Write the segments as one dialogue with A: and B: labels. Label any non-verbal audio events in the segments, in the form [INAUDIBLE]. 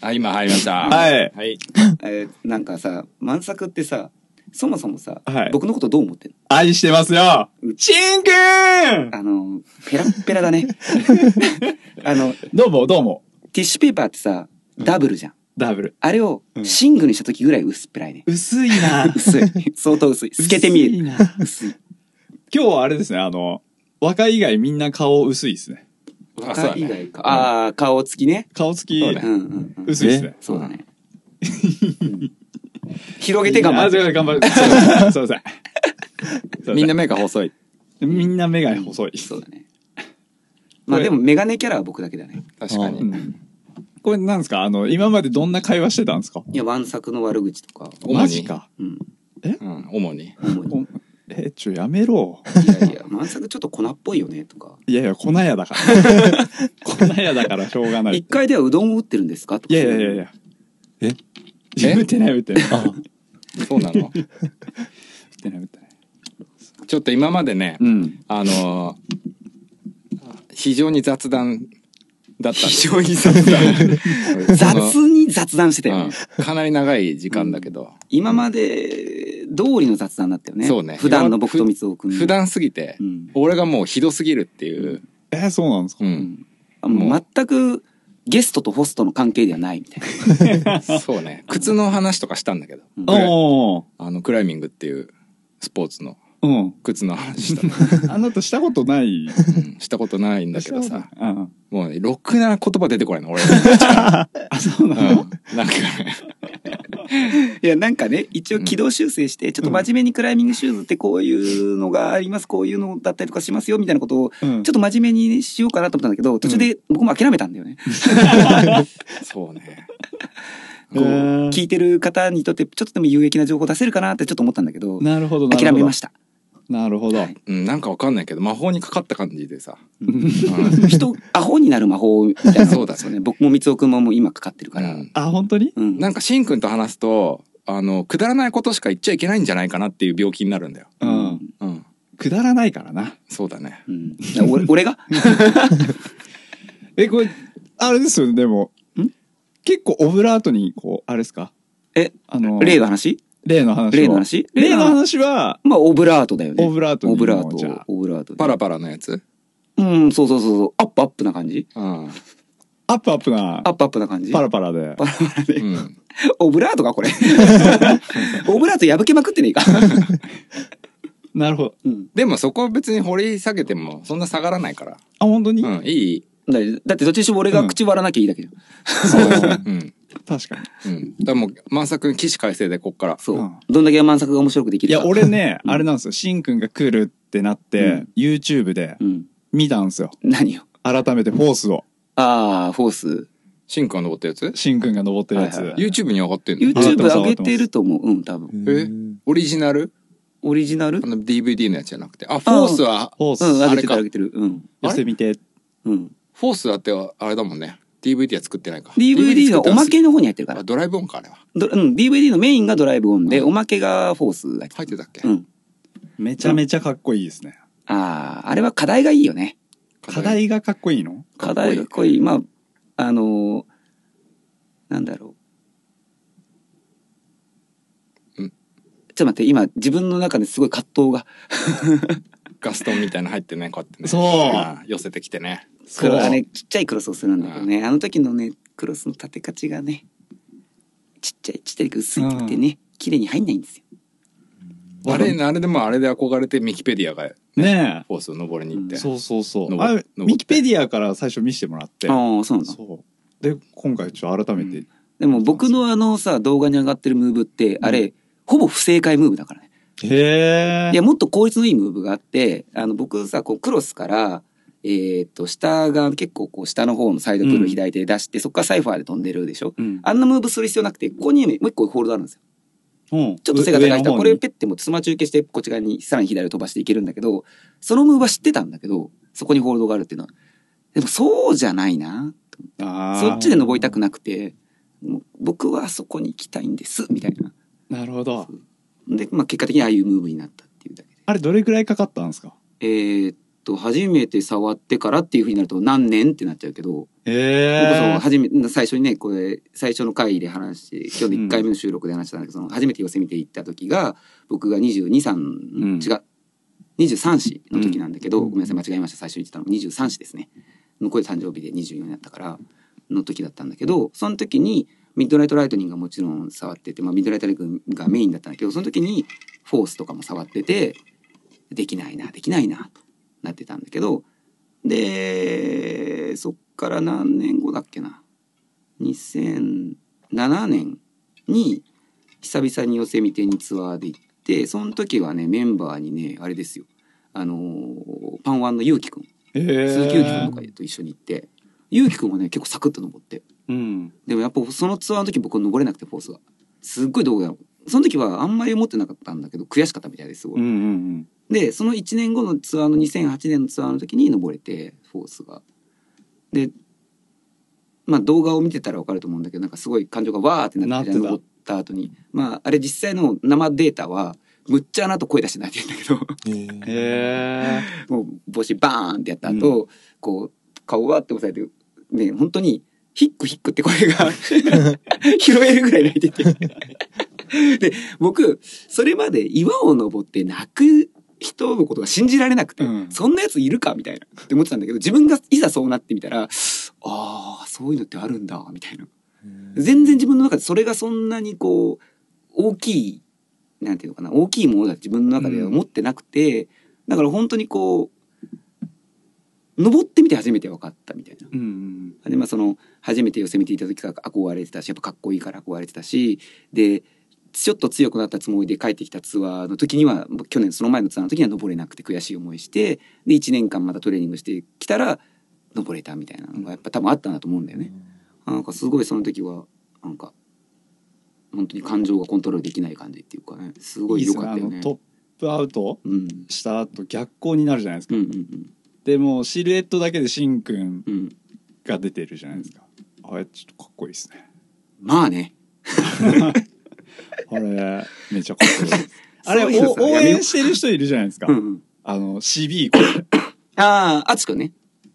A: あ、今入りました。
B: はい
A: はい。
C: えーなんかさ満作ってさそもそもさ、
B: はい
C: 僕のことどう思ってんの
B: 愛してますよしんくん
C: あのペラッペラだねあの
B: どうもどうも。
C: ティッシュペーパーってさダブルじゃん、
B: ダブル。
C: あれを
B: うん
C: シングルにした時ぐらい薄っぺらいね、
B: 薄い [LAUGHS] な
C: 薄い相当薄い透けて見える
B: 薄いな
C: 薄い
B: 今日はあれですね、あの、若い以外みんな顔薄いですね。
A: あそうだ
C: 赤以
A: ね。
C: 外かああ顔つきね
B: 顔つき、
A: そう
C: う
A: ね
C: んうんうん
B: 薄いですね。
C: そうだね、うん広げて頑張
B: あ、す
C: る
B: いません、頑張る。すい
A: [LAUGHS]
B: ませんすいません。すいませ
A: みんな目が細い。
B: みんな目が細い。
C: そうだねまあでもメガネキャラは僕だけだね
A: 確かに。
B: うんこれなんですかあの、今までどんな会話してたんですか
C: いやワンサクの悪口とか
A: 主に
B: マジか。
C: うん
A: うん、主に。
C: 主に
B: おえ、ちょ、やめろ。
C: いやいや満作ちょっと粉っぽいよねとか
B: いやいや、粉
A: [LAUGHS]
B: 屋だから。粉屋だからしょうがない。
C: 一階ではうどんを打ってるんですかと
B: い
C: か
B: やいやいやいや。
D: え
B: 打ってない打ってない。打っ
A: そうなの。
B: てない打ってない。
A: ちょっと今までね、
B: うん。
A: あのー非常に雑談だったんです
C: 非常に雑談雑
A: [LAUGHS] その
C: に雑談してたよね、
A: うんかなり長い時間だけど、
C: 今まで通りの雑談だったよね
A: そうね
C: 普段の僕と光雄君の
A: 普段すぎて、
C: うん
A: 俺がもうひどすぎるっていう、
B: えー、そうなんですか
A: う
C: うんんあもう全くゲストとホストの関係ではないみたいな
A: そう
B: [LAUGHS]
A: ね靴の話とかしたんだけど、
C: うん
A: クラ
B: おー
A: あのクライミングっていうスポーツの
B: うん。
A: 靴の話したの、
B: あなたしたことない。
A: うんしたことないんだけど
B: した
A: さ
B: ことない。うん。
A: もうねろくな言葉出てこないの俺、
B: [LAUGHS] あ、そう
A: うん、
B: な
A: なん
B: の
A: かね
C: いやなんかね一応軌道修正して、ちょっと真面目にクライミングシューズってこういうのがありますこういうのだったりとかしますよみたいなことを
B: うん
C: ちょっと真面目にしようかなと思ったんだけど途中で僕も諦めたんだよね、
A: そうね
B: へ
C: こう
B: ー
C: 聞いてる方にとってちょっとでも有益な情報出せるかなってちょっと思ったんだけど
B: なるほど、なるほど。
C: 諦めました
B: なるほど。
A: うん、なんかわかんないけど魔法にかかった感じでさ、
B: う
A: うん
B: ん、
C: 人アホになる魔法みたいな
A: そうだね
C: 僕も光雄君ももう今かかってる
A: う
C: から、
A: ん
B: あ、本当に
C: うん
A: なんかしんくんと話すとあのくだらないことしか言っちゃいけないんじゃないかなっていう病気になるんだよ、
B: う
C: うんん。
A: うん、
B: くだらないからな。
A: そうだね
C: うん俺俺が
B: え、これ、あれですよね、でも
C: ん。
B: 結構オブラートに、こう、あれですか
C: え
B: あの、
C: 例の話
B: 例の話を。
C: 例の話
B: 例の話は、
C: まあオブラートだよね
B: オブラートに
C: オブラ
B: もう
C: ー
B: じゃあ
C: トオブラート
A: パラパラのやつ、
C: うんそうそうそうそうアップアップな感じ
A: うん
B: アップアップな、
C: アップアップな感じ
B: パラパラで。
C: パラパラ
A: う
C: で
A: ん、
C: オブラートか [LAUGHS] これオブラート破けまくってねえか、
B: なるほど。
C: うん、
A: でもそこを別に掘り下げてもそんな下がらないから、
B: あ、本当に
A: うん、いい、
C: だだってどっちにしても俺が口割らなきゃいいだけじゃん、
B: そうですね。
A: うん
B: 確かに。
A: うん、だからもう満作に起死回生でこっから
C: そう、
B: うん
C: どんだけ満作が面白くでき
B: い
C: る
B: や、
C: か
B: 俺ね、
C: [LAUGHS] うん
B: あれなんですよ。しんくんが来るってなって、
C: うん
B: YouTube で
C: うん
B: 見たんですよ。
C: 何よ
B: 改めてフォースを。
C: ああフォース
A: しんくんが登ったやつ
B: しんくんが登ってるやつ。
C: はいはいはい
A: YouTube に上がってんの
C: YouTube
B: 上がってます
C: 上げてると思ううん多分
A: えオリジナル
C: オリジナル
A: あの DVD のやつじゃなくてあフォースは
B: フォース、
C: うん、上げて
A: あれか
C: る上げてる。うん。
B: 寄せみて。
C: うん。
A: フォースだってあれだもんね DVD は作ってないか
C: DVD が
A: 作って
C: お
A: は
C: ます
A: ぐ
C: けの方に入ってるか
A: あ
C: ら。
A: ドライブオンかあれは
C: どうん、DVD のメインがドライブオンで、
A: うん
C: おまけがフォースだけ。
A: 入ってたっけ、
C: うん。
B: めちゃめちゃかっこいいですね。
C: ああ、あれは課題がいいよね。
B: 課題がかっこいいの
A: か
C: 課
A: っこいい
C: 題が濃い。まあ、あのーなんだろう。
A: ん
C: ちょっと待って、今、自分の中ですごい葛藤が。
A: ガストンみたいなの入ってねこうやってね
B: そうん
A: 寄せてきてね
C: 黒あれ、ちっちゃいクロスをするんだけどね。あの時のね、クロスの立て勝ちがね、ちっちゃい、ちっちゃい薄いってね、綺麗に入んないんですよ。
A: あれあれでもあれで憧れてミキペディアが
B: ね
A: フォースを登りに行っ
B: え。
A: て、
B: そうそうそう。
A: 登
B: あ
A: っ
B: れ
A: 登って
B: ミキペディアから最初見せてもらって。
C: ああ、そうなんだ。
B: そう。で、今回ちょっと改めて。
C: でも僕のあのさ動画に上がってるムーブってあれ、ほぼ不正解ムーブだからね。
B: へえ。
C: いやもっと効率のいいムーブがあってあの僕さこうクロスから、えー、と下が結構こう下の方のサイドプールを左手で出して、そこからサイファーで飛んでるでしょ
B: うん、
C: あんなムーブする必要なくてここにねもう一個ホールドあるんですよ
B: うん
C: ちょっと背が高い人はこれ
B: 上
C: をペッてもうつま中継してこっち側にさらに左を飛ばしていけるんだけどそのムーブは知ってたんだけどそこにホールドがあるっていうのはでもそうじゃないな
B: の方に
C: そっちで登り
B: た
C: たくなくてもう僕はあそこに行きたいんですみたいな。
B: なるほど
C: で、まあ、結果的にああいうムーブになったっていうだけで。
B: あれどれくらいかかったんですか
C: えーっと初めて触ってからっていうふうになると何年ってなっちゃうけど、僕その
B: え
C: 初め最初にねこれ最初の回で話して今日の1回目の収録で話したんだけど、その初めて寄せ見て行った時が僕が223、
A: ん
C: 違う23子の時なんだけど、
B: うん
C: ごめんなさい間違えました最初に言ってたの23子ですね向こうで誕生日で24になったからの時だったんだけどその時にミッドナイトライトニングがもちろん触ってて、まあ、ミッドナイトライトニングがメインだったんだけどその時にフォースとかも触っててできないなできないなとなってたんだけどでそっから何年後だっけな2007年に久々に寄せ見てにツアーで行ってその時はねメンバーにねあれですよあのーパンワンのゆうきくん
B: えー
C: 鈴木ゆうきくんとかと一緒に行ってゆうきくんはね結構サクッと登って
A: うん。
C: でもやっぱそのツアーの時僕は登れなくてフォースがすっごい動画その時はあんまり思ってなかったんだけど悔しかったみたいですごい
A: うんうん
C: でその1年後のツアーの2008年のツアーの時に登れてフォースが。でまあ動画を見てたら分かると思うんだけどなんかすごい感情がわーってなってて
B: なってた
C: 登った後にまああれ実際の生データはむっちゃあなと声出して泣いてんだけど
B: え
C: [LAUGHS]
B: ー
C: もう帽子バーンってやった後、こう顔をわーって押さえてね本当にヒックヒックって声
B: [LAUGHS]
C: が拾えるぐらい泣いてて。で僕それまで岩を登って泣く人のことが信じられなくて、
B: うん
C: そんなやついるかみたいなって思ってたんだけど自分がいざそうなってみたらああそういうのってあるんだみたいな全然自分の中でそれがそんなにこう大きいなんていうのかな大きいものだって自分の中では思ってなくて、だから本当にこう登ってみて初めて分かったみたいな。
A: うん。うん
C: でまあその初めて寄せ見ていた時から憧れてたしやっぱかっこいいから憧れてたしでちょっと強くなったつもりで帰ってきたツアーの時にはもう去年その前のツアーの時には登れなくて悔しい思いしてで1年間またトレーニングしてきたら登れたみたいなのがやっぱ多分あったなと思うんだよね。なんかすごいその時はなんか本当に感情がコントロールできない感じっていうかねすご
B: い
C: い
B: い
C: 良
B: ですね
C: かっ
B: あ
C: たよね。
B: のトップアウト
C: うん、うん
B: した後逆光になるじゃないですか、
C: うんうん
B: でもうシルエットだけでしんくん
C: うん
B: が出てるじゃないですかあれちょっとかっこいいですね
C: まあね
B: あれめちゃかっこいいですあれ
C: [LAUGHS] そういうの
B: お
C: さや
B: 応
C: めよう
B: 援してる人いるじゃないですか、
C: うんうん、
B: あの CB これ
C: ああ敦くんね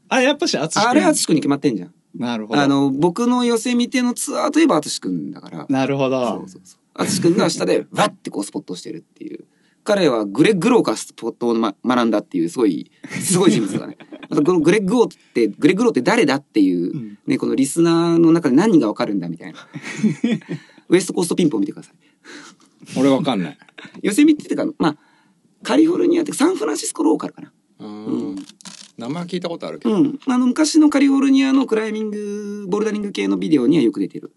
B: あれやっぱし淳君
C: あれ敦くんに決まってんじゃん。
B: なるほど
C: あの僕の寄せ見てのツアーといえば淳くんだから
B: なるほ
C: そ
B: ど
C: うそうそう淳くんが下
B: [LAUGHS]
C: でわってこうスポットしてるっていう彼はグレッグ・ローからスポットを、ま、学んだっていうすごいすごい人物だ
B: [LAUGHS]
C: ねまたこのグレッグ・ローってグレッグ・ローって誰だっていう、
B: うん
C: ね、このリスナーの中で何がわかるんだみた
B: [LAUGHS]
C: いなウエストコーストピンポン見てください
A: 俺わかんない。
C: 寄せ見ててかまあカリフォルニアってサンフランシスコローカルかな
A: うん。名前聞いたことあるけ
C: う
A: ど。
C: ん、あの昔のカリフォルニアのクライミングボルダリング系のビデオにはよく出てる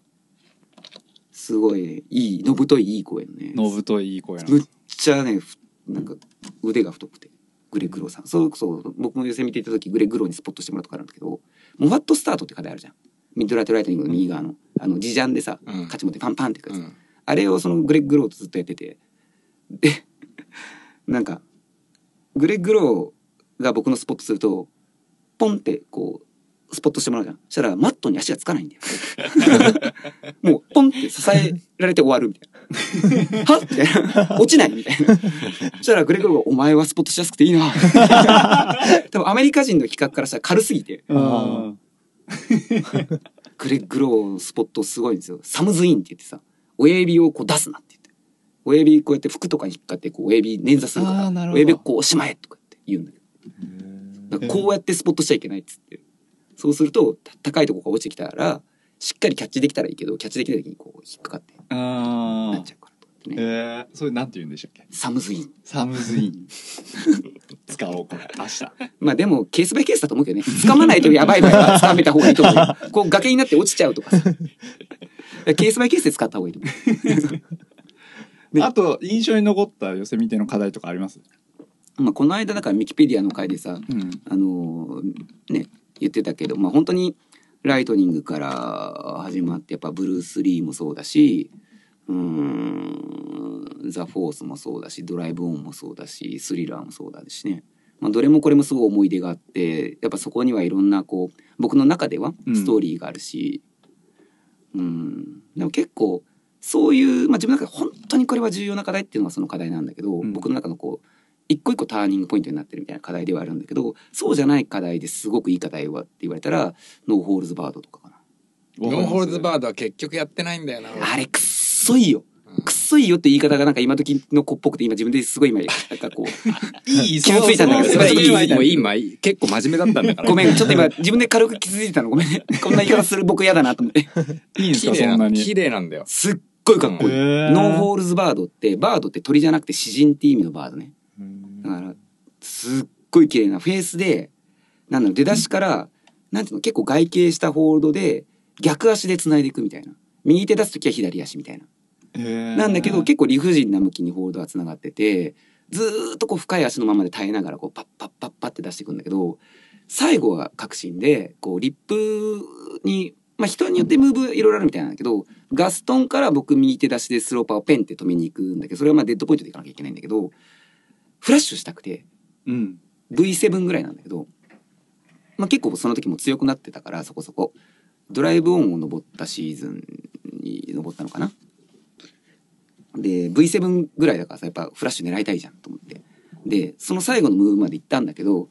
C: すごい、ね、いいのぶといいい声のね
B: のぶといい声なん
C: む
B: で
C: っ
B: す
C: ちゃねふなんか腕が太くてグレグローさんそれこそ僕も予選見ていた時グレグローにスポットしてもらったからあるんだけどモファットスタートって課題あるじゃんミッドライトライトニングの右側のあのジジャンでさ、
A: うん
C: 勝ち持ってパンパンってくやつ、
A: うん
C: あれをそのグレッグ・ローとずっとやっててでなんかグレッグ・ローが僕のスポットするとポンってこうスポットしてもらうじゃんそしたらマットに足がつかないんだよ [LAUGHS] もうポンって支えられて終わるみたいな [LAUGHS] はっみたいな落ちないみたいなそしたらグレッグ・ローが「お前はスポットしやすくていいな」 [LAUGHS] 多分アメリカ人の企画からしたら軽すぎて
B: うん
C: グレッグ・ローのスポットすごいんですよ。サムズインって言ってさ、親指をこう出すなって言って。親指こうやって服とかに引っかかって、こう親指捻挫するか
B: あーな
C: ら、
B: るほど
C: 親指こうしまえとかって言うんだけど。だからこうやってスポットしちゃいけないっつって。そうすると、た高いとこから落ちてきたら、しっかりキャッチできたらいいけど、キャッチできない時にこう引っかかって
B: あ
C: なっ
B: あ
C: ちゃうからとかってね。
B: えー、それなんて言うんでしたっけ
C: サムズイン。
B: サムズ
C: [LAUGHS]
B: イン使おうこれ明日
C: まあでも、ケースバイケースだと思うけどね。掴まないとやばい場合は掴めた方がいいと思うよ。
B: [LAUGHS]
C: こう崖になって落ちちゃうとかさ。だからケースバイケースで使った方がいいと思う。ね
B: あと印象に残った寄せ見ての課題とかあります、
C: まあ、この間だからミキペディアの回でさ、
B: うん、
C: あのーね言ってたけど、まあ、本当にライトニングから始まってやっぱブルース・リーもそうだしうーんザ・フォースもそうだしドライブ・オンもそうだしスリラーもそうだしね、まあ、どれもこれもすごい思い出があってやっぱそこにはいろんなこう僕の中では
B: うん
C: ストーリーがあるし、うん、でも結構そういう、まあ、自分の中で本当にこれは重要な課題っていうのがその課題なんだけど、
B: うん
C: 僕の中のこう生一個一個ターニングポイントになってるみたいな課題ではあるんだけどそうじゃない課題ですごくいい課題はって言われたらノーホールズバードとかかな
A: ノーホールズバ
B: ー
A: ードは結局やってないんだよな。
C: あれくっそいいよくっそいいよって言い方がなんか今時の子っぽくて今自分ですごい今なんかこう [LAUGHS]
B: いい、
C: 気がついたんだけど
A: それ
C: それはい
A: い、
C: い
A: もういい、まあいい。結構真面目だったんだから。
C: [LAUGHS] ごめんちょっと今自分で軽く気づいてたのごめんねこんな言い方する僕嫌だなと思って
B: いいんで
A: 綺
B: すか、
A: 麗
B: そ
A: な
B: んなん
A: だ
B: に。
A: 綺麗なんだよ。
C: [LAUGHS] すっごいかっこいい、
B: へー
C: ノーホールズバードってバードって鳥じゃなくて詩人って意味のバードね
B: うん
C: だからすっごい綺麗なフェースでなんだろう出だしからなんていうの結構外傾したホールドで逆足で繋いでいくみたいな右手出す時は左足みたいななんだけど結構理不尽な向きにホールドが繋がっててずーっとこう深い足のままで耐えながらこうパッパッパッパって出していくんだけど最後は革新でこうリップに、まあ、人によってムーブいろいろあるみたいなんだけどガストンから僕右手出しでスローパーをペンって止めに行くんだけどそれはまあデッドポイントでいかなきゃいけないんだけどフラッシュしたくて
B: うん。
C: V7 ぐらいなんだけど、まあ、結構その時も強くなってたからそこそこドライブオンを登ったシーズンに登ったのかなで V7 ぐらいだからさやっぱフラッシュ狙いたいじゃんと思ってでその最後のムーブまで行ったんだけど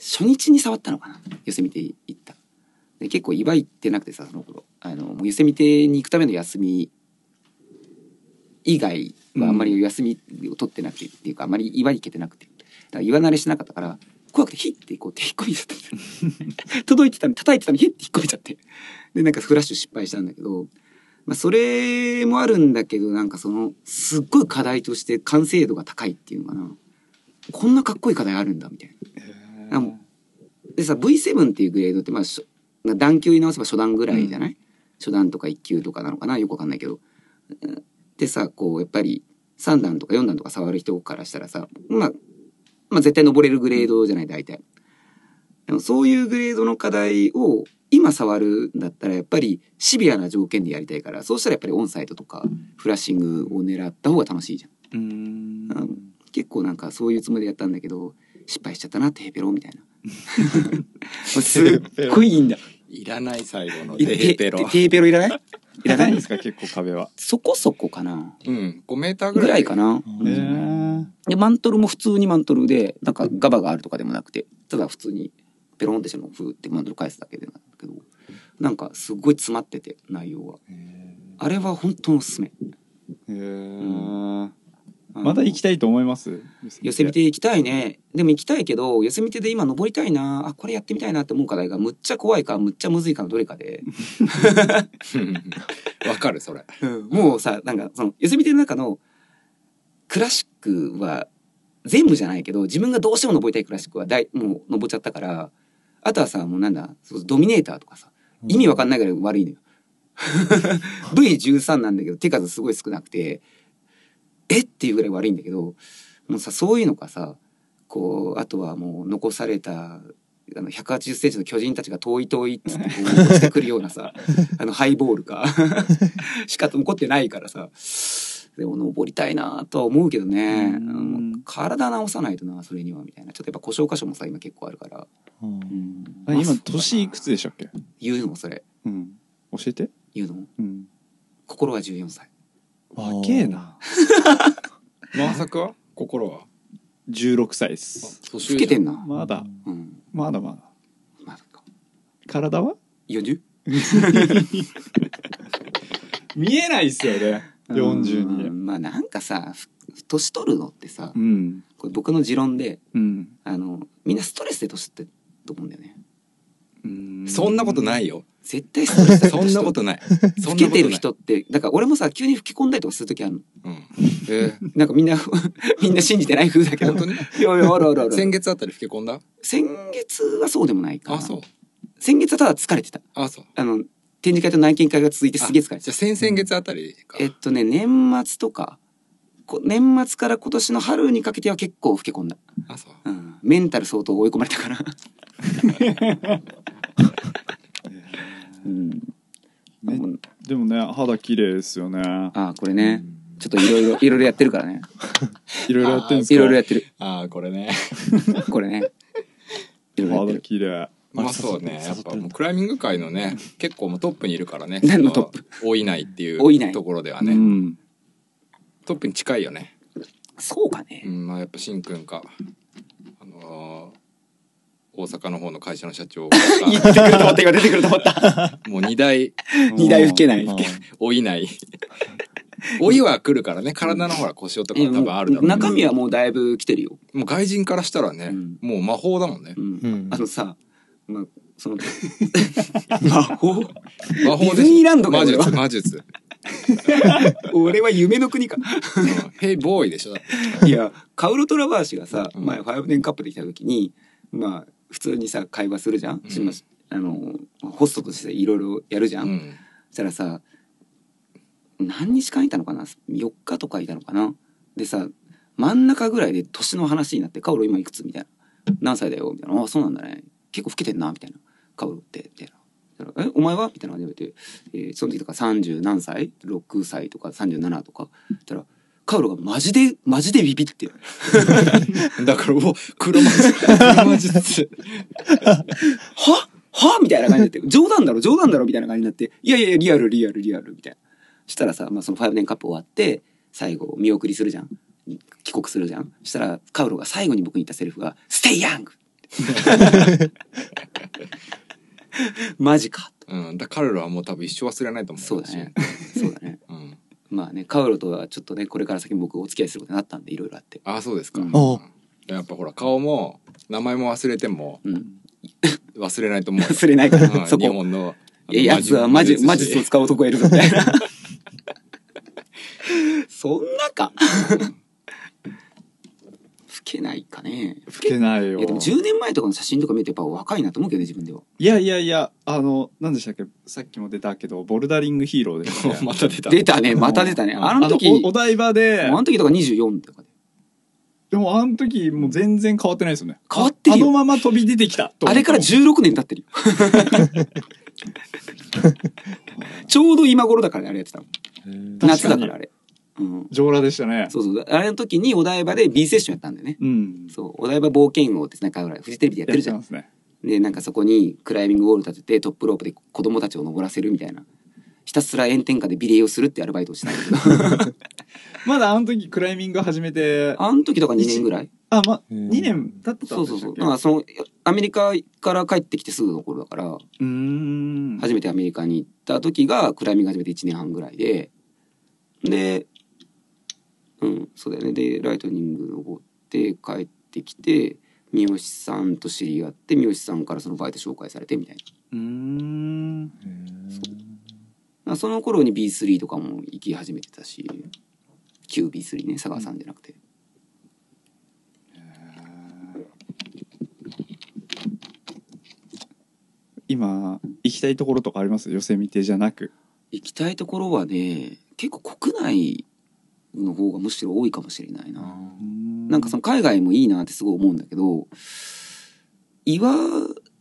C: 初日に触ったのかな寄せ見て行ったで結構岩行ってなくてさその頃あのもう寄せ見てに行くための休み以外はあんまり休みを取ってなくてっていうか、あんまり岩に行けてなくてだから岩慣れしなかったから怖くてヒッてこう手引っ込みちゃった届いてたのに叩いてたのにヒッて引っ込みちゃってでなんかフラッシュ失敗したんだけど、まあ、それもあるんだけどなんかそのすっごい課題として完成度が高いっていうのかなこんなかっこいい課題あるんだみたいな。あもでさ V7 っていうグレードってまあしょ段級に直せば初段ぐらいじゃない、初段とか1級とかなのかなよくわかんないけど。うんでさこうやっぱり3段とか4段とか触る人からしたらさ、まあ、まあ絶対登れるグレードじゃない大体。でもそういうグレードの課題を今触るんだったらやっぱりシビアな条件でやりたいからそうしたらやっぱりオンサイドとかフラッシングを狙った方が楽しいじゃん。
B: うん
C: あ結構なんかそういうつもりでやったんだけど失敗しちゃったなテーペロ
A: [LAUGHS]
C: みたいなすっごいいいんだ
A: いらない最後の
C: い
A: テ
C: て
A: ーペロ
C: て。テーペロいらないいらな
B: ない
A: [LAUGHS]
B: ん
C: い
B: ですか、 [LAUGHS] 結構壁は。
C: そこそこかな
A: うん、5メーターぐ
C: ぐ
A: ら
C: ら
A: い
C: いかな、
B: へー
C: でマントルも普通にマントルでなんかガバがあるとかでもなくてただ普通にペロンってしてもふーってマントル返すだけでなんだけどなんかすごい詰まってて内容はあれは本当のおすすめ
B: へ
C: う
B: ーまた行きたいと思います。
C: 寄せ見て行きたいねでも行きたいけど寄せ見てで今登りたいなあこれやってみたいなって思う課題がむっちゃ怖いかむっちゃむずいかのどれかで
A: うんわかる、それ。
C: もうさなんかその寄せ見ての中のクラシックは全部じゃないけど自分がどうしても登りたいクラシックはだいもう登っちゃったからあとはさもうなんだそうドミネーターとかさ意味わかんないぐらい悪
B: [LAUGHS]
C: いのよ。V13 なんだけど手数すごい少なくてえっていうぐらい悪いんだけどもうさそういうのかさこうあとはもう残されたあの180センチの巨人たちが遠い遠いっつってこう落ちてくるような
B: [LAUGHS]
C: さあのハイボールかしか残ってないからさでも登りたいなとは思うけどね
B: うん
C: もう体直さないとなそれにはみたいなちょっとやっぱ故障箇所もさ今結構あるから、
B: うんあ
C: まあ
B: 今、年いくつでしたっけ
C: 言うのもそれ
B: うん。教えて。
C: 言うのも
B: うん。
C: 心は14歳
B: 若えな。
A: まさか心は。
B: 16歳です。
A: 年
C: 老けてんな、
B: まだ、
C: うん、
B: まだまだ。
C: まだか
B: 体は
C: 40?
B: 見えないっすよね。
C: う
B: 42。
C: んまあなんかさふ年取るのってさ
B: うん。
C: これ僕の持論で
B: うん。。
C: あのみんなストレスで年取ってると思うんだよね
A: そんなことないいよ。
C: 絶対ストレスで
A: そんなこと
C: い
A: ない。そ
C: 老
A: んな
C: け
A: こと
C: てる
A: ない。
C: 人ってだから俺もさ急に吹き込んだりとかする時あるの
A: うん。え
C: なんかみんな [LAUGHS] みんな信じてない風だけ
A: ー、
C: ど
A: 本当に
C: いやいやあるあるある
A: 先月あたり老け込んだ
C: 先月はそうでもないかな
A: あ、そう。
C: 先月はただ疲れてた
A: あ、そう。
C: あの展示会と内見会が続いてすげえ疲れてた
A: じゃあ先々月あたりか。
C: えっとね年末とかこ年末から今年の春にかけては結構老け込んだ、
A: あ、そう。
C: うん、メンタル相当追い込まれたから、うん、
B: ねでもね、肌綺麗ですよね。
C: ああこれねちょっといろいろいろいろやってるからね
B: いろいろやってんです
C: い
B: か
C: ろいろやってる
A: ああ、これね。
C: これねいろいろやって
B: 肌
C: る
B: 綺麗。
A: まあそうね。やっぱもうクライミング界のね、結構もうトップにいるからね。
C: [LAUGHS] 何のトップ
A: プ多いないってい
C: 老いないう
A: ところでは
B: う
A: ね。
B: ん。
A: トップに近いよね。
C: そうかね、
A: うん、まあやっぱしんくんか、あのー大阪の方の会社の社長
C: 言ってくると思った今出てくると思った
A: もう2代
C: 二台吹けない
B: うん
C: 吹
A: 老いない老いは来るからね体のほら故障とかは多分あるだろうけど
C: 中身はもうだいぶ来てるよ、
A: もう外人からしたらね、
C: うん
A: もう魔法だもんね
C: うん
B: うん
C: あのさ、まあ、その [LAUGHS] 魔法
A: 魔法
C: ディズニーランド
A: 魔
C: かよ
A: 術魔術
C: 俺は夢
A: [LAUGHS]
C: の国か
A: うんヘイボーイでしょだって
C: いやカウロ・トラバーシがさ
A: うん
C: 前5年カップで来た時にまあ普通にさ会話するじゃん、
A: うん
C: しましあのホストとしていろいろやるじゃん、
A: うん
C: そしたらさ何日間いたのかな4日とかいたのかなでさ真ん中ぐらいで年の話になって「カオロ今いくつ?」みたいな「何歳だよ?」みたいな「ああそうなんだね結構老けてんな」みたいな「カオロって」みたいな。そしたらえお前は?」みたいな感じで言われて、えーその時とか30何歳6歳とか37とかそしたらカオロがマジでマジでビビって
A: だからもう黒魔術黒魔術
C: [LAUGHS] ははみたいな感じになって、冗談だろ冗談だろみたいな感じになって、いやいやいや、リアルリアルリアルみたいな。したらさ、まあその5年カップ終わって、最後見送りするじゃん。帰国するじゃん。したら、カウロが最後に僕に言ったセリフが、stay young! [LAUGHS] マジか。
A: うんだから彼らはもう多分一生忘れないと思う
C: そうだね。そうだね。
A: うん、
C: まあね、カウロとはちょっとね、これから先僕お付き合いすることになったんで、いろいろあって。
A: ああそうですか、
C: うん
B: おう
A: やっぱほら顔も名前も忘れても
C: うん。
A: 忘れないと思うよ
C: 忘れないから、
A: うん
C: そ
A: 日
C: こ。
A: 本のあの
C: いや、やつは魔術、魔
A: 師
C: 術を使う男がいるぞ、みたい [LAUGHS] な。そんなか。吹けないかね。
B: 吹けない
C: い
B: よ
C: や、でも10年前とかの写真とか見るとやっぱ若いなと思うけどね、自分では。
B: いやいやいやあの何でしたっけさっきも出たけどボルダリングヒーローで
C: [LAUGHS]
A: また出た
C: 出たね、また出たね。あの時、
B: おお
C: も
B: 台場で
C: うあの時とか24とかで。
B: でもあの時もう全然変わってないですよね
C: 変わってるよ
B: ああのまま飛び出てきたと思って
C: あれから16年経ってるよ。 [LAUGHS] ちょうど今頃だからね、あれやってたの。夏だからあれ。うん。
B: 上裸でしたね
C: そうそう。あれの時にお台場で B セッションやったんだよね。
B: うん
C: そう。お台場冒険王ってなんかほら、フジテレビでやってるじゃん
B: や。ってますね
C: でなんかそこにクライミングウォール立ててトップロープで子供たちを登らせるみたいなひたすら炎天下でビレーをするってアルバイトをしてたんだけ
B: [LAUGHS]
C: ど
B: まだあの時クライミング始めて
C: あの時とか2年ぐらい
B: あま
D: へー
B: 2年経ってた
C: そう
B: んで
C: そうそう
B: したっけ
C: だからそのアメリカから帰ってきてすぐの頃だから
B: うーん
C: 初めてアメリカに行った時がクライミング始めて1年半ぐらいででうんそうだよねでライトニング登って帰ってきて三好さんと知り合って三好さんからそのバイト紹介されてみたいな
B: うーん
C: まあその頃に B3 とかも行き始めてたし QB3 ね佐川さんじゃなくて、
B: 今行きたいところとかあります寄せ見てじゃなく
C: 行きたいところはね結構国内の方がむしろ多いかもしれないな、
B: な
C: なんかその海外もいいなってすごい思うんだけど岩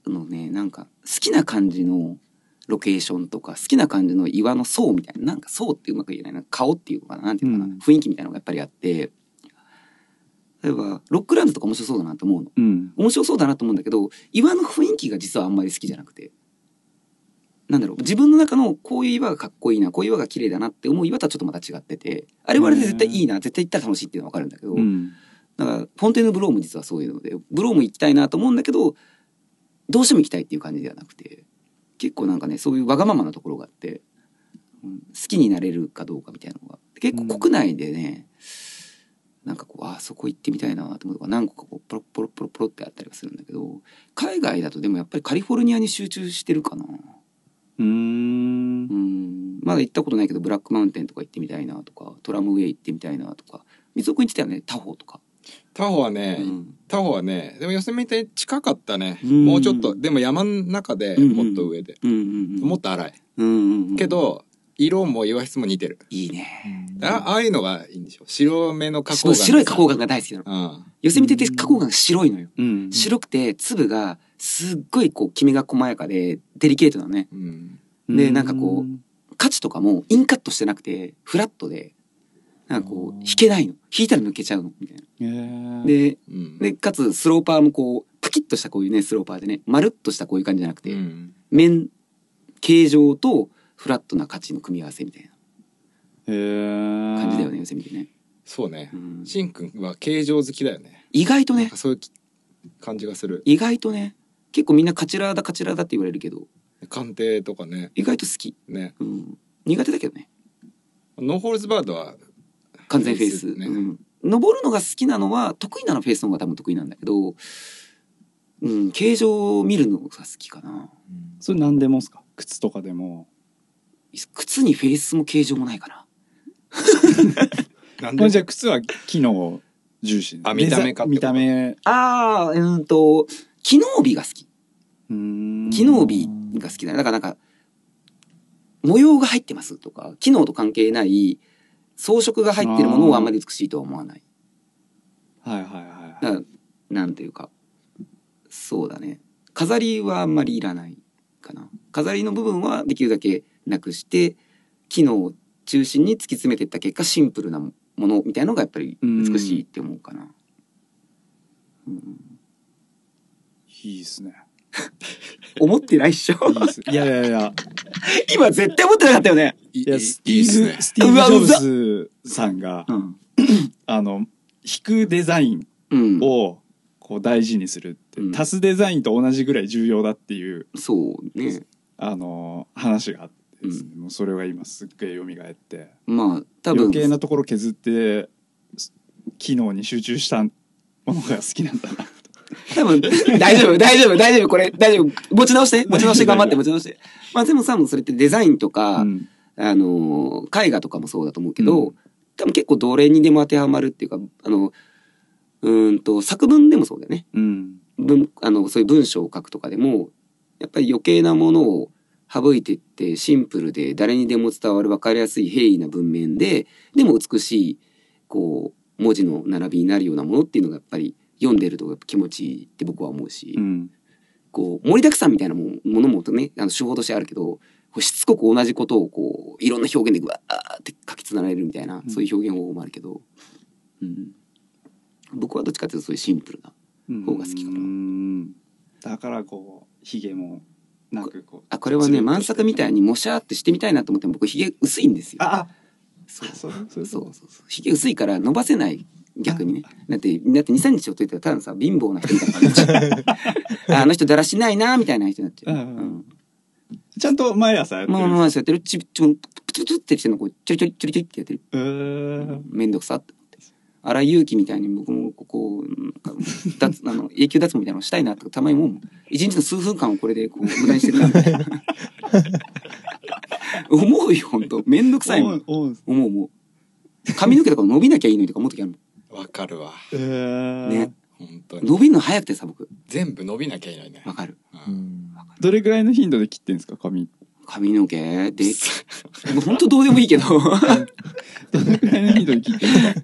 C: のねなんか好きな感じのロケーションとか好きな感じの岩の層みたいななんか層ってうまく言えないな顔っていうのかななんていうのかな、
B: うん
C: 雰囲気みたいなのがやっぱりあって例えばロックランドとか面白そうだなと思うの。
B: うん
C: 面白そうだなと思うんだけど岩の雰囲気が実はあんまり好きじゃなくてなんだろう自分の中のこういう岩がかっこいいなこういう岩が綺麗だなって思う岩とはちょっとまた違っててあれはあれで絶対いいな絶対行ったら楽しいっていうのは分かるんだけど、
B: うん
C: だからフォンテーヌ・ブローも実はそういうのでブローも行きたいなと思うんだけどどうしても行きたいっていう感じではなくて結構なんかねそういうわがままなところがあって、うん好きになれるかどうかみたいなのが結構国内でね、なんかこうあそこ行ってみたいなと思うのが何個かこうポロポロポロポロってあったりはするんだけど海外だとでもやっぱりカリフォルニアに集中してるかな。
B: うー
C: う
B: ん
C: んまだ行ったことないけどブラックマウンテンとか行ってみたいなとかトラムウェイ行ってみたいなとか水戸君行ってたよねタホとか。
A: タホはね、
C: うん
A: タホはねでも寄せみて近かったね、
C: うん
A: もうちょっとでも山の中で
C: うんうん
A: もっと上で、
C: うんうんうん
A: もっと荒い
C: うんうんうん
A: けど色も岩質も似てる、
C: いいね
A: あああいうのがいいんでしょ白目の花
C: そ
A: 崗
C: の
A: 岩
C: 白い花崗岩が大好きなの
A: うん
C: 寄せ見てて花崗岩が白いのよ
B: うん
C: 白くて粒がすっごいこうきめが細やかでデリケートなのね
A: うん
B: ね
C: でなんかこ価値とかもインカットしてなくてフラットでなんかこう引けないの引いたら抜けちゃうのみたいな
B: う
C: で
A: うん
C: でかつスローパーもこうプキッとしたこういうねスローパーでねまるっとしたこういう感じじゃなくて、
A: うん
C: 面形状とフラットな価値の組み合わせみたいな感じだよね寄せ見てね
A: そうね
C: うん
A: しんくんは形状好きだよね
C: 意外と
A: なん
C: ね
A: かそういう感じがする
C: 意外とね結構みんなカチラだカチラだって言われるけど
A: 鑑定とかね
C: 意外と好き、
A: ね
C: うん、苦手だけどね
A: ノーホールズバードは
C: 完全フェイ
A: フ
C: ス、
A: ェイスね
C: うん、登るのが好きなのは得意なのフェイスの方が多分得意なんだけど、うん、形状を見るのが好きかな
B: それ何でもっすか靴とかでも
C: 靴にフェイスも形状もないかな
A: なん
B: まあじ
A: で
B: ゃあ靴は機能重視
A: あ見た目かってこと
B: 見た目
C: あーうーんと機能美が好き
B: うーん
C: 機能美が好きだねだからなんか模様が入ってますとか機能と関係ない装飾が入ってるものをあんまり美しいとは思わない
B: はいはいはい
C: だ
B: は
C: から
B: い
C: なんていうかそうだね飾りはあんまりいらないかな飾りの部分はできるだけなくして機能を中心に突き詰めていった結果シンプルなものみたいのがやっぱり美しいって思うかな、うん
B: いいっすね
C: 思ってないっしょ
B: いいっすいやいやいや
C: 今絶対思ってなかったよね、
A: いい
B: いや
A: い
B: ステ
A: い
B: ィ
A: いっす
B: ーブ
A: ね
B: スティーブ
C: うわう
B: ジ
C: ざ
B: ョブズさんが
C: うん
B: あの引くデザイン
C: うん、
B: をこう大事にするって、
C: うん
B: 足すデザインと同じぐらい重要だっていう
C: そうね
B: あの話があってですね、もうそれが今すっげえ蘇って
C: まあ多分
B: 余計なところ削ってす機能に集中したものが好きなんだな
C: 多分、大丈夫、大丈夫、大丈夫、これ、大丈夫。持ち直して、持ち直して、頑張って、持ち直して。まあでもさ、もうそれってデザインとか、
B: うん
C: あのー、絵画とかもそうだと思うけど、
B: う
C: 多分結構どれにでも当てはまるっていうか、あの、うーんと、作文でもそうだよね。
B: うん
C: 文、あの、そういう文章を書くとかでも、やっぱり余計なものを省いてって、シンプルで、誰にでも伝わる、わかりやすい、平易な文面で、でも美しい、こう、文字の並びになるようなものっていうのが、やっぱり、読んでるとやっぱ気持ちいいって僕は思うし。
B: うん
C: こう盛りだくさんみたいなもんものもねあの手法としてあるけどこうしつこく同じことをこういろんな表現でわーって書き連ねるみたいな、
B: うん
C: そういう表現方法もあるけど、うん、僕はどっちかというとそういうシンプルな方が好きかな
B: うんだからこうヒゲもなくこう
C: あこれはね
B: つるっと
C: 満作みたいにもしゃーってしてみたいなと思っても僕ひげ薄いんですよ。
B: あ
C: そう
B: あそうそ
C: そ
B: うそうう
C: そうそうひげ薄いから伸ばせない逆にねだってだって23日ほっといたらただのさ貧乏な人みたいになっちゃうああの人だらしないなみたいな人になっちゃう。
B: うんうんちゃんと毎朝やってる
C: まあまあまあそうやってるちびちょんプツプツってしてるのこうちょりちょりちょりちょりってやってる
B: うーん
C: めんどくさって思って荒井勇気みたいに僕もここなんか脱あの永久脱毛みたいなのしたいなとかたまにもう一日の数分間をこれでこう無駄にしてるなみたいな思うよ本当めんどくさいもん
B: おう
C: 思う思う髪の毛とか伸びなきゃいいのにとか思う時ある
A: わかるわ
B: え
C: も
B: ー
C: んね
A: 本当に
C: 伸びるの早くてさ僕
A: 全部伸びなきゃいないね
C: わかる
A: う
D: うんん
B: どれぐらいの頻度で切ってんですか髪
C: 髪の毛でもう本当どうでもいいけ [LAUGHS] ど
B: どれぐらいの頻度で切って
C: [LAUGHS]
B: んですか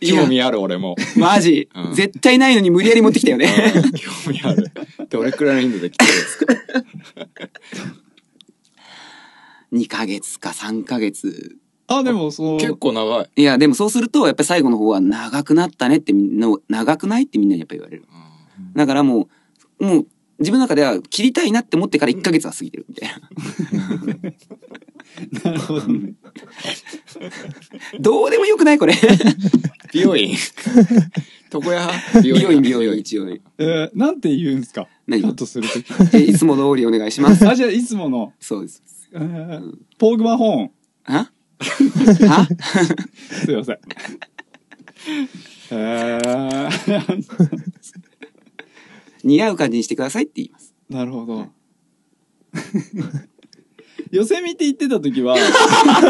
C: いや
A: 興味ある俺も
C: マジ、
A: うん
C: 絶対ないのに無理やり持ってきたよね [LAUGHS]
A: うん興味あるどれくらいの頻度で来てるんですか
C: 2ヶ月か3ヶ月。
B: あでもそう
A: 結構長い
C: いや、でもそうすると、やっぱり最後の方は長くなったねってみんな、長くないってみんなにやっぱ言われる。
A: う
C: だからもう、もう、自分の中では切りたいなって思ってから1ヶ月は過ぎてるみたい [LAUGHS] な。
B: なるほどね
C: どうでもよくないこれ。
A: ん美容
B: [LAUGHS]
A: 院床屋美
C: 美容院、美容院、一応。
B: [LAUGHS] えーなんて言うんですか
C: 何
B: カット
C: [LAUGHS]
B: するとき
C: えいつも通りお願いします。
B: あじゃあいつもの、
C: そうです。
B: えーポーグマホーン
C: はは
B: [LAUGHS] すいませんえー
C: 似合う感じにしてくださいって言います。
B: なるほど [LAUGHS] 寄せ見て行ってた時 [LAUGHS] は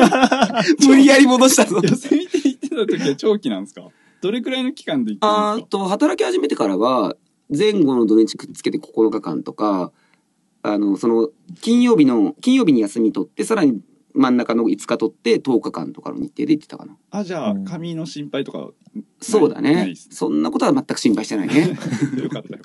C: [LAUGHS] 無理やり戻したぞ。
B: 寄せ見て行ってた時は長期なんですかどれくらいの期間で行
C: あ
B: って
C: ーっと働き始めてからは前後の土日くっつけて9日間とかあのその金曜日の金曜日に休み取ってさらに真ん中の5日取って10日間とかの日程で行ってたかな
B: たんですかあじゃあ
D: うん
B: 髪の心配とか
C: そうだ
B: ない
C: ね
B: です
C: そんなことは全く心配してない
B: [LAUGHS]
C: ね
B: よかったよ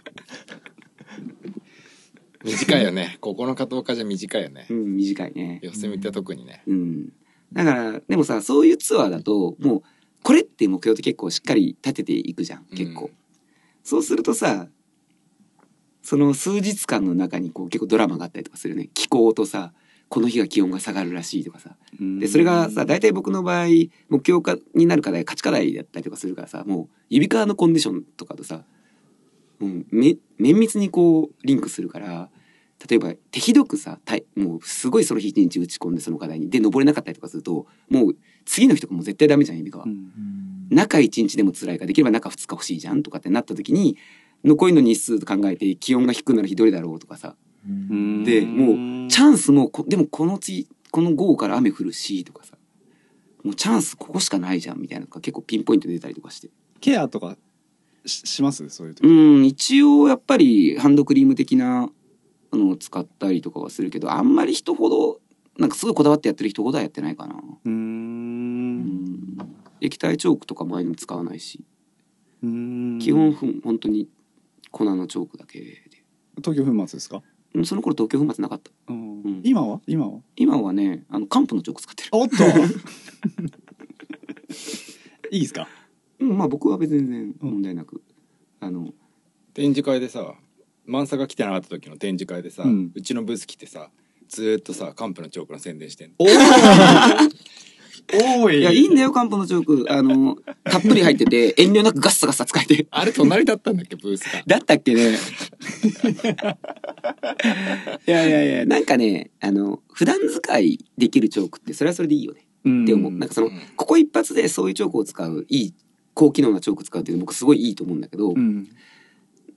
A: 短いよね9日10日じゃ短いよね
C: うん短いね
A: 寄せ見て特にね
C: うんだからでもさそういうツアーだともうこれって目標って結構しっかり立てていくじゃん結構、
A: うん
C: そうするとさその数日間の中にこう結構ドラマがあったりとかするよね気候とさこの日が気温が下がるらしいとかさ
B: うん
C: でそれがさ大体僕の場合目標かになる課題価値課題だったりとかするからさもう指側のコンディションとかとさ、うん、め綿密にこうリンクするから例えば手ひどくさたいもうすごいその日一日打ち込んでその課題にで登れなかったりとかするともう次の日とかもう絶対ダメじゃん指側。
B: うん
C: 中1日でも辛いからできれば中2日欲しいじゃんとかってなった時に残りの日数と考えて気温が低くなる日どれだろうとかさ
B: うん
C: でもチャンスもこでもこの次この午後から雨降るしとかさもうチャンスここしかないじゃんみたいなのが結構ピンポイントで出たりとかして
B: ケアとかししますそういう時
C: うん一応やっぱりハンドクリーム的なのを使ったりとかはするけどあんまり人ほどなんかすごいこだわってやってる人ほどはやってないかな、う
B: う
C: んん、液体チョークとか前にも使わないし
B: うん
C: 基本ふん本当に粉のチョークだけで
B: 東京粉末ですか、
C: うんその頃東京粉末なかった
B: うん今は今は
C: 今はねあの漢方のチョーク使ってる
B: おっ [LAUGHS] といいですか
C: うんまあ僕は別に全然問題なく、あの
A: 展示会でさ満さが来てなかった時の展示会でさ、
B: う
A: うんちのブース来てさずーっとさカンプのチョークの宣伝してんの
B: おいおい
C: いやいいんだよ漢方のチョークあのたっぷり入ってて遠慮なくガッサガッサ使えて
A: あれ隣だったんだっけブースが
C: だったっけねいやいやいやなんかねあの普段使いできるチョークってそれはそれでいいよね
B: うん
C: って思う、なんかその
A: うん
C: ここ一発でそういうチョークを使ういい高機能なチョーク使うっていうの僕すごいいいと思うんだけど、
B: うん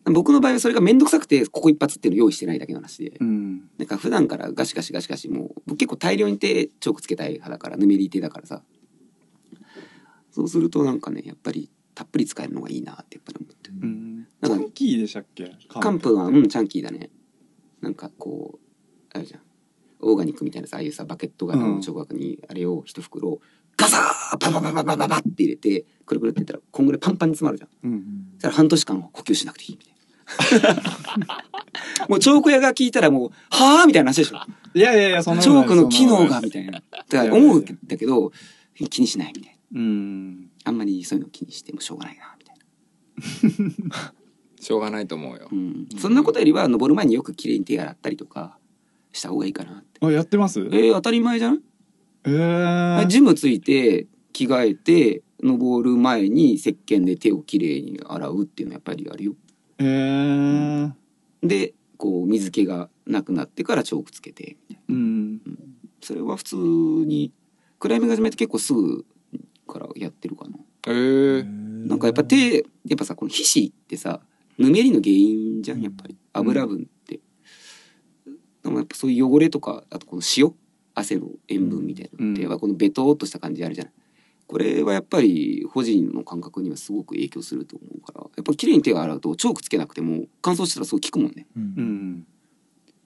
C: 僕の場合はそれが面倒くさくてここ一発っていうのを用意してないだけの話で、
B: うん
C: なんか普段からガシガシガシガシもう僕結構大量に手チョークつけたい派だからぬめり手だからさそうするとなんかねやっぱりたっぷり使えるのがいいなってやっぱり思ってる
B: うんチ
C: なんか
B: ャンキーでしたっけ
C: カンプはうんチャンキーだねなんかこうあるじゃんオーガニックみたいなさああいうさバケット型
B: うん
C: のチョークにあれを一袋ガサーバババババババって入れてくるくるってやったらこんぐらいパンパンに詰まるじゃん
B: うん
C: そしたら半年間呼吸しなくていいみたいなもうチョーク屋が聞いたらもう「はあ?」みたいな話でしょ
B: いやいやいやそんなこ
C: チ
B: と
C: ョ
B: な
C: ー
B: い
C: クの機能が
B: そんなことない
C: みたいな。だから思うんだけど、気にしないみたいな。
B: うん
C: あんまりそういうの気にしてもしょうがないな、みたいな。
A: しょうがないと思うよ
C: うん。そんなことよりは、登る前によく綺麗に手洗ったりとか、した方がいいかなって。
B: あやってます
C: えー、当たり前じゃん
B: えー、
C: ジムついて、着替えて、登る前に石鹸で手をきれいに洗うっていうのはやっぱりあるよ。
B: えー、
C: で、こう、水気がなくなってからチョークつけて。
B: うん
C: それは普通に、クライミング始めて結構すぐからやってるか
A: へ
C: な。
A: えー、
C: なんかやっぱ手やっぱさこの皮脂ってさぬめりの原因じゃんやっぱり油分って、でもやっぱそういう汚れとかあとこの塩汗の塩分みたいなのって、
B: うん
C: はこのベトーっとした感じあるじゃないこれはやっぱり個人の感覚にはすごく影響すると思うからやっぱ綺麗に手を洗うとチョークつけなくても乾燥してたらそう効くもんね
B: うん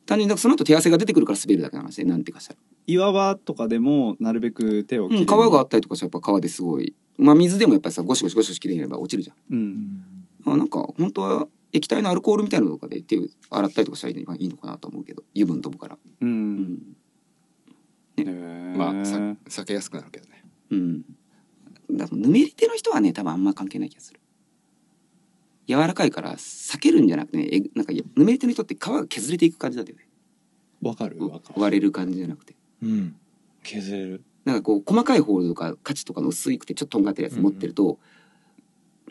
C: 単純にだからその後手汗が出てくるから滑るだけの話でなんてかしたら、
B: 岩場とかでもなるべく手を
C: うん、
B: に
C: 皮があったりとかしたらやっぱ皮ですごいまあ水でもやっぱりさゴシゴシゴシゴシ綺麗にやれば落ちるじゃん
B: うん
C: まあ、なんか本当は液体のアルコールみたいなのとかで手を洗ったりとかしたらいいのかなと思うけど油分飛ぶから
B: う、
C: うんん、
B: えー
A: まあさ避けやすくなるけどね
C: うん、だからぬめり手の人はね多分あんま関係ない気がする柔らかいから避けるんじゃなくてねえなんかやぬめり手の人って皮が削れていく感じだったよね
D: わかるわかる
C: 割れる感じじゃなくて
D: うん削れる
C: なんかこう細かいホールとか価値とかの薄くてちょっととんがってるやつ持ってると、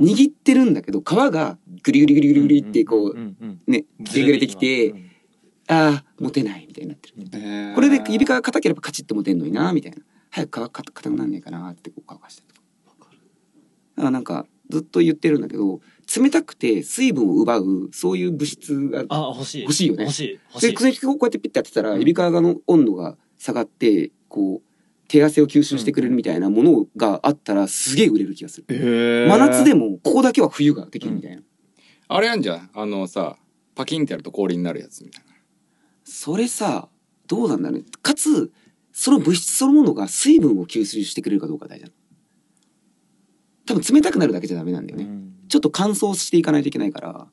C: 握ってるんだけど皮がグリグリグリグリグリってこう、
D: んん
C: ねえぐれてきて
D: うん
C: ああ持てないみたいになってる
B: えー
C: これで指が硬ければカチッと持てんのになみたいな早く皮か硬くなんねえかなってこう乾かしてるとだからなんかずっと言ってるんだけど冷たくて水分を奪うそういう物質が
D: あ欲しい
C: 欲しいよね
D: 欲しい欲し
C: で
D: い
C: 口にこうやってピッてやってたら
D: うん
C: 指側の温度が下がってこう手汗を吸収してくれるみたいなものがあったらすげえ売れる気がする
B: えー
C: 真夏でもここだけは冬ができるみたいな
A: あれやんじゃんあのさパキンってやると氷になるやつみたいな
C: それさどうなんだろうねかつその物質そのものが水分を吸収してくれるかどうかが大事なの多分冷たくなるだけじゃダメなんだよね、
D: うん
C: ちょっと乾燥していかないといけないからだか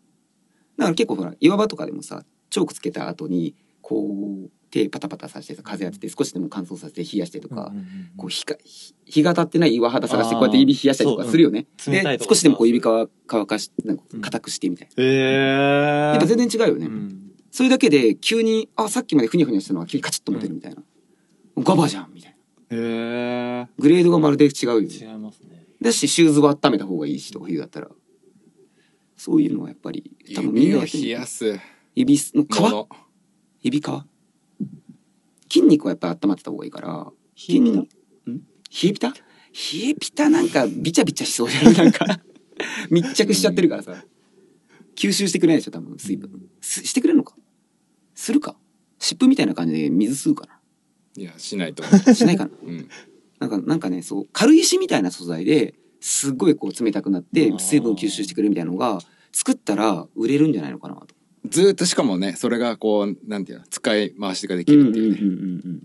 C: ら結構ほら岩場とかでもさチョークつけた後にこう手パタパタさせてさ風当てて少しでも乾燥させて冷やしてとか、
D: うんうんうん
C: こう日か日日が当たってない岩肌探してこうやって指冷やしたりとかするよね
D: あー、そううん冷たい
C: で
D: とこ
C: 少しでもこう指乾乾かしてなんか硬くしてみたいな、
B: えー
C: やっぱ全然違うよね、
D: うん
C: それだけで急にあさっきまでふにゃふにゃしたのが急にカチッと持てるみたいな、ガバじゃんみたいな。
B: へえ
C: グレードがまるで違うよね。
D: 違いますね
C: だし、シューズは温めた方がいいし、とか冬だったら。そういうのはやっぱり、多分みん
A: 指を
C: なやって
A: 冷
C: る
A: やす
C: 指の皮
A: もの
C: 指皮筋肉はやっぱり温まってた方がいいから筋肉ん冷えピタ冷えピタなんかビチャビチャしそうじゃんなん [LAUGHS] か密着しちゃってるからさ吸収してくれないでしょ多分水分すしてくれるのかするか湿布みたいな感じで水吸うか
A: いやしないと思う
C: なしないかな
A: うん
C: なんかなんかねそう軽石みたいな素材ですっごいこう冷たくなって
D: あー
C: 水分吸収してくれるみたいなのが作ったら売れるんじゃないのかなと。
A: ずーっとしかもねそれがこうなんていうの使い回しができ
C: うんう
A: るっ
C: ん
A: て
C: うん
A: い
C: うん
A: う
C: う
A: ね
C: ん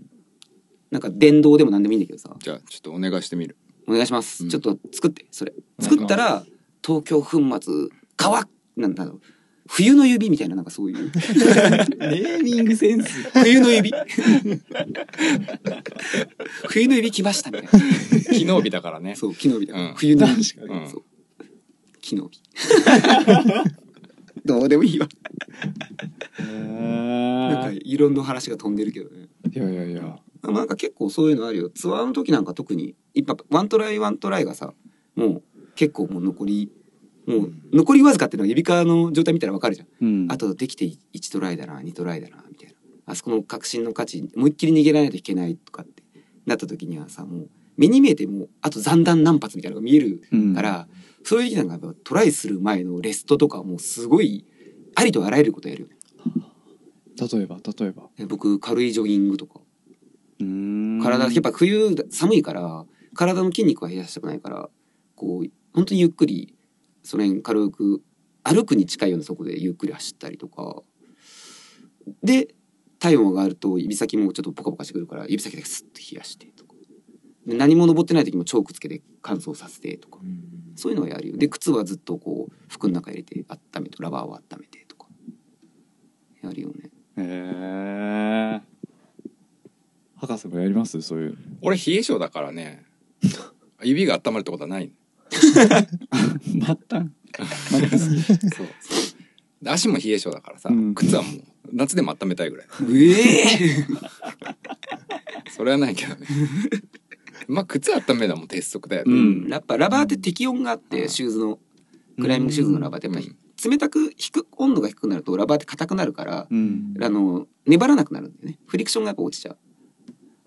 C: なんか電動でも何でもいいんだけどさ
A: じゃあちょっとお願いしてみる
C: お願いします、
A: うん
C: ちょっと作ってそれ
D: お願いします
C: 作ったら東京粉末乾なんだろう冬の指みたいななんかそういう
D: ネーミングセンス
C: 冬の指冬の指来ましたみたいな
A: 昨日日だから [LAUGHS] ね
C: そう木の指だ、
A: うん
C: 冬の指
A: かに
C: そう木の指 [LAUGHS] どうでもいいわ
B: へ
C: なんか
B: え
C: いろんな話が飛んでるけどね
B: いやいやいや
C: なんか結構そういうのあるよツアーの時なんか特に一般ワントライワントライがさもう結構もう残りもう残りわずかっていうのは指輪の状態見たらわかるじゃん
B: うん
C: あとできて1トライだな2トライだなみたいなあそこの確信の価値思いっきり逃げられないといけないとかってなった時にはさもう目に見えてもうあと残弾何発みたいなのが見える
B: うん
C: から、そういう時期なんかやっぱトライする前のレストとかはもうすごいありとあらゆることやるよね
B: 例えば例えば
C: で僕軽いジョギングとか
B: うーん
C: 体やっぱ冬寒いから体の筋肉は冷やしたくないからこう本当にゆっくりその辺軽く歩くに近いようなそこでゆっくり走ったりとかで体温が上がると指先もちょっとポカポカしてくるから指先だけスッと冷やしてとかで何も登ってない時もチョークつけて乾燥させてとかそういうのはやるよで靴はずっとこう服の中入れて温めてラバーを温めてとかやるよ [LAUGHS] ね
B: へえ博士もやりますそういう
A: 俺冷え性だからね指が温まるってことはない
B: 末端
A: そうで足も冷え性だからさ、
B: うん
A: 靴はもう夏でも温めたいぐらいう
C: えー
A: それはないけどねまあ靴は温めるのはもう鉄則だよ
B: う
A: ね、
B: ん
C: やっぱラバーって適温があっ
A: う
C: て
A: ん
C: シューズのクライミングシューズのラバーってやっぱり冷たく低く温度が低くなるとラバーって硬くなるから
B: うん
C: あの粘らなくなるんだよねフリクションがやっぱ落ちちゃう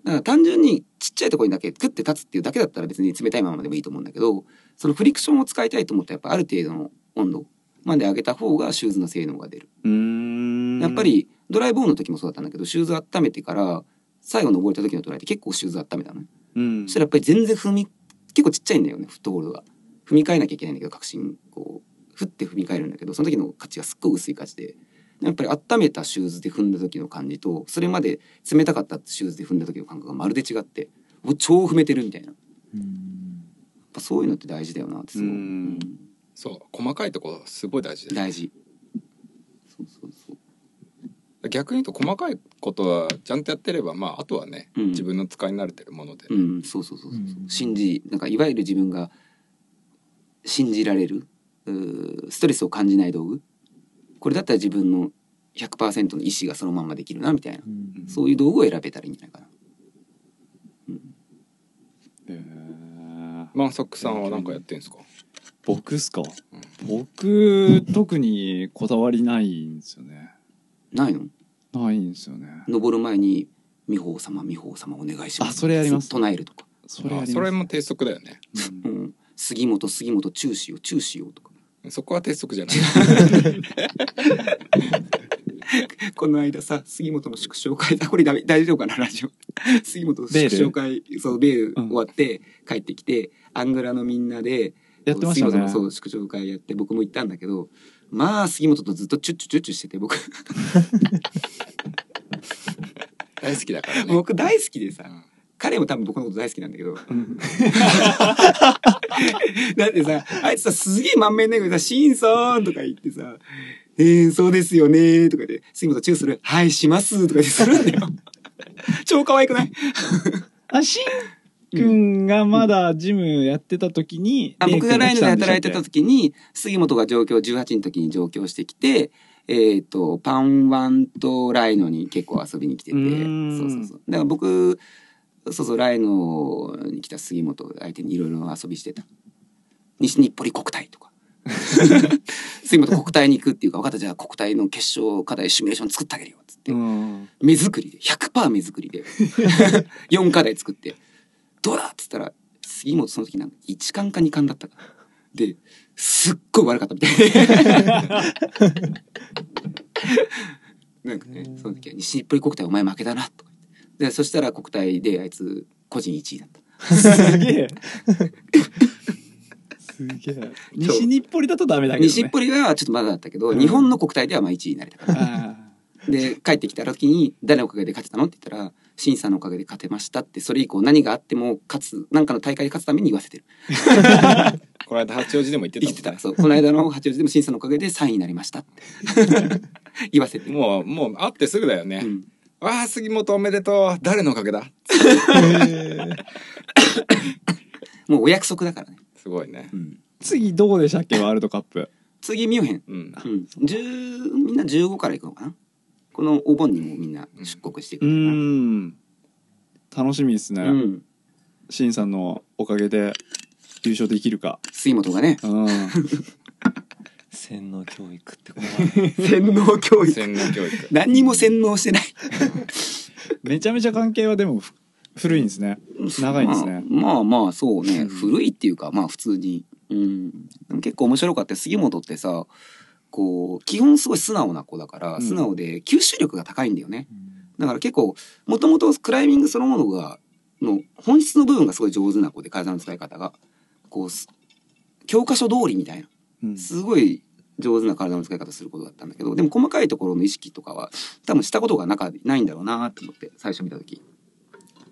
C: だから単純にちっちゃいところにだけクッて立つっていうだけだったら別に冷たいままでもいいと思うんだけどそのフリクションを使いたいと思ったらやっぱある程度の温度まで上げた方がシューズの性能が出る
B: うーん
C: やっぱりドライボーンの時もそうだったんだけどシューズ温めてから最後登れた時のトライって結構シューズ温めたのね
B: うん
C: そしたらやっぱり全然踏み結構ちっちゃいんだよねフットボールが踏み替えなきゃいけないんだけど確信こう振って踏み替えるんだけどその時の価値がすっごい薄い価値でやっぱり温めたシューズで踏んだ時の感じとそれまで冷たかったシューズで踏んだ時の感覚がまるで違ってもう超踏めてるみたいなやっぱそういうのって大事だよなってすごい
B: うん
A: そう細かいとこすごい大事だよ
C: 大事そうそうそう
A: 逆に言うと細かいことはちゃんとやってればまああとはね、
C: うん
A: 自分の使い慣れてるもので、
C: うんそうそうそうそう
D: うん
C: 信じなんかいわゆる自分が信じられるうーストレスを感じない道具これだったら自分の100%の意思がそのまんまできるなみたいなそういう道具を選べたらいいんじゃないかな。
B: へー
A: 万作さんは何かやってんですか
B: 僕っすか僕特にこだわりないんですよね
C: ないの
B: ないんですよね
C: 登る前に「美宝様美宝様お願いします」
B: あそれやります
C: 唱えるとか、
B: それあ
A: あ
B: り
A: そ
B: ま
A: れ
B: す
A: も鉄則だよね
B: う
C: うんん「杉本杉本中止よ中止よ」とか
A: そこは鉄則じ
D: [LAUGHS]
A: ゃない
C: この間さ杉本の祝勝会 [LAUGHS] あこれダメ大丈夫かなラジオ [LAUGHS] 杉本の祝勝会そうベール
B: うん
C: 終わって帰ってきて、アングラのみんなで
B: やってました
C: 杉本
B: ね
C: のそう祝勝会やって僕も行ったんだけどまあ杉本とずっとチュッチュチュッチュしてて僕
A: 大好きだからね、
C: 僕大好きでさ
A: うん
C: 彼も多分僕のこと大好きなんだけ
B: [LAUGHS]
C: ど
B: うん
C: だってさあいつさすげえ満面ながらさ「シンさん」とか言ってさ「えー、そうですよね」とかで「杉本チューするはいします」とかでするんだ
B: [LAUGHS]
C: よ超可愛くない
B: あしんくんがまだジムやってた時に、
C: あ
B: レイ
C: 僕
B: 君
C: がライ
B: 来
C: ドで
B: たんした
C: 働
B: っ
C: い
B: け
C: てた時に杉本が上京18の時に上京してきてえっ、とパンワンとライノに結構遊びに来てて
B: うーん
C: そうそうそうだから僕そうそうライノに来た杉本相手にいろいろ遊びしてた西日暮里国体と
B: [LAUGHS]
C: か杉本国体に行くっていうか分かったじゃあ国体の決勝課題シミュレーション作ってあげるよっつって、
B: うん
C: 目作りで100%目作り
D: [LAUGHS]
C: で4課題作って「どうだ?」っつったら杉本その時なんか1巻か2巻だったからですっごい悪かったみたいななんかねその時は「西日暮里国体お前負けだな」とか言ってでそしたら国体であいつ個人1位だった
D: すげえ。すげ
B: [LAUGHS]
D: え。西日暮里だとダメだけどね。
C: 西日暮里はちょっとまだだったけど、
D: うん
C: 日本の国体ではまあ1位になれたから
D: あ
C: で帰ってきた時に「誰のおかげで勝てたの?」って言ったら「審査のおかげで勝てました」ってそれ以降何があっても勝つ何かの大会で勝つために言わせてる
A: この間八王子でも言ってた
C: 言
A: も
C: っ
A: ん
C: て
A: ね
C: たそうこの間の八王子でも審査のおかげで3位になりましたって [LAUGHS] 言わせてる、
A: もうもう会ってすぐだよね、
C: うん
A: わあ杉本おめでとう誰のおかげだ
D: ーへえ
C: もうお約束だからね、
A: すごいね
D: [LAUGHS] 次どこでしたっけワールドカップ。
C: 次ミュンヘン、
D: [LAUGHS]
A: うん
C: うん、10みんな15から行くのかなこのお盆にもみんな出国してく
B: う
C: るのか
B: ん楽しみですね、
C: なうん
B: しんさんのおかげで優勝できるか、
C: 杉本がね
B: うん、
D: 洗脳教育って怖い。
C: [LAUGHS] 洗脳教
A: 洗脳教育
C: 何にも洗脳してない
B: めちゃめちゃ関係はでもふ古いんですね長いんですね
C: まあ、まあまあそうね、
B: うん
C: 古いっていうかまあ普通に、うん、でも結構面白かった杉本ってさこう基本すごい素直な子だから、
B: うん
C: 素直で吸収力が高いんだよねだから結構もともとクライミングそのものがの本質の部分がすごい上手な子で体の使い方がこうす教科書通りみたいな
B: うん
C: すごい上手な体の使い方することだったんだけどでも細かいところの意識とかは多分したことがなかないんだろうなと思って最初見た時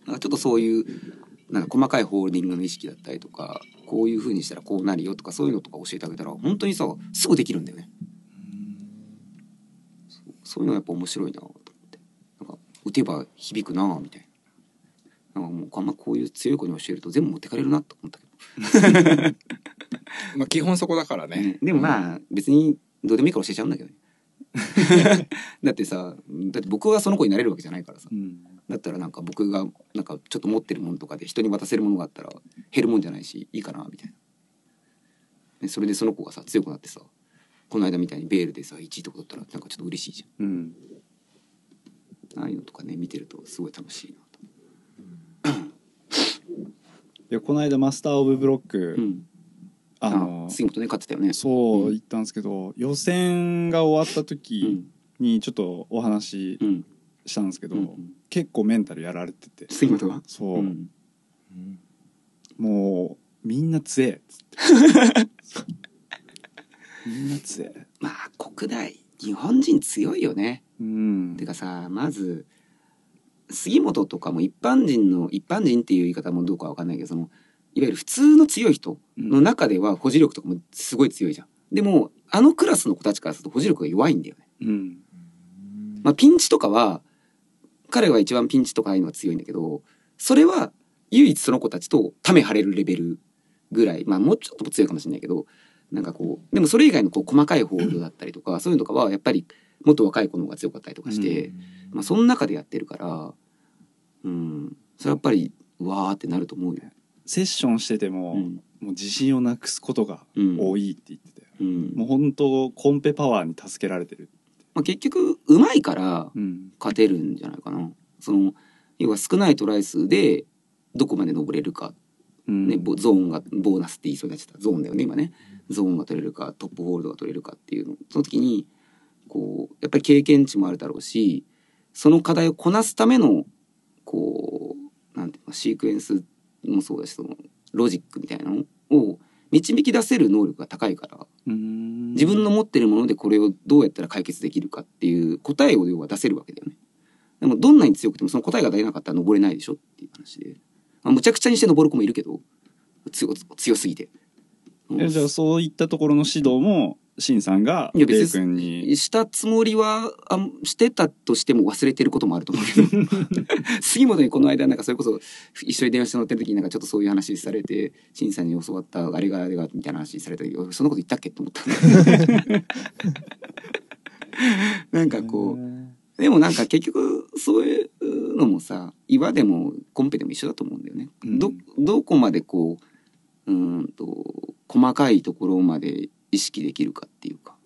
C: なんかちょっとそういうなんか細かいホールディングの意識だったりとかこういうふうにしたらこうなるよとかそういうのとか教えてあげたら本当にさすぐできるんだよねそうそういうのやっぱ面白いなと思ってなんか打てば響くなみたいななんかもうあんまこういう強い子に教えると全部持ってかれるなと思ったけど
A: まあ基本そこだからね
C: ね、でもまあ別にどうでもいいから教えちゃうんだけどね [LAUGHS] だってさだって僕はその子になれるわけじゃないからさ
B: うん
C: だったらなんか僕がなんかちょっと持ってるものとかで人に渡せるものがあったら減るもんじゃないしいいかなみたいなでそれでその子がさ強くなってさこの間みたいにベールでさ1位とか取ったらなんかちょっと嬉しいじ
B: うん
C: ゃんああいうのとかね見てるとすごい楽しいなと、
B: いやこの間マスター・オブ・ブロック、
C: うん、
B: あの
C: 杉本ね勝ってたよね
B: そううん言ったんですけど、予選が終わった
C: う
B: 時
C: ん
B: にちょっとお話し
C: うん
B: したんですけど、
C: うん
B: 結構メンタルやられてて
C: 杉本は
B: そう、
C: ん
D: うん
B: もうみんな強えっつってみんな強え
C: まあ国内日本人強いよね
B: うん
C: てかさまず杉本とかも一般人の一般人っていう言い方もどうかわかんないけどそのいわゆる普通の強い人の中では保持力とかもすごい強いじゃん。でもあのクラスの子たちからすると保持力が弱いんだよね。
B: うん
C: まあ、ピンチとかは彼は一番ピンチとかああいうのが強いんだけどそれは唯一その子たちとため張れるレベルぐらいまあもうちょっとも強いかもしれないけどなんかこうでもそれ以外のこう細かい報道だったりとかそういうのとかはやっぱりもっと若い子の方が強かったりとかして。まあ、その中でやってるから、うん、それはやっぱりうわーってなると思うよ。
B: セッションしてても、
C: うん
B: もう自信をなくすことが
C: うん
B: 多いって言ってて、
C: うん
B: もう本当コンペパワーに助けられてる、
C: まあ、結局うまいから
B: うん
C: 勝てるんじゃないかな。その要は少ないトライ数でどこまで登れるか、
B: うん
C: ねボゾーンがボーナスって言いそうになっちゃったゾーンだよね今ねゾーンが取れるかトップホールドが取れるかっていうのその時にこうやっぱり経験値もあるだろうしその課題をこなすためのこうなんていうのシークエンスもそうだしそのロジックみたいなのを導き出せる能力が高いから
B: うん
C: 自分の持ってるものでこれをどうやったら解決できるかっていう答えを要は出せるわけだよね。でもどんなに強くてもその答えが出なかったら登れないでしょっていう話で、まあ、むちゃくちゃにして登る子もいるけど強強すぎて。うん
B: えじゃあそういったところの指導もしんさんが
C: いや
B: レイ
C: 別
B: 君に
C: したつもりはあんしてたとしても忘れてることもあると思うけど杉本にこの間なんかそれこそ一緒に電話して乗ってる時になんかちょっとそういう話されて陳さんに教わったあれがあれがみたいな話された時俺そんなこと言ったっけと思ったなんかこうでもなんか結局そういういうのもさ岩でもコンペでも一緒だと思うんだよね。
B: うん
C: どどこまでこううーんと細かいところまで意識できるかっていうか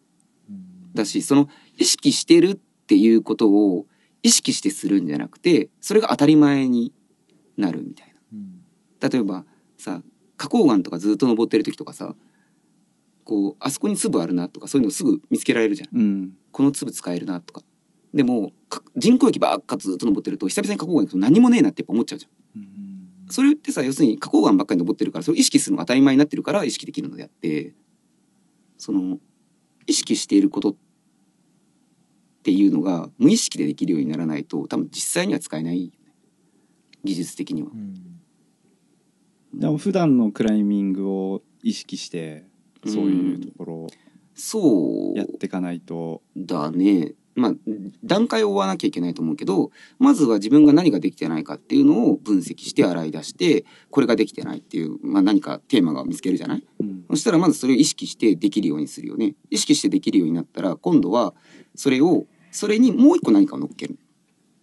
C: だしその意識してるっていうことを意識してするんじゃなくてそれが当たり前になるみたい
D: うん
C: な。例えばさ花崗岩とかずっと登ってる時とかさこうあそこに粒あるなとかそういうのすぐ見つけられるじゃん。
B: うん
C: この粒使えるなとかでもか人工液ばっかずっと登ってると久々に花崗岩行くと何もねえなってやっぱ思っちゃうじゃ
B: うん
C: んそれってさ要するに花崗岩ばっかり登ってるからそれを意識するのが当たり前になってるから意識できるのであってその意識していることっていうのが無意識でできるようにならないと多分実際には使えないよね技術的には
D: うん
B: でも普段のクライミングを意識してそういうところを
C: そう
B: やっていかないと、
C: だね。まあ、段階を追わなきゃいけないと思うけど、まずは自分が何ができてないかっていうのを分析して洗い出して、これができてないっていう、まあ何かテーマが見つけるじゃない
B: うん
C: そしたらまずそれを意識してできるようにするよね。意識してできるようになったら、今度はそれを、それにもう一個何かを乗っける。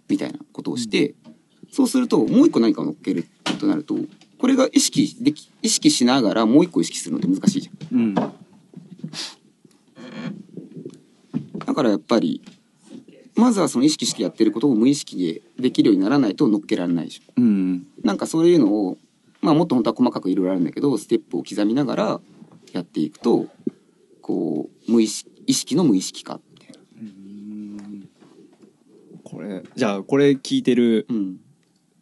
C: みたいなことをして、そうするともう一個何かを乗っけるとなると、これが意識でき、意識しながらもう一個意識するのって難しいじゃん。
B: うん
C: だからやっぱりまずはその意識してやってることを無意識でできるようにならないと乗っけられないでしょ
B: うん
C: なんかそういうのを、まあ、もっと本当は細かくいろいろあるんだけどステップを刻みながらやっていくとこう無意識意識の無意識化みたいな、
B: これじゃあこれ聞いてる
C: うん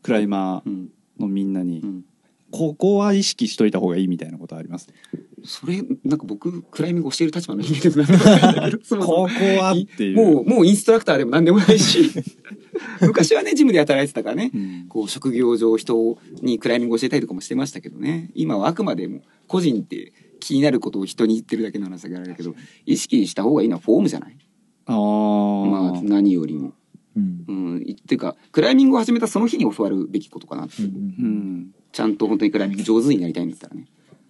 B: クライマ
C: う
B: ー
C: ん
B: のみんなに、
C: うん、
B: ここは意識しといた方がいいみたいなことあります
C: それなんか僕クライミングをしている立場の人間でもなんでもないんだけどそ
B: [LAUGHS]
C: もそも
B: ここはっていう
C: もうもうインストラクターでも何でもないし昔はねジムで働いてたからね
B: うん
C: こう職業上人にクライミングを教えたりとかもしてましたけどね今はあくまでも個人って気になることを人に言ってるだけの話だからあれだけど意識した方がいいのはフォームじゃない
B: あー、
C: まあ何よりも。
D: うん
C: うん、いっていうかクライミングを始めたその日に教わるべきことかな
D: うん
B: うん
C: ちゃんと本当にクライミング上手になりたいんだったらね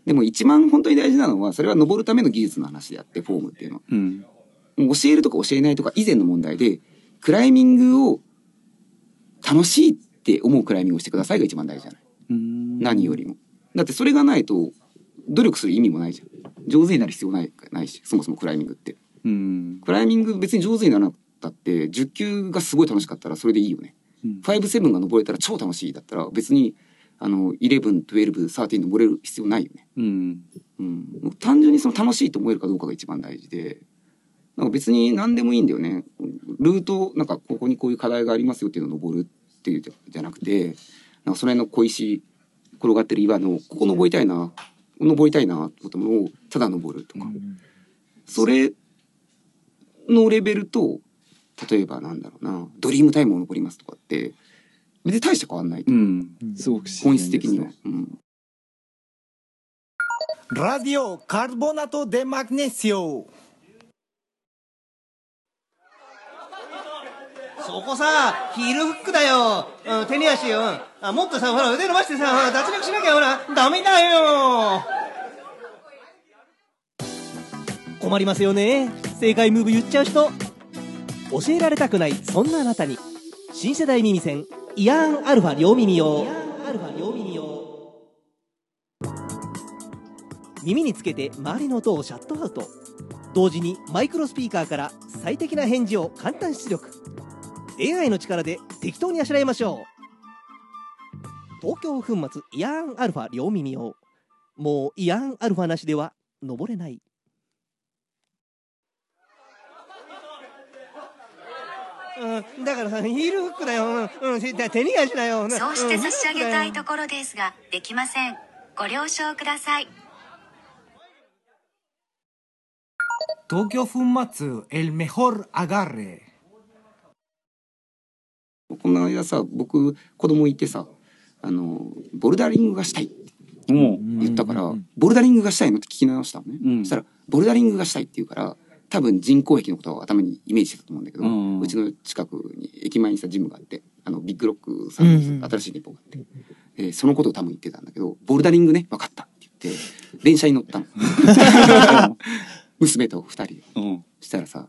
C: でも一番本当に大事なのはそれは登るための技術の話であってフォームっていうのは
B: うん
C: 教えるとか教えないとか以前の問題でクライミングを楽しいって思うクライミングをしてくださいが一番大事じゃない
B: うん
C: 何よりもだってそれがないと努力する意味もないじゃん上手になる必要ないないしそもそもクライミングって
B: うん
C: クライミング別に上手にならなかったって10級がすごい楽しかったらそれでいいよね
B: うん
C: 57が登れたら超楽しいだったら別にあの111213登れる必要ないよね
B: うん
C: うんもう単純にその楽しいと思えるかどうかが一番大事でなんか別に何でもいいんだよねルートなんかここにこういう課題がありますよっていうのを登るっていうじゃじゃなくてなんかその辺の小石転がってる岩のここ登りたいな登りたいなってことをただ登るとか、それのレベルと例えばなんだろうなドリームタイムを登りますとかって別に大して変わんない、
B: うん
D: うん
B: すごく自然
C: 本
B: で
C: 質
B: すね
C: 的には。うん
E: ラディオカルボナトデマグネシオ
F: そこさ、ヒールフックだよ。うん、手に足よ。うんあもっとさ、ほら、腕伸ばしてさ、ほら脱力しなきゃ、ほら、ダメだよ。困りますよね。正解ムーブ言っちゃう人。教えられたくない、そんなあなたに。新世代耳栓、イヤーンアルファ両耳用。イヤーンアルファ両耳用。耳につけて周りの音をシャットアウト。同時にマイクロスピーカーから最適な返事を簡単出力。AI の力で適当にあしらいましょう東京粉末イヤーンアルファ両耳用もうイヤーンアルファなしでは登れないうん、だからさヒールフックだよ、うんうん、手に足だよ
G: そうして差し上げたいところですが、できません。ご了承ください。
E: 東京粉末エルメホルアガーレ
C: この間さ僕子供いてさあのボルダリングがしたいって
B: も
C: 言ったから、
D: うんうんうん
C: ボルダリングがしたいのって聞き直したのね、
B: うん
C: そしたらボルダリングがしたいって言うから多分人工壁のことを頭にイメージしてたと思うんだけど、
B: う
C: うんちの近くに駅前にさジムがあってあのビッグロックさん
E: うんう
C: の
E: ん
C: 新しいデポがあって、でそのことを多分言ってたんだけどボルダリングね分かったって言って電車に乗ったの娘と二人で
B: ううん
C: そしたらさ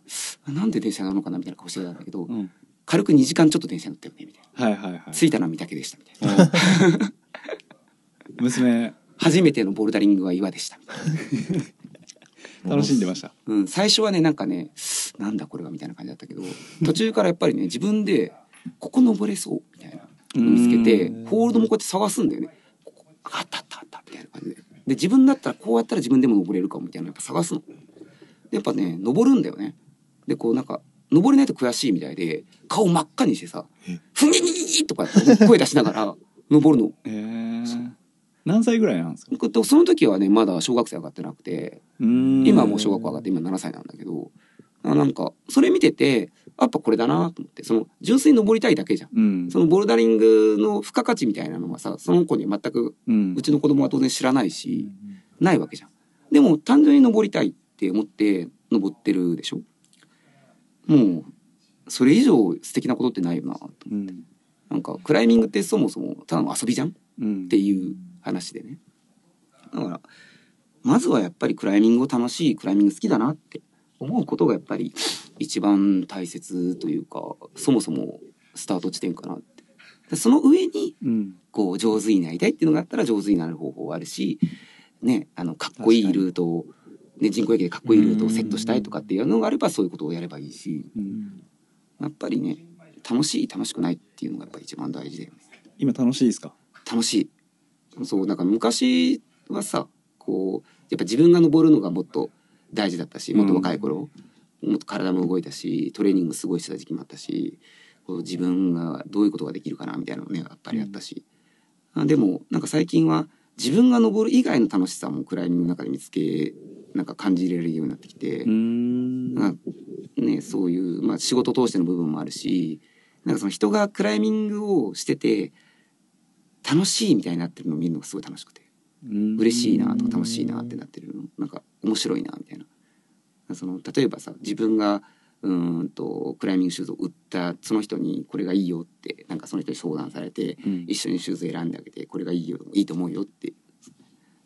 C: なんで電車なのかなみたいな顔してたんだけど、
B: うん
C: 軽く2時間ちょっと電車乗ったよねみたいな、
B: はいはいはい
C: 着いたのは見たけでしたみたいな
B: うん娘
C: 初めてのボルダリングは岩でしたみたいな、
B: 楽しんでました
C: うん、最初はねなんかねなんだこれはみたいな感じだったけど途中からやっぱりね自分でここ登れそうみたいなのを見つけてホールドもこうやって探すんだよねここあったあったあったみたいな感じでで自分だったらこうやったら自分でも登れるかもみたいなのやっぱ探すのでやっぱね登るんだよねでこうなんか登れないと悔しいみたいで顔真っ赤にしてさ「ふににに!」とかって声出しながら登るの
B: へー何歳ぐらいなんですか
C: 僕とその時はねまだ小学生上がってなくて今
B: 今
C: はもう小学校上がって今7歳なんだけどあなんかそれ見ててやっぱこれだなと思ってその純粋に登りたいだけじゃん
B: うん
C: そのボルダリングの付加価値みたいなのはさその子には全く
B: うん
C: うちの子供は当然知らないしないわけじゃんでも単純に登りたいって思って登ってるでしょもうそれ以上素敵なことってないよなと
B: うん
C: なんかクライミングってそもそもただの遊びじゃん
B: うん
C: っていう話でねだからまずはやっぱりクライミングを楽しいクライミング好きだなって思うことがやっぱり一番大切というかそもそもスタート地点かなってでその上に
B: うん
C: こう上手になりたいっていうのがあったら上手になる方法はあるしねあのかっこいいルートを、ね、人工衛星でかっこいいルートをセットしたいとかっていうのがあればそういうことをやればいいし
B: うん
C: やっぱりね楽しい楽しくないっていうのがやっぱ一番大事だよね。
B: 今楽しいですか
C: 楽しいそうなんか昔はさこうやっぱ自分が登るのがもっと大事だったしもっと若い頃、もっと体も動いたしトレーニングすごいしてた時期もあったしこう自分がどういうことができるかなみたいなのねやっぱりあったし、あでもなんか最近は自分が登る以外の楽しさもクライミングの中で見つけなんか感じれるようになってきて、
B: ん
C: なんかね、そういう、まあ、仕事を通しての部分もあるしなんかその人がクライミングをしてて楽しいみたいになってるのを見るのがすごい楽しくて嬉しいなとか楽しいなってなってるのなんか面白いなみたいなその例えばさ自分がうーんとクライミングシューズを売ったその人にこれがいいよってなんかその人に相談されて
B: うん
C: 一緒にシューズ選んであげてこれがいいよいいと思うよって言っ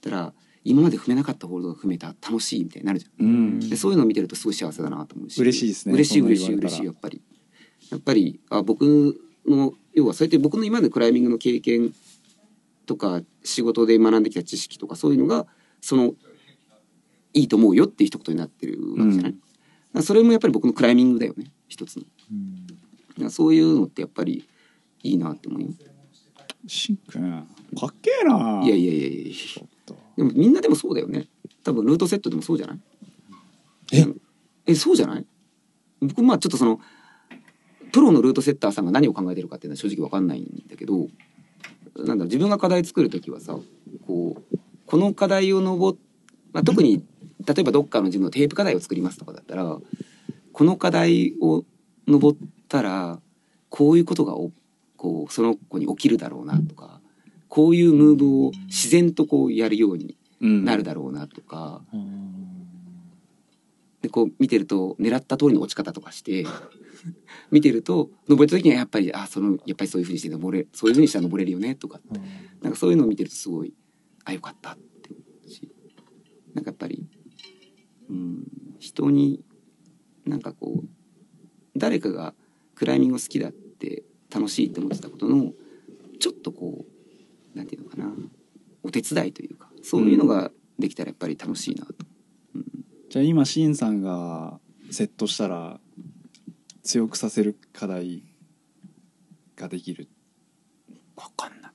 C: たら今まで踏めなかったホールドが踏めた楽しいみたいになるじゃん。
B: うん
C: でそういうのを見てるとすごい幸せだなと思うし
B: 嬉しいですね
C: 嬉しい
B: そんな
C: 嬉
B: 言
C: しい
B: われたら
C: 嬉しいやっぱりやっぱりあ僕の要はそうやって僕の今までクライミングの経験とか仕事で学んできた知識とかそういうのがそのいいと思うよっていう一言になってるわけじゃない、
B: うん
C: だからそれもやっぱり僕のクライミングだよね一つのだからそういうのってやっぱりいいなって思うよ
B: しんくんかっけえない
C: やいやいやいや
B: ちょっと
C: でもみんなでもそうだよね多分ルートセットでもそうじゃない
D: え
C: えそうじゃない僕まあちょっとそのプロのルートセッターさんが何を考えてるかっていうのは正直わかんないんだけどなんだろう自分が課題作る時はさこうこの課題を登っ、まあ、特に例えばどっかの自分のテープ課題を作りますとかだったらこの課題を登ったらこういうことがおこうその子に起きるだろうなとかこういうムーブを自然とこうやるようになるだろうなとか、でこう見てると狙った通りの落ち方とかして [LAUGHS] 見てると登れた時にはやっぱりあそのやっぱりそういうふうにして登れそういうふうにしたら登れるよねとかって、なんかそういうのを見てるとすごいあよかったって思うしなんかやっぱり、うん、人になんかこう誰かがクライミング好きだって楽しいって思ってたことのちょっとこうなんていうのかなお手伝いというかそういうのができたらやっぱり楽しいなと。
B: じゃあ今しんさんがセットしたら強くさせる課題ができる
C: わかんない。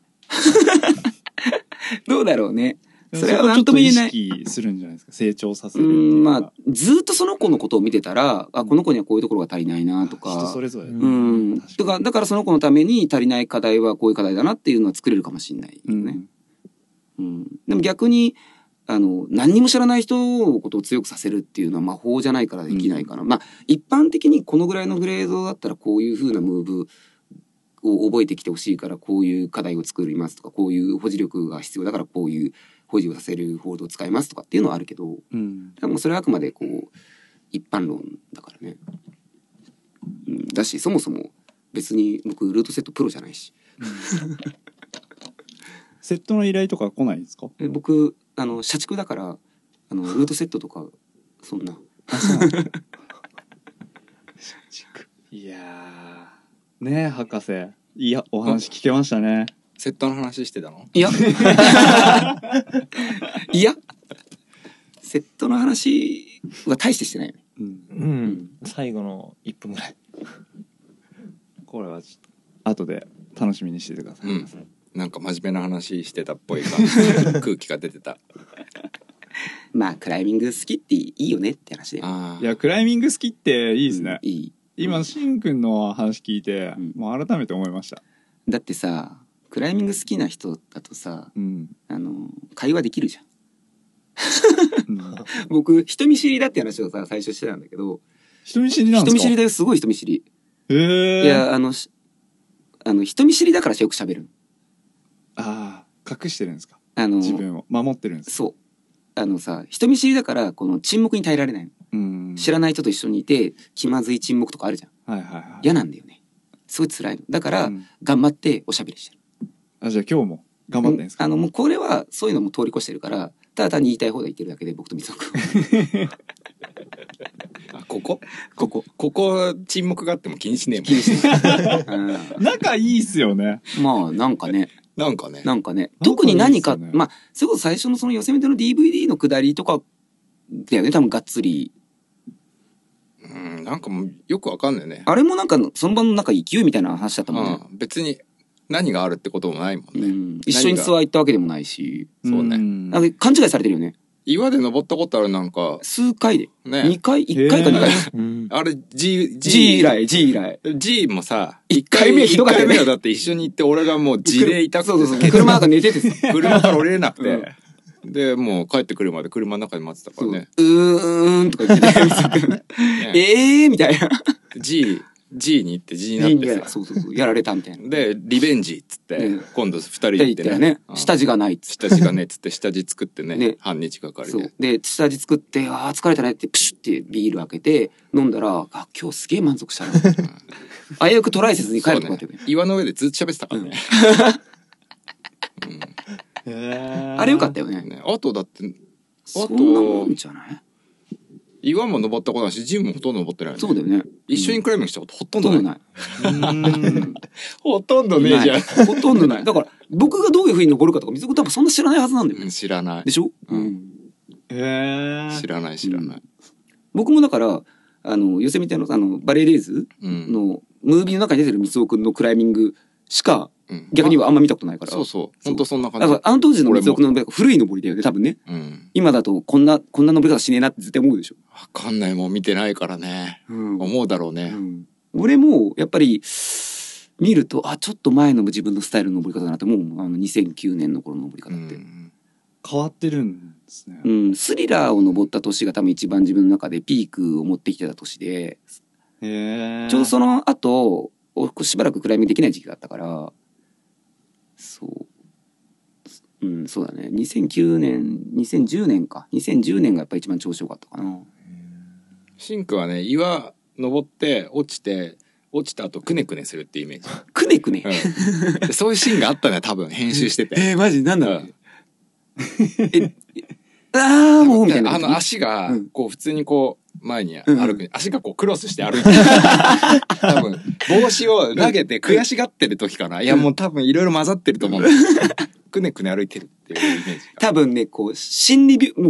C: どうだろうね。それは
B: を
C: なんとも言えない
B: ちょっと意識するんじゃないですか成長させ
C: う
B: るってい
C: ん、
B: うか
C: まあ、ずっとその子のことを見てたら、あ、この子にはこういうところが足りないなと
B: 人
C: か
B: そ。れぞれ
D: う
C: うん。
B: 確
C: とか、だからその子のために足りない課題はこういう課題だなっていうのは作れるかもしれないよね。うん。でも逆に、あの、何にも知らない人のことを強くさせるっていうのは魔法じゃないからできないかな。まあ、一般的にこのぐらいのグレードだったらこういう風なムーブを覚えてきてほしいからこういう課題を作りますとか、こういう保持力が必要だからこういう保持をさせるホールドを使いますとかっていうのはあるけど、
B: うん
C: でもそれはあくまでこう一般論だからね。うんだしそもそも別に僕ルートセットプロじゃないし
B: セットの依頼とか来ないんですか
C: え僕あの社畜だからあ
B: [LAUGHS]
C: のルートセットとかそんな。
B: いやねえ博士いやお話聞けましたね
A: セットの話してたの
C: いや。 [LAUGHS] いや。セットの話は大してしてないよね。
B: うん
D: うん最後の1分ぐらい
B: これはちょっと後で楽しみにしててください、
A: うんなんか真面目な話してたっ
D: [LAUGHS]
A: ぽい感じ空気が出てた
C: まあ、クライミング好きっていいよねって話で。
A: あ
B: い
A: あ
B: やクライミング好きっていい
C: い
B: ですね、
C: いい。
B: 今しんくんの話聞いて、
C: うん
B: もう改めて思いました
C: だってさ、クライミング好きな人だとさ、
B: うん、
C: あの、会話できるじゃん。
B: うん、
C: 僕、人見知りだって話をさ、最初してたんだけど、
B: 人見知りなんで
C: 人
B: す
C: 見
B: か
C: 知りだよ、すごい人見知り。
B: へえ
C: いや、あの、しあの、人見知りだからよく喋るの。
B: ああ隠してるんですか
C: あの、
B: 自分を守ってるんです
C: そう。あのさ、人見知りだから、この沈黙に耐えられないの。
B: うん
C: 知らない人と一緒にいて、気まずい沈黙とかあるじゃん。
B: はいはいはい
C: 嫌なんだよねすごい辛いのだから、
B: うん
C: 頑張っておしゃべりしてる
B: あじゃあ今日も頑張ってんですか
C: あのもうこれはそういうのも通り越してるからただ単に言いたい放題言ってるだけで僕と水野君
A: あここ
C: ここ
A: ここ沈黙があっても気にしねえも
C: 気
A: ん
C: にして
B: [LAUGHS]
C: る、うん
B: 仲いいっすよね
C: まあなんかね
A: [LAUGHS] なんかね
C: なんかね
B: なんか
C: 特
B: いいっすよね
C: に何かまあそれこそ最初のその寄せ目での DVD のくだりとかだよね多分がっつり
A: うんなんかもうよくわかんないね
C: あれもなんかその場のなんか勢いみたいな話だったもんね、
A: うん、別に何があるってこともないもん
C: う
A: ね、
C: ん一緒にツアー行ったわけでもないし、
A: そうね
B: ん
C: なんか勘違いされてるよね
A: 岩で登ったことあるなんか
C: 数回で、
A: ね
C: 2回1回か2回
B: へ
D: うん
A: あれ G,
C: G 以来 G 以来
A: G もさ
C: 一回目ひどかったよ
A: 1
C: ね
A: 回目はだって一緒に行って俺がもう地で痛くて
C: そうそうそう車なんか寝てて
A: [LAUGHS]
C: さ
A: 車から降りれなくて、でもう帰ってくるまで車の中で待ってたからね
C: うーんとか言ってて
A: ね
C: [LAUGHS] えーみたいな。
A: G, G に行って G になってさ
C: そうそうそう。やられたみたいな。
A: でリベンジっつって、
C: うん
A: 今度二人
C: って
A: 行
C: 言
A: っ
C: ってた
A: ね
C: よね。
A: うん
C: 下地がないっつっ
A: 下地がねっつって下地作ってね
C: ね
A: 半日がか
C: て。
A: り
C: そう
A: で。
C: で、下地作って、ああ、疲れたねって、プシュってビール開けて、飲んだら、あ、今日すげえ満足したな。危うくトライせずに
A: そ
C: 帰る
A: う
C: とか
A: ね
C: ってね。
A: 岩の上でずっと喋ってたからね,、
C: あれよかったよね。
A: ねあとだって
C: そんなもんじゃない
A: 岩も登ったことないしジムもほとんど登ってないよね、
C: そうだよね。
A: 一緒にクライミングしたことほと
C: ほ
A: んど
C: と
A: ない、
C: んどない。
A: ほとんどねえじゃん
C: ないほとん
A: [LAUGHS]
C: どない。だから、僕がどういうふうに登るかとか、水子多分そんな知らないはずなんだよ
A: う
C: ね
A: ん。知らない
C: でしょ
A: うん
B: へえ
A: 知らない知らない、
C: 僕もだから、あの、寄せみたいな、あの、バレエレーズ
A: うん
C: のムービーの中に出てる光雄くんのクライミングしか
A: うん
C: 逆にはあんま見たことないから。
A: そうそう本当そんな感
C: だ
A: じ
C: からあの当時の光雄くんの古い登りだよね、多分ね。
A: うん
C: 今だとこんな、こんな登り方しねえなって絶対思うでしょ。
A: わかんないもん見てないからね
C: うん
A: 思うだろうね、
C: 俺もやっぱり見ると、あ、ちょっと前の自分のスタイルの登り方だなって、もうあの2009年の頃の登り
A: う
C: 方って。
A: ん、
B: 変わってるんですね、
C: うん、スリラーを登った年が多分一番自分の中でピークを持ってきてた年で、
B: へえ
C: ちょうどその後、おしばらくクライミングできない時期があったから、そう。うん、そうだね。2009年、2010年か。2010年がやっぱり一番調子良かったかな。
A: シンクはね岩登って落ちて落ちた後くねくねするっていうイメージ、
C: [LAUGHS] くねくね。
A: うんでそういうシーンがあったね多分編集してて、
C: えー、マジなんだろう
A: うん。
C: ねああ、もうみたいな。
A: あの、足が
C: うん
A: こう普通にこう前に
C: うん
A: 歩く、足がこうクロスして歩いて [LAUGHS] 多分帽子を投げて悔しがってる時かな、いやもう多分いろいろ混ざってると思うんだけどくねくね歩いてるっていうイメージが
C: 多分ね、こう、心理病、
A: [LAUGHS]
C: も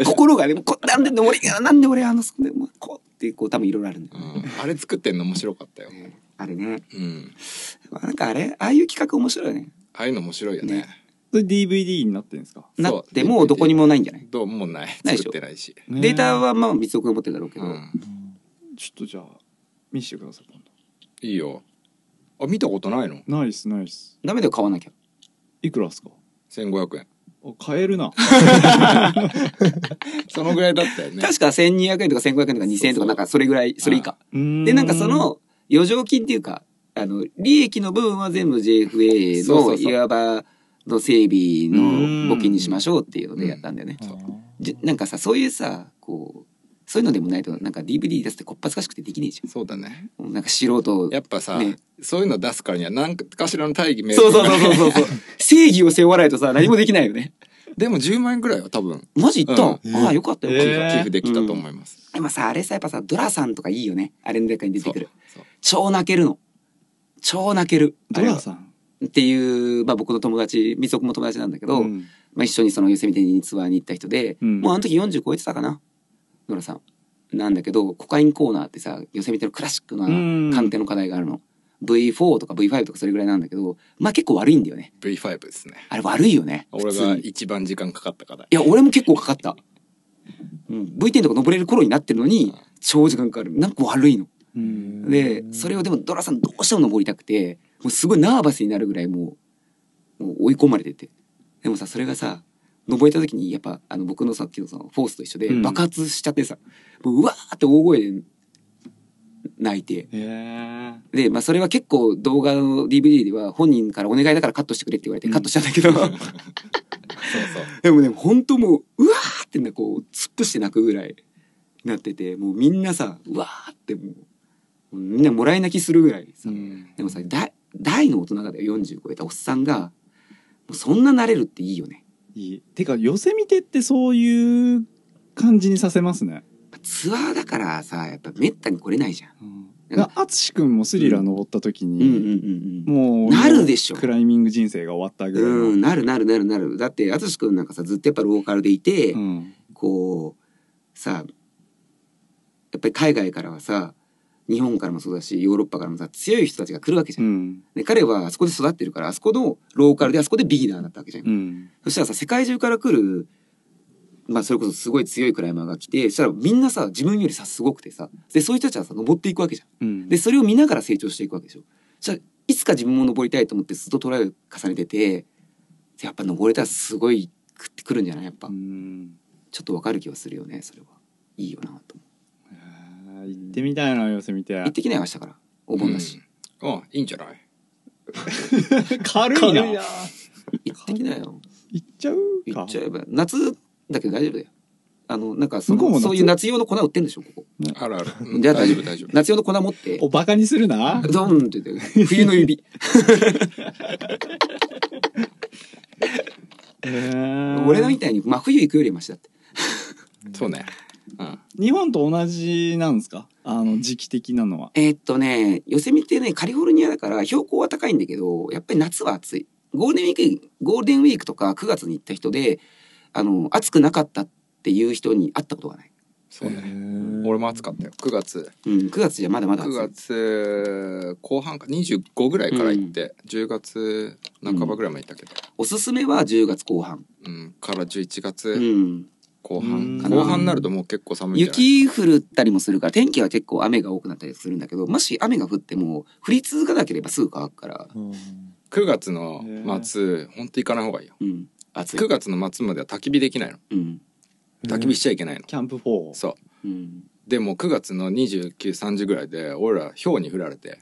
C: う、心がね、もうこなんで俺、なんで俺、あの、そこで、もうこうって、こう、多分いろいろあるんだよ。
A: うんあれ作ってんの面白かったよ、
C: あれね。
A: うん、
C: まあなんかあれ、ああいう企画面白いよね。
A: ああいうの面白いよね
C: ね
B: それ DVD になってるんですか
A: そう
C: なって、もうどこにもないんじゃない
A: どうもうない
C: ないでしょ
A: 作ってないし
C: データ
B: は
C: はまあ、三つくんが持ってるだろうけど。
A: うん
B: ちょっとじゃあ見せてください今度
A: いいよあ見たことないの
B: ナイスナイス
C: ダメだよ、買わなきゃ。
B: いくらですか
A: 1500円
B: あ買えるな
A: そのぐらいだったよね
C: 確か1200円とか1500円とか2000円と
A: そうそ
C: か、
A: う
C: なんかそれぐらい、それ以下。で、
B: で
C: なんかその、余剰金っていうか、あの、利益の部分は全部 JFA
A: そうそ
C: の、
A: うそう
C: いわば、の整備の募金にしましょうっていうのでやったんだよね。
A: そう
C: じなんかさそういうさこうそういうのでもないとなんか DVD 出すってこっぱずかしくてできねえじ
A: そうだね
C: ゃんなんか素人
A: やっぱさ、
C: ね
A: そういうの出すからには何かしらの大義名
C: そうそうそうそうそう正義を背負わないとさ何もできないよね
A: でも10万円ぐらいは多分
C: マジ言ったん、ああよかったよ、
A: 寄
B: えー
A: 付できたと思います、
C: でもさあれさやっぱさドラさんとかいいよねあれの中に出てくる
A: そう
C: 超泣けるの超泣けるあ
B: ド
C: れは
B: ラさん
C: っていう、まあ、僕の友達みそくも友達なんだけど、
B: ん
C: まあ、一緒にその寄せみてにツアーに行った人で、
B: うん
C: もうあの時40超えてたかなノラさんなんだけどコカインコーナーってさ寄せみてのクラシックな
B: うん
C: 鑑定の課題があるの、V4 とか V5 とかそれぐらいなんだけどまあ結構悪いんだよね
A: V5 ですね
C: あれ悪いよね
A: 俺
C: 普
A: が
C: 通にい
A: 一番時間かかった課題
C: や俺も結構かかった、うん、V10 とか登れる頃になってるのに超時間かかるなんか悪いの
B: うん
C: でそれをでもドラさんどうしても登りたくてもうすごいナーバスになるぐらいもうもう追い込まれててでもさそれがさ登れた時にやっぱあの僕のさっきのそのフォースと一緒で
B: うん
C: 爆発しちゃってさ、うもううわーって大声で泣いて
B: へえ
C: で、まあ、それは結構動画の DVD では本人からお願いだからカットしてくれって言われてカットしたんだけど、
A: そうそう
C: [LAUGHS] でもね本当もううわーってねこう突っ伏して泣くぐらいなっててもうみんなさうわーってもうみんなもらい泣きするぐらいさ、でもさだ大の大人がだよ40超えたおっさんがもうそんな慣れるっていいよね
B: いいてか寄せ見てってそういう感じにさせますね
C: ツアーだからさやっぱめったに来れないじゃん
B: だから淳君もスリラー登った時
C: うんうん
B: に、
C: うんうん
B: もう
C: なるでしょ
B: クライミング人生が終わったぐらいの、
C: うん、なるなるなるなるだって淳君なんかさずっとやっぱローカルでいて、
B: うん
C: こうさやっぱり海外からはさ日本からもそうだしヨーロッパからもさ強い人たちが来るわけじゃん
B: う、ん
C: で彼はあそこで育ってるからあそこのローカルであそこでビギナーだったわけじゃん、
B: うん
C: そしたらさ世界中から来るまあそれこそすごい強いクライマーが来てそしたらみんなさ自分よりさすごくてさでそういう人たちはさ登っていくわけじゃん
B: うん
C: でそれを見ながら成長していくわけでしょそしたらいつか自分も登りたいと思ってずっとトライを重ねててやっぱ登れたらすごい食ってくるんじゃないやっぱ、
B: うん
C: ちょっとわかる気はするよねそれはいいよなと思う
B: あー行ってみたいな寄せ見て
C: 行ってきなよ明日からお盆だし、
A: うんあいいんじゃない
B: 軽いな
C: 行ってきなよ
B: 行っちゃう
C: 行
B: か
C: っちゃえば夏だけど大丈夫だよあのなんかそ
B: 向こうも
C: の
B: 夏
C: そういう夏用の粉売ってんでしょここ
A: あるあるうん
C: [LAUGHS] じゃあ大丈夫
A: 大丈夫
C: 夏用の粉持って
B: おバカにする
C: [LAUGHS]
B: な
C: ドンって言って冬の指俺
B: 俺
C: らみたいに真冬行くよりマシだって
A: そうねうん
B: 日本と同じなんですかあの時期的なのは
C: えーっとね寄せ見ってねカリフォルニアだから標高は高いんだけどやっぱり夏は暑いゴールデンウィークゴールデンウィークとか9月に行った人であの暑くなかったっていう人に会ったことがない、
A: そうね俺も暑かったよ9月
C: うん、9月じゃまだまだ暑
A: 9
C: い
A: 月後半か25ぐらいから行って、10月半ばぐらいまで行ったけど、
C: おすすめは10月後半、
A: うんから11
C: う
A: 月
C: ん、
A: 後
B: うん
A: 半後半になるともう結構寒いんじゃない
C: 雪降ったりもするから天気は結構雨が多くなったりするんだけどもし雨が降っても降り続かなければすぐ乾くから、
A: 9月の末ほんと行かない方がいいよ
C: うん、暑い
A: 9月の末までは焚き火できないの
C: うん
A: 焚き火しちゃいけないの、
B: キャンプ4
A: そう
C: うん、
A: でも9月の2930ぐらいで俺ら氷に降られて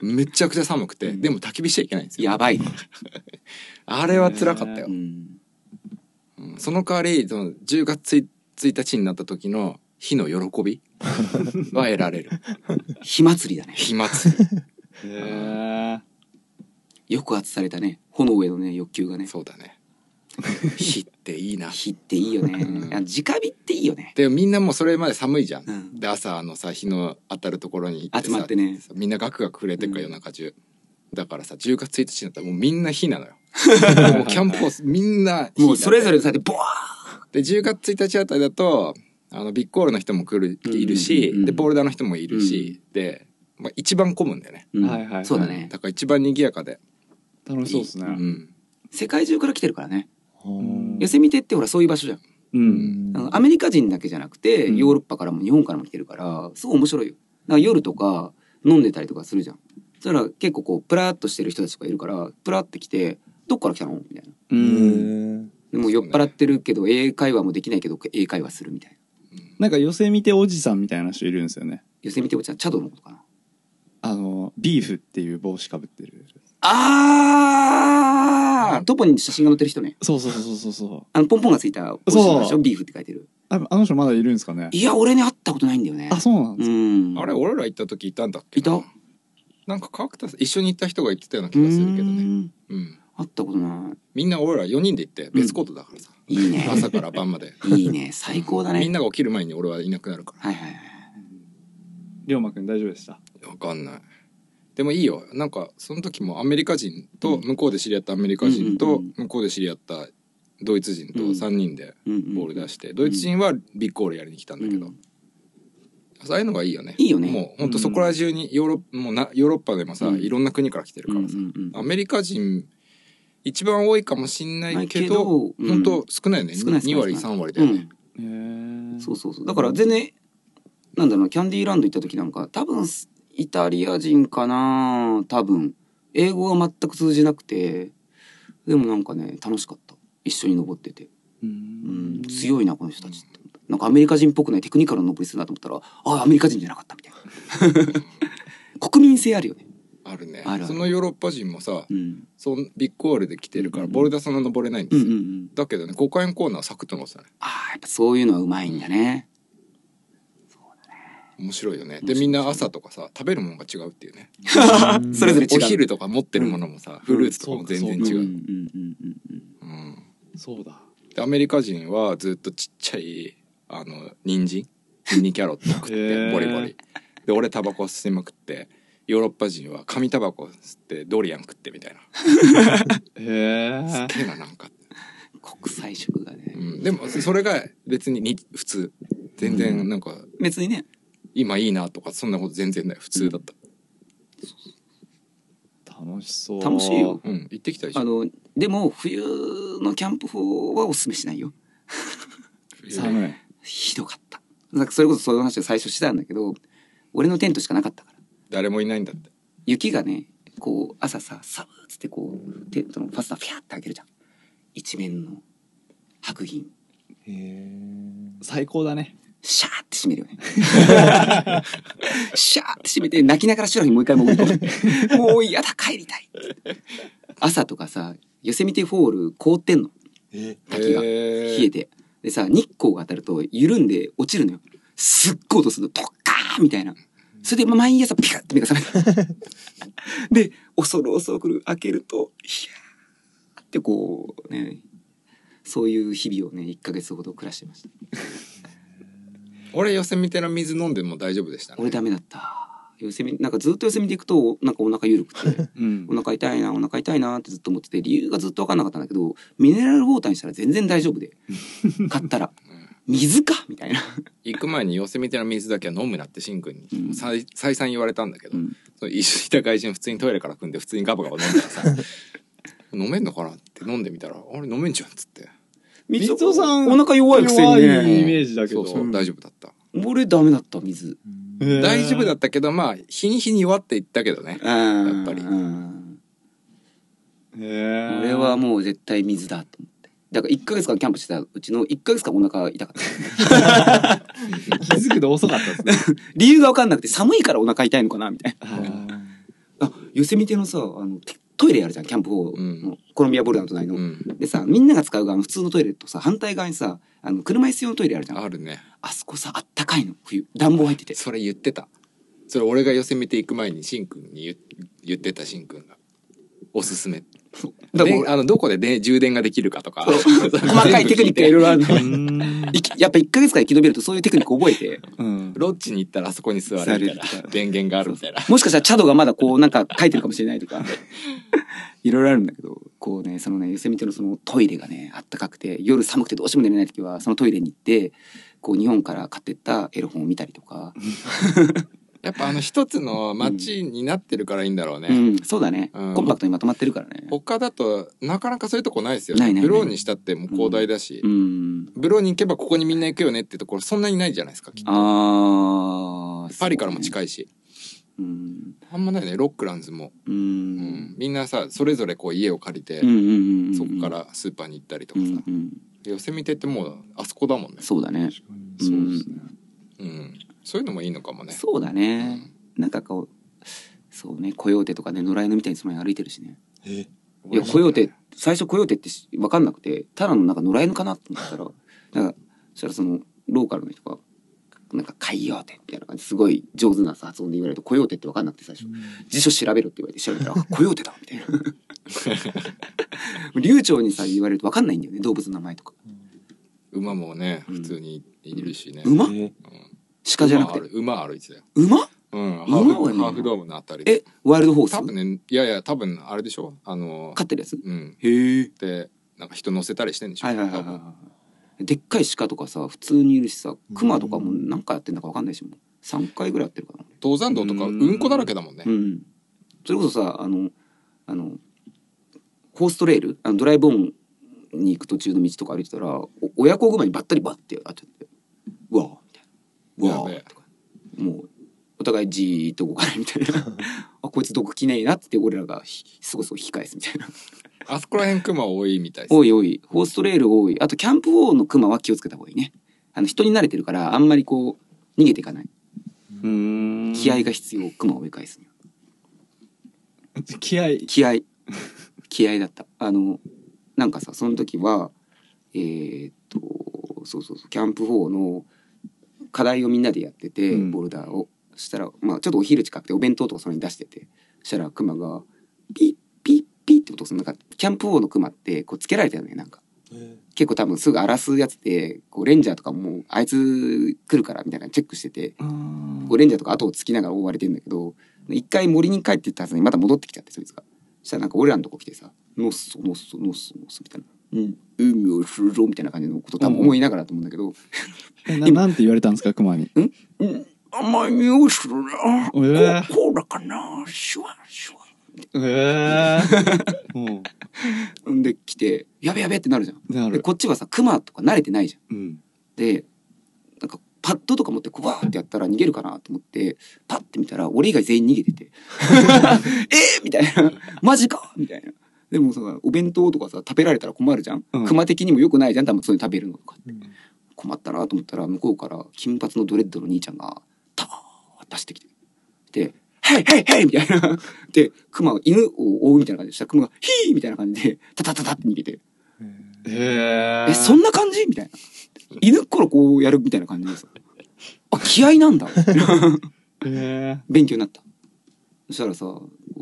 A: めちゃくちゃ寒くて、でも焚き火しちゃいけないんですよ
C: やばい、
A: あれは辛かったよ、
C: うん、
A: うんその代わりその10月1日になった時の火の喜
C: [LAUGHS]
A: びは得られる
C: 火祭りだね
A: 火
C: [LAUGHS]
A: 祭り
B: へえ
C: よく圧されたね炎へのね欲求がね
A: そうだね火っていいな
C: 火っていいよね、
A: うん
C: あ直火っていいよね
A: でみんなもうそれまで寒いじゃん、
C: うん
A: で朝あのさ日の当たるところに行ってさ
C: 集まってね
A: みんなガクガク触れてくから
C: う
A: 夜中中、だからさ10月1日になったらもうみんな火なの
C: [LAUGHS]
A: よもうキャンプをみんな火
C: もうそれぞ
A: れ
C: れのさでボワ
A: で10月1日あたりだとあのビッグオールの人も来るいるし、
C: うんうんうん
A: でボルダーの人もいるし、で、まあ、一番混むんだよね
C: ー、うん
B: はいはいはい
C: そうだね
A: だから一番賑やかで、
B: 楽しそうですね
A: うん、
C: 世界中から来てるからね
B: うん
C: 寄せ見てってほらそういう場所じゃん、
B: うん
C: あのアメリカ人だけじゃなくて
B: うん
C: ヨーロッパからも日本からも来てるからすごい面白いよだから夜とか飲んでたりとかするじゃんそしたら結構こうプラーっとしてる人たちがいるからプラーって来て「どっから来たの?」みたいな
B: うん
C: でもう酔っ払ってるけど英会話もできないけど英会話するみたいな
B: なんか寄せ見ておじさんみたいな人いるんですよね
C: 寄せ見ておじさんチャドのことかな
B: あのビーフっていう帽子かぶってる
C: あートポに写真が載ってる人ね
B: そうそうそうそうそう
C: あのポンポンがついたお
B: そう
C: でしょビーフって書いてる
B: ああの人まだいるんですかね
C: いや俺ね会ったことないんだよね
B: あそうなんで
C: うん
A: あれ俺ら行った時いたんだっけ
C: い
A: な
C: た
A: なんか川北さん一緒に行った人が言ってたような
C: う
A: 気がするけどね
C: ん
A: うん
C: 会ったことな
A: みんな俺ら4人で行って別コートだからさ、
C: いいいね
A: [LAUGHS] 朝から晩まで
C: いい [LAUGHS] ね最高だね
A: みんなが起きる前に俺はいなくなるか
C: はいはいはい
B: すか龍馬くん大丈夫でした
A: らわかんないでもいいよなんかその時もアメリカ人と向こうで知り合ったアメリカ人
C: う
A: と
C: んうん
A: 向こうで知り合ったドイツ人と
C: うん
A: 3人でボール出してドイツ人はビッグオールやりに来たんだけど
C: うん
A: ああいうのがいいよね
C: いいよね
A: もうほんとそこら中にヨーロッもうなヨーロッパでもさ
C: うん
A: いろんな国から来てるからさアメリカ人一番多いかもしんないけど
C: ないけどうん
A: 本当少ないよね
C: 少ない少ない
A: 2割3割だよね
B: へえ
C: そうそうそうだから全然なんだろうなキャンディーランド行った時なんか多分イタリア人かな多分英語が全く通じなくてでもなんかね楽しかった一緒に登ってて、
B: う
C: うん
B: ん、
C: 強いなこの人たちってなんかアメリカ人っぽくないテクニカルな登りするなと思ったらあアメリカ人じゃなかったみたいな [LAUGHS] 国民性あるよね、
A: あるね
C: あるある
A: そのヨーロッパ人もさ
C: うん、
A: そのビッグオールで来てるから
C: うん
A: ボルダーそんな登れないんで
C: う
A: す
C: ん
A: よ
C: うんうん
A: だけどね、5回コーナーサクッと乗ってたね。
C: ああやっぱそういうのはうまいんだね、
A: 面白いよね。
C: 面白
A: で、
C: い
A: みんな朝とかさ、食べるものが違うっていうね。
C: [LAUGHS] それぞれ違う
A: お昼とか持ってるものもさ、フルーツとかも全然違
C: うん
A: う。
C: うんうんうんうん
A: うん。
B: そうだ
A: で、アメリカ人はずっとちっちゃい、あの、人参ミニキャロット食っ
B: へ
A: て、
B: ー
A: ボリボリ。で、俺タバコ吸いまくって、ヨーロッパ人は紙タバコ吸ってドリアン食ってみ
C: [LAUGHS]
A: たいな。
B: へえ
A: すげえな、なんか。
C: 国際色がね
A: うん。でも、それが別にに普通。全然、なんか、
C: 別にね
A: 今いいなとか、そんなこと全然ない。普通だった。
B: 楽しそう
C: 楽しいよ
A: うん。行ってきたでし
C: あ
A: ょ。
C: のでも冬のキャンプ法はおすすめしないよ
B: 寒い
C: ひどかったなんかそれこそそういう話を最初してたんだけど俺のテントしかなかったから
A: 誰もいないんだって。
C: 雪がねこう朝さサブっつってこうテントのファスナーフィャーって開けるじゃん一面の白銀
D: へえ
B: 最高だね
C: シャーって閉めるよねシャーって閉めて泣きながら修羅にもう一回潜り込むもう嫌だ帰りたい朝とかさヨセミテフォール凍ってんの
D: え
C: 滝が
A: へー
C: 冷えてでさ日光が当たると緩んで落ちるのよすっごい音するのドッカーみたいなそれで毎朝ピカッと目が覚めたで恐る恐る開けるとヒヤーってこうねそういう日々をね1ヶ月ほど暮らしてました
A: 俺ヨセミテの水飲んでも大丈夫でしたね
C: 俺ダメだったヨセミなんかずっとヨセミで行くとなんかお腹緩く
B: [LAUGHS]
C: て
B: うん
C: お腹痛いなお腹痛いなってずっと思ってて理由がずっと分かんなかったんだけどミネラルウォーターにしたら全然大丈夫で買ったら水かみたいな
A: 行く前にヨセミテの水だけは飲むなってシンくんに
C: うん
A: 再再三言われたんだけど、
C: うん
A: その一緒にいた外人普通にトイレから組んで普通にガバガバ飲んだらさ飲めんのかなって飲んでみたらあれ飲めんじゃんっつって
B: 水尾さん
C: お腹弱いくせに
B: 弱い
C: ね
B: イメージだけど
A: そうそう、
B: うん
A: 大丈夫だった、
C: 俺ダメだった水
A: 大丈夫だ
B: っ
A: ったけどまあ日に日に弱っていったけどね
C: や
A: っぱり
B: たへ
C: 俺はもう絶対水だと思ってだから1ヶ月間キャンプしてたうちの1ヶ月間お腹痛かった
B: 気づくの遅かった [LAUGHS] ですね
C: 理由が分かんなくて寒いからお腹痛いのかなみたい
B: あー
C: なあ寄せみてのさあのてトイレあるじゃんキャンプ法
A: うん
C: のコロンビアボルダーの隣の、
A: うん
C: でさみんなが使う側の普通のトイレとさ反対側にさあの車椅子用のトイレあるじゃんあ
A: あるね
C: そこさあったかいの冬暖房入ってて
A: それ言ってたそれ俺がヨセミテ行く前にシンくんに言言ってたシンくんがおすすめ
C: だからも
A: であのどこで、ね、充電ができるかとか
C: う
A: [LAUGHS]
C: そう細かいテクニックがいろいろあるのいきやっぱ1ヶ月間生き延びるとそういうテクニック覚えて
B: うん
A: ロッジに行ったらあそこに座るみたいな
B: 座れる
A: 電源があるみたいな
C: もしかしたらチャドがまだこうなんか書いてるかもしれないとかいろいろあるんだけどこうねそのねヨセミテのそのトイレがねあったかくて夜寒くてどうしても寝れない時はそのトイレに行ってこう日本から買ってったエロ本を見たりとか、
A: やっぱあの一つの街になってるからいいんだろうね、
C: うん、そうだね、
A: うん
C: コンパクトにまとまってるからね。
A: 他だとなかなかそういうとこないですよ
C: ない
A: ね
C: ない
A: ブ
C: ない
A: ローにしたってもう広大だし、
C: うん、
A: ブローに行けばここにみんな行くよねってところそんなにないじゃないですかきっと
C: あー
A: パリからも
C: い。
A: 近いし、
C: うん
A: あんまないねロックランズも、
C: う
A: うん
C: ん
A: みんなさそれぞれこう家を借りて、
C: うんうんうんうん
A: そこからスーパーに行ったりと
C: う
A: かさ、
C: んうん
A: 寄せ見てってもうあそこだもんね、
C: そうだね
B: 確かにそうですね
A: うん、そういうのもいいのかもね
C: そうだね、なんかこうそうねコヨーテとかね野良犬みたいにその辺歩いてるしね
D: え
C: いやコヨーテ最初コヨーテってし分かんなくてただのなんか野良犬かなと思ったらなんかそしたらそのローカルの人が「なんかカイヨーテ」みたいな感じですごい上手な発音で言われると「コヨーテ」って分かんなくて最初辞書調べろって言われて調べたらあ「コヨーテだ」みたいな [LAUGHS] 流暢にさ言われると分かんないんだよね動物の名前とか
A: 馬もね
C: うん
A: 普通にいるしね、
C: 馬
D: え
C: 鹿じゃなくて
A: 馬歩馬歩いてたよ
C: 馬
A: うん、ハ
C: いな
A: ー
C: 俺
A: フ
C: ね
A: ハーフドームのあたり
C: えワイルドホース
A: 多分ねいやいや多分あれでしょあの
C: 飼ってるやつ
A: うん
C: へえ
A: でなんか人乗せたりしてんでしょ
C: はいはいはい
A: 多分
C: はいでっかい鹿とかさ普通にいるしさクマとかも何回やってんだか分かんないしもう3回ぐらいやってるかな
A: 登山道とかうんこだらけだもんね
C: うん、それこそさあのあのホーストレールあのドライブオンに行く途中の道とか歩いてたらお親子熊にばったりばってあっちゃって「うわあ」みたいな「うわ
A: やべえ
C: あ」とかもうお互いじーっと動かないみたい
A: [LAUGHS]
C: なあこいつ毒きねえなって俺らがひすごいすごい引き返すみたいな
A: あそこら辺クマ多いみたいです
C: おいおいホーストレール多いあとキャンプ王の熊は気をつけた方がいいねあの人に慣れてるからあんまりこう逃げていかない
B: うん
C: 気合が必要熊を追い返すには
B: 気合
C: 気合 [LAUGHS] 気合だったあのなんかさその時はえーっとそうそうそうキャンプ4の課題をみんなでやってて、
B: うん
C: ボルダーをそしたら、まあ、ちょっとお昼近くてお弁当とかそれに出しててそしたらクマがピッピッピッって音するなんかキャンプ4のクマってこうつけられたよねなんか結構多分すぐ荒らすやつでこうレンジャーとかもあいつ来るからみたいなのチェックしててこうレンジャーとか後をつきながら追われてんだけど一回森に帰ってったはずにまた戻ってきちゃってそいつがそしたらなんか俺らのとこ来てさ「のっそのっそのっそのっそ」みたいな「うん海をするぞ」みたいな感じのこと多分思いながらだと思うんだけど
B: えななんて言われたんですかクマに
C: 「うん甘い匂いするなこ
B: え
C: うこうだかなシュワシュワ
B: [LAUGHS] ええも」
C: んで来て「やべやべ」ってなるじゃん。
B: うな
C: で
B: る
C: こっちはさクマとか慣れてないじゃん。
B: うん
C: でなんかパッドとか持ってこうわーってやったら逃げるかなと思ってパッて見たら俺以外全員逃げて
B: [LAUGHS]
C: て「えーみたいな「マジか!」みたいな。でもさお弁当とかさ食べられたら困るじゃん、
B: うん
C: 熊的にもよくないじゃん多分そういうの食べるのとかって、困ったなと思ったら向こうから金髪のドレッドの兄ちゃんがターッ出してきてで「ヘイヘイヘイ!」みたいなで熊は犬を追うみたいな感じでしたら熊が「ヒー!」みたいな感じでタタタタって逃げて
B: へ
C: えそんな感じみたいな犬っころこうやるみたいな感じですあ気合なんだ
B: え
C: 勉強になったそしたらさこう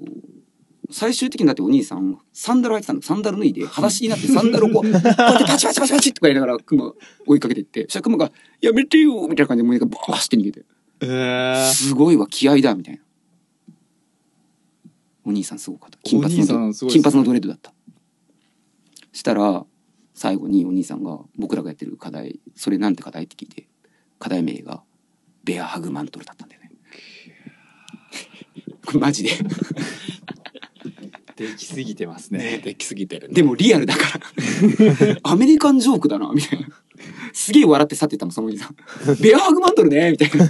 C: 最終的にだってお兄さんサンダル履いてたのサンダル脱い
B: [LAUGHS]
C: で裸足になってサンダルをこうこうやってパチパチパチパチとか言いながらクマ追いかけていってそしたらクマが「やめてよ」みたいな感じで胸がバーッして逃げて
B: ええ
C: すごいわ気合だみたいなお兄さんすごかった金髪
B: お
C: の
B: 兄さんすごいです
C: 金
B: ね
C: 髪のドレッドだったしたら最後にお兄さんが僕らがやってる課題それなんて課題って聞いて課題名がベアハグマントルだったんだよねこれ [LAUGHS] マジで
B: できすぎてます
A: ね
B: ね
A: できすぎてるね
C: でもリアルだから [LAUGHS] アメリカンジョークだなみたいなすげえ笑って去ってったもんそのお [LAUGHS] 兄さんベアハグマントルねみたいな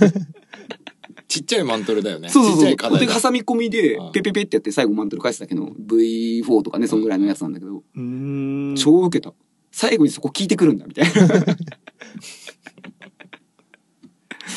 A: ちっちゃいマントルだよね
C: そうそう
A: ちっち
C: そ
A: ゃ
C: う。
A: い課題
C: で
A: だ
C: 挟み込みで
A: うん
C: ペペペってやって最後マントル返すだけの V4 とかねそんぐらいのやつなんだけど、
B: うーん
C: 超ウケた最後にそこ聞いてくるんだみたいな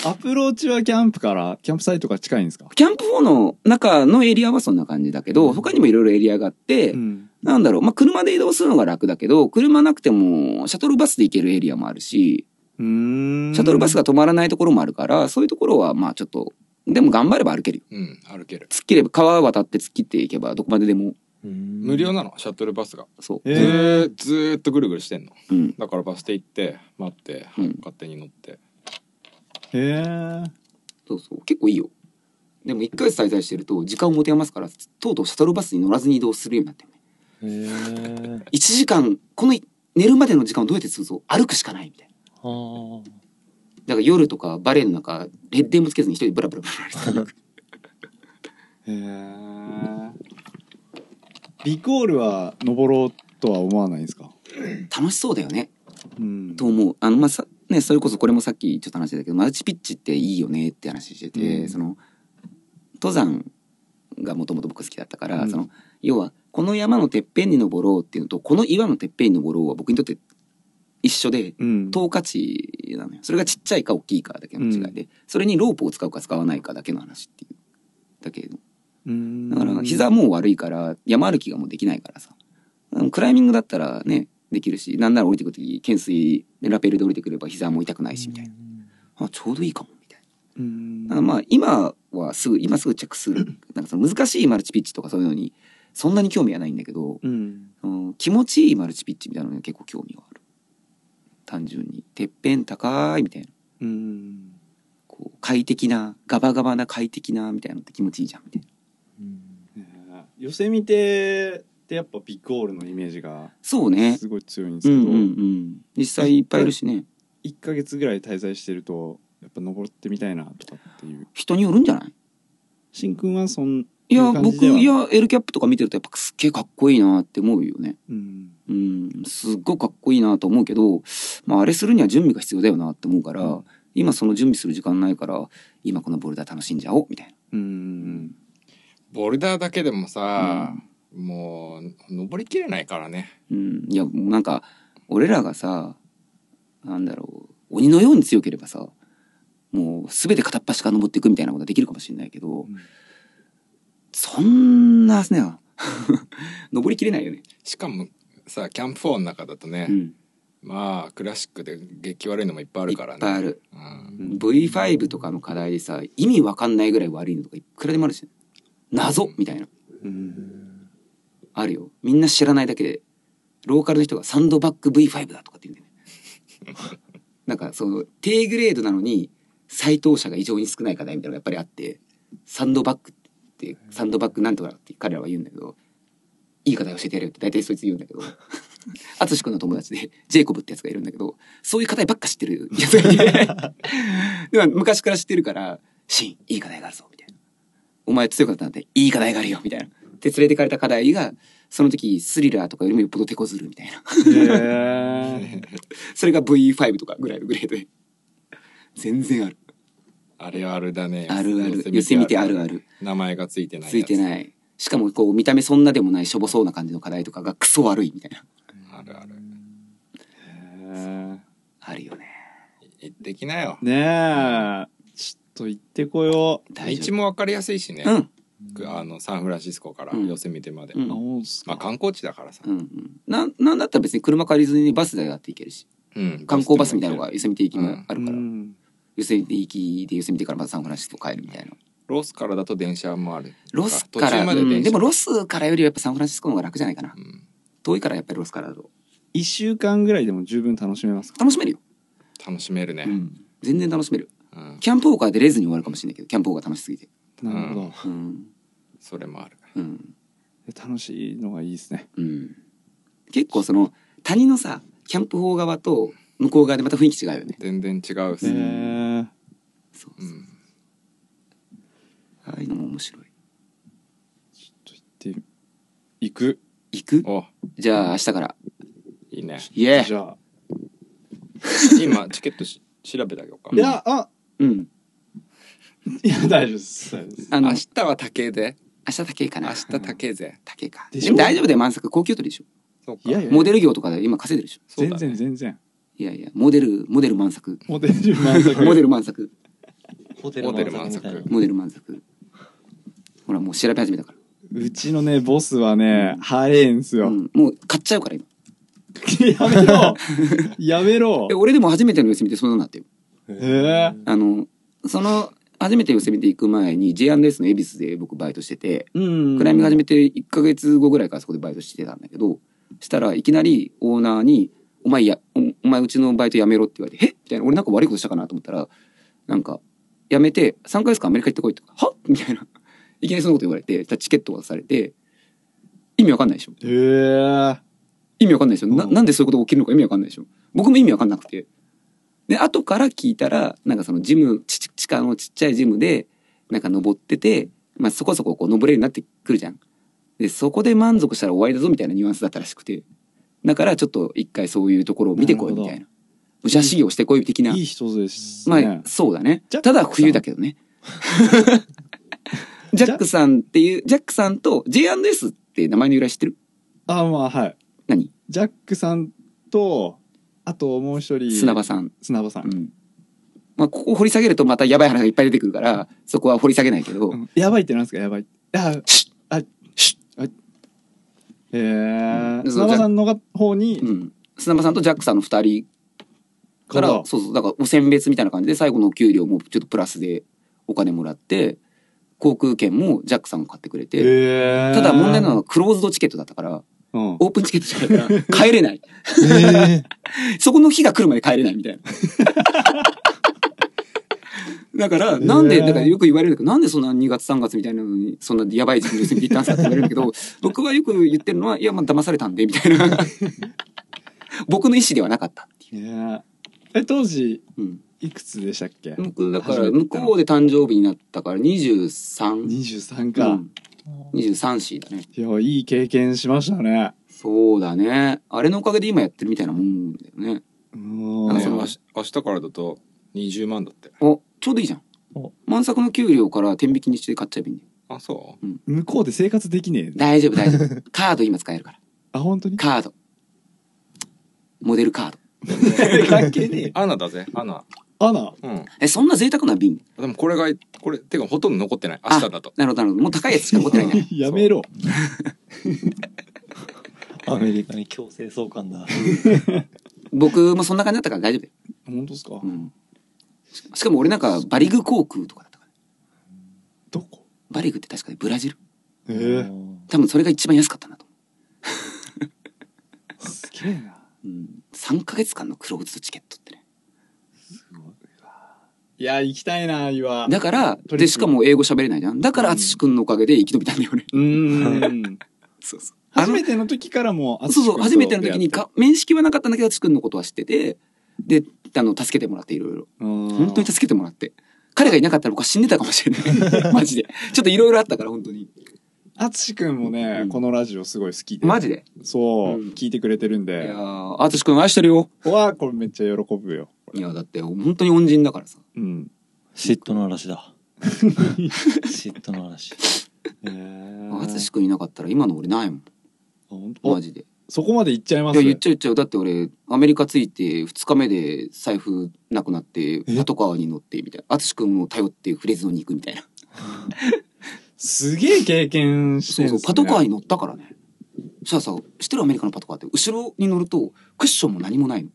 B: アプローチはキャンプからキャンプサイトが近いんですか
C: キャンプ4の中のエリアはそんな感じだけど他にもいろいろエリアがあって、
B: ん
C: なんだろう、まあ、車で移動するのが楽だけど車なくてもシャトルバスで行けるエリアもあるし
B: うーん
C: シャトルバスが止まらないところもあるからそういうところはまあちょっとでも頑張れば歩けるよ
A: うん歩ける
C: 突っ切れば川渡って突っ切っていけばどこまででも
A: 無料なのシャトルバスが
C: そう、
B: え
A: ず
B: ー
A: ーずーっとぐるぐるしてんの
C: うん、
A: だからバス停行って待って
C: うん
A: 勝手に乗って
B: へえ
C: そうそう結構いいよでも1ヶ月滞在してると時間を持て余すからとうとうシャトルバスに乗らずに移動するようになってるね
D: へえ
C: 1時間この寝るまでの時間をどうやって潰そう歩くしかないみたいな
D: あー
C: だから夜とかバレエの中レッデンもつけずに一人でブラブラブラブラしてる
B: へえリコールは登ろうとは思わないんですか
C: 楽しそうだよね
B: うん
C: と思うあのまあさねそれこそこれもさっきちょっと話してたけどマルチピッチっていいよねって話してて、
B: うん
C: その登山がもともと僕好きだったから、
B: うん
C: その要はこの山のてっぺんに登ろうっていうのとこの岩のてっぺんに登ろうは僕にとって一緒で
B: うん
C: 等価値なのよそれがちっちゃいか大きいかだけの違いで、それにロープを使うか使わないかだけの話っていうだけど
B: うん
C: だから膝もう悪いから山歩きがもうできないからさうんクライミングだったらねできるしなんなら降りてくる時懸垂でラペルで降りてくれば膝も痛くないしみたいなあちょうどいいかもみたい
B: うん
C: なだからまあ今はすぐ今すぐチェックするなんかその難しいマルチピッチとかそういうのにそんなに興味はないんだけど、
B: うん
C: うん、気持ちいいマルチピッチみたいなのに結構興味はある単純にてっぺん高いみたいな
B: うん
C: こう快適なガバガバな快適なみたいなのって気持ちいいじゃんみたいな
B: ねえ寄せ見てってやっぱビッグオールのイメージが
C: そうね
B: すごい強いんです
C: う
B: け
C: ん
B: ど、
C: うんうん実際いっぱいいるしね
B: 1か月ぐらい滞在してるとやっぱ登ってみたいなとかっていう
C: 人によるんじゃない
B: しんくんはそん
C: いや
B: いう感じ
C: 僕
B: ではい
C: や L キャップとか見てるとやっぱすっげえかっこいいなって思うよね
B: うん
C: うんすっごいかっこいいなと思うけど、まあ、あれするには準備が必要だよなって思うから、
B: うん
C: 今その準備する時間ないから今このボルダー楽しんじゃおうみたいな
B: うん
A: ボルダーだけでもさ、もう登りきれないからね
C: うんいやもうなんか俺らがさなんだろう鬼のように強ければさもう全て片っ端から登っていくみたいなことはできるかもしれないけど、
B: ん
C: そんな [LAUGHS] ね登りきれないよね、
A: しかもさキャンプ4の中だとね、
C: うん、
A: まあクラシックで激悪いのもいっぱいあるからね
C: いっぱいある
A: うん、
C: V5 とかの課題でさ意味わかんないぐらい悪いのとかいくらでもあるし謎みたいなあるよみんな知らないだけでローカルの人がサンドバッグ V5 だとかって言うんだよねなんかその低グレードなのに再当者が異常に少ない課題みたいなのがやっぱりあってサンドバッグってサンドバッグなんとかだって彼らは言うんだけどいい課題教えてやれよって大体そいつ言うんだけど淳君の友達でジェイコブってやつがいるんだけどそういう課題ばっか知ってるやつがいてでも昔から知ってるから「シンいい課題があるぞ」みたいな「お前強かったなんていい課題があるよ」みたいな。で連れてかれた課題がその時スリラーとかよりもよっぽど手こずるみたいな。 [LAUGHS]
B: へえ
C: それが V5 とかぐらいのグレードで。全然ある。
A: あれはあるだね
C: あるある。寄せ見てあるある。
A: 名前がついてないや
C: ついてない。しかもこう見た目そんなでもないしょぼそうな感じの課題とかがクソ悪いみたいな。
A: あるある
C: あるよね。
A: 行ってきなよ
B: ねえちょっと行ってこよう
C: 大
A: 道
C: 丈
A: も分かりやすいしね、
C: 夫。うん。
A: あのサンフランシスコから
C: うん
A: 寄せ見てまで、
C: うん
B: あおうっす
A: まあ観光地だからさ、
C: うんうん。なん、なんだったら別に車借りずにバスでだって行けるし。
A: うん
C: 観光バスみたいなのが寄せ見て行きも
A: うん
C: あるから。
B: うん
C: 寄せ見て行きで寄せ見てからまたサンフランシスコ帰るみたいな。
A: ロスからだと電車もある
C: ロスか
A: 途
C: ら、
A: 中まで
C: うん
A: 電車
C: でもロスからよりはやっぱサンフランシスコの方が楽じゃないかな
A: う。ん
C: 遠いからやっぱりロスからだと。
B: 一週間ぐらいでも十分楽しめますか
C: 楽しめるよ。
A: 楽しめるね、
C: うん全然楽しめる。
A: うん
C: キャンプオーカー出れずに終わるかもしれないけど、キャンプオーカー楽しすぎて。
B: なるほど
C: うん。
A: それもある
C: うん。
B: 楽しいのがいいですね
C: うん。結構その、谷のさ、キャンプ法側と向こう側でまた雰囲気違うよね。
A: 全然違うっす、
B: ねえ
C: そう
A: う
C: そう。
A: ん、
C: ああいうのも面白い。
B: ちょっと行って行く
C: 行く
A: お
C: じゃあ明日から。
A: い
C: [LAUGHS]
A: いね
C: イエ
B: じ
C: ー
B: ゃあ
A: 今チケットし調べてあげようか
B: いやあ
C: うん。
B: いや大丈夫です大丈夫です
C: あの、
A: 明
C: 明
A: 日は竹えで
C: 日高いかな。
A: 明日竹えぜ
C: 高いか。
B: でしょ
C: でも大丈夫だよ、満作。高級取りでしょ。
A: そうか
B: いやいや
C: モデル業とかで今稼いでるでしょ。
A: そう
B: 全
A: だね
B: 然全然
C: いやいや、モデル、モデル満作。
B: モデル満足
C: モデル満作。
D: ホテ
A: ル
D: ル
A: 満足みたいな
C: モデル満足。ほら、もう調べ始めたか
B: うちのねボスはね早いんす
C: ら。
B: よ、
C: うん。もう買っちゃうから今。
B: やめろやめろ
C: え、俺でも初めての寄せ見てそんなになってよ。
B: へえ
C: あのその初めて寄せ見て行く前に J&S の恵比寿で僕バイトしてて、
B: うん
C: クライミング始めて1ヶ月後ぐらいからそこでバイトしてたんだけどしたらいきなりオーナーに「お前やおお前うちのバイトやめろ」って言われて「えみたいな俺なんか悪いことしたかなと思ったらなんか「やめて3ヶ月間アメリカ行ってこい」とか「はみたいないきなりそのこと言われてチケット渡されて意味わかんないでしょ
B: へえ
C: 意味わかんないでしょ、な
B: うん
C: なんでそういうことが起きるのか意味わかんないでしょ僕も意味わかんなくてで後から聞いたらなんかそのジムちち地下のちっちゃいジムでなんか登ってて、まあ、そこそここう登れるようになってくるじゃんでそこで満足したら終わりだぞみたいなニュアンスだったらしくてだからちょっと一回そういうところを見てこいみたいな武者修行してこい的ない
B: い人です
C: ま
B: ね、
C: あそうだね
B: ジャック
C: ただ冬だけど
B: [LAUGHS]
C: ねジャックさんっていうジャックさんと J&S って名前の由来知ってる
B: あまあはい
C: 何
B: ジャックさんとあともう一人
C: 砂場さん
B: 砂場さん、
C: うんまあ、ここ掘り下げるとまたやばい話がいっぱい出てくるからそこは掘り下げないけど、
B: うんやばいってなんですかやばいあ
C: シ
B: ああへえ
C: うん
B: 砂場さんのが方に
C: うん、砂間さんとジャックさんの2人から
B: から
C: そうそうだからお選別みたいな感じで最後のお給料もちょっとプラスでお金もらって航空券もジャックさんが買ってくれ
B: へ
C: て、
B: え
C: ただ問題なのはクローズドチケットだったから
B: うん
C: オープンチケットじゃないから帰れないそこの日が来るまで帰れないみたいな [LAUGHS] だから、なんで、だからよく言われるんだけど、なんでそんな2月3月みたいなのに、そんなやばい時期に寄行ったんですかって言われるんだけど、僕はよく言ってるのは、いや、まあ、騙されたんで、みたいな。 [LAUGHS] 僕の意思ではなかったってい
B: いやえ当時
C: う。うん。
B: いくつでしたっけ
C: 僕、だから、向こうで誕生日になったから、23。
B: 23か、
C: うん23歳だね。
B: いやいい経験しましたね
C: そうだね。あれのおかげで今やってるみたいなもんだよね。
B: も
A: あ
B: う
C: あ
A: の
C: その
A: 明日明日からだと20万だって
C: お、ちょうどいいじゃん
D: お。
C: 満作の給料から天引きにして買っちゃえばいいんだよ。
A: あそ
B: 向こうで生活できねえ
C: 大丈夫、大丈夫。 [LAUGHS] カード今使えるから。
B: あ本当に
C: カード。モデルカード。
B: 関係ね
A: う
B: え
A: アナだぜアナ
B: あな
A: うん
C: え、そんな贅沢な瓶
A: でもこれがこれてかほとんど残ってない
C: あ
A: 明日だと
C: なるほど、なるほど。もう高いやつしか持ってない [LAUGHS] ね。
B: [LAUGHS] やめろ
D: アメリカに強制送還だ。
C: 僕もそんな感じだったから大丈夫だよ。
B: 本当ですか、
C: うん。ししかも俺なんか、バリグ航空とかだったから。
B: どこ
C: バリグって確かにブラジル
B: ええ
C: 多分それが一番安かったんだと思
B: すげえな
C: う。うん。3ヶ月間のクローズドチケットってね。
B: いや行きたいな岩
C: だから、
B: トリップ
C: で、しかも英語喋れないじゃん。だから、淳くんのおかげで生き延びたんだよね。
B: うーん
C: [LAUGHS] そうそう。あ
B: 初
C: の
B: めての時からもう
C: そうそう、初めての時に
B: か
C: か、面識はなかったんだけど、淳くんのことは知ってて、で、あの、助けてもらっていろいろ。
B: 本
C: 本当に助けてもらって。彼がいなかったら僕は死んでたかもしれ
B: [LAUGHS]
C: ない。マジで。ちょっといろいろあったから、本当に。
B: 淳君もね、
C: うん
B: このラジオすごい好きで
C: マジで。
B: そう、
C: うん
B: 聞いてくれてるん
C: いや
B: で
C: ー、あつしくん愛してるよ。
B: うわこれめっちゃ喜ぶよ
C: いや、だって、本当に恩人だからさ。
B: うん
D: 嫉妬の嵐 [LAUGHS] だ。嫉妬の嵐。
B: え
C: あつしくんいなかったら今の俺ないもん。マジで。
B: そこまで行っちゃいま
C: い
B: す
C: や、言っちゃう言っちゃう。だって俺、アメリカ着いて、2日目で財布なくなって、パトカーに乗って、みたいな。あつしくんを頼ってフレーズのに行くみたいな。
B: すげえ経験して
C: そう
B: る
C: そう、パトカー
B: ー
C: に乗ったからね。そしたらさ、知ってるアメリカのパトカーって、後ろに乗ると、クッションも何もないの。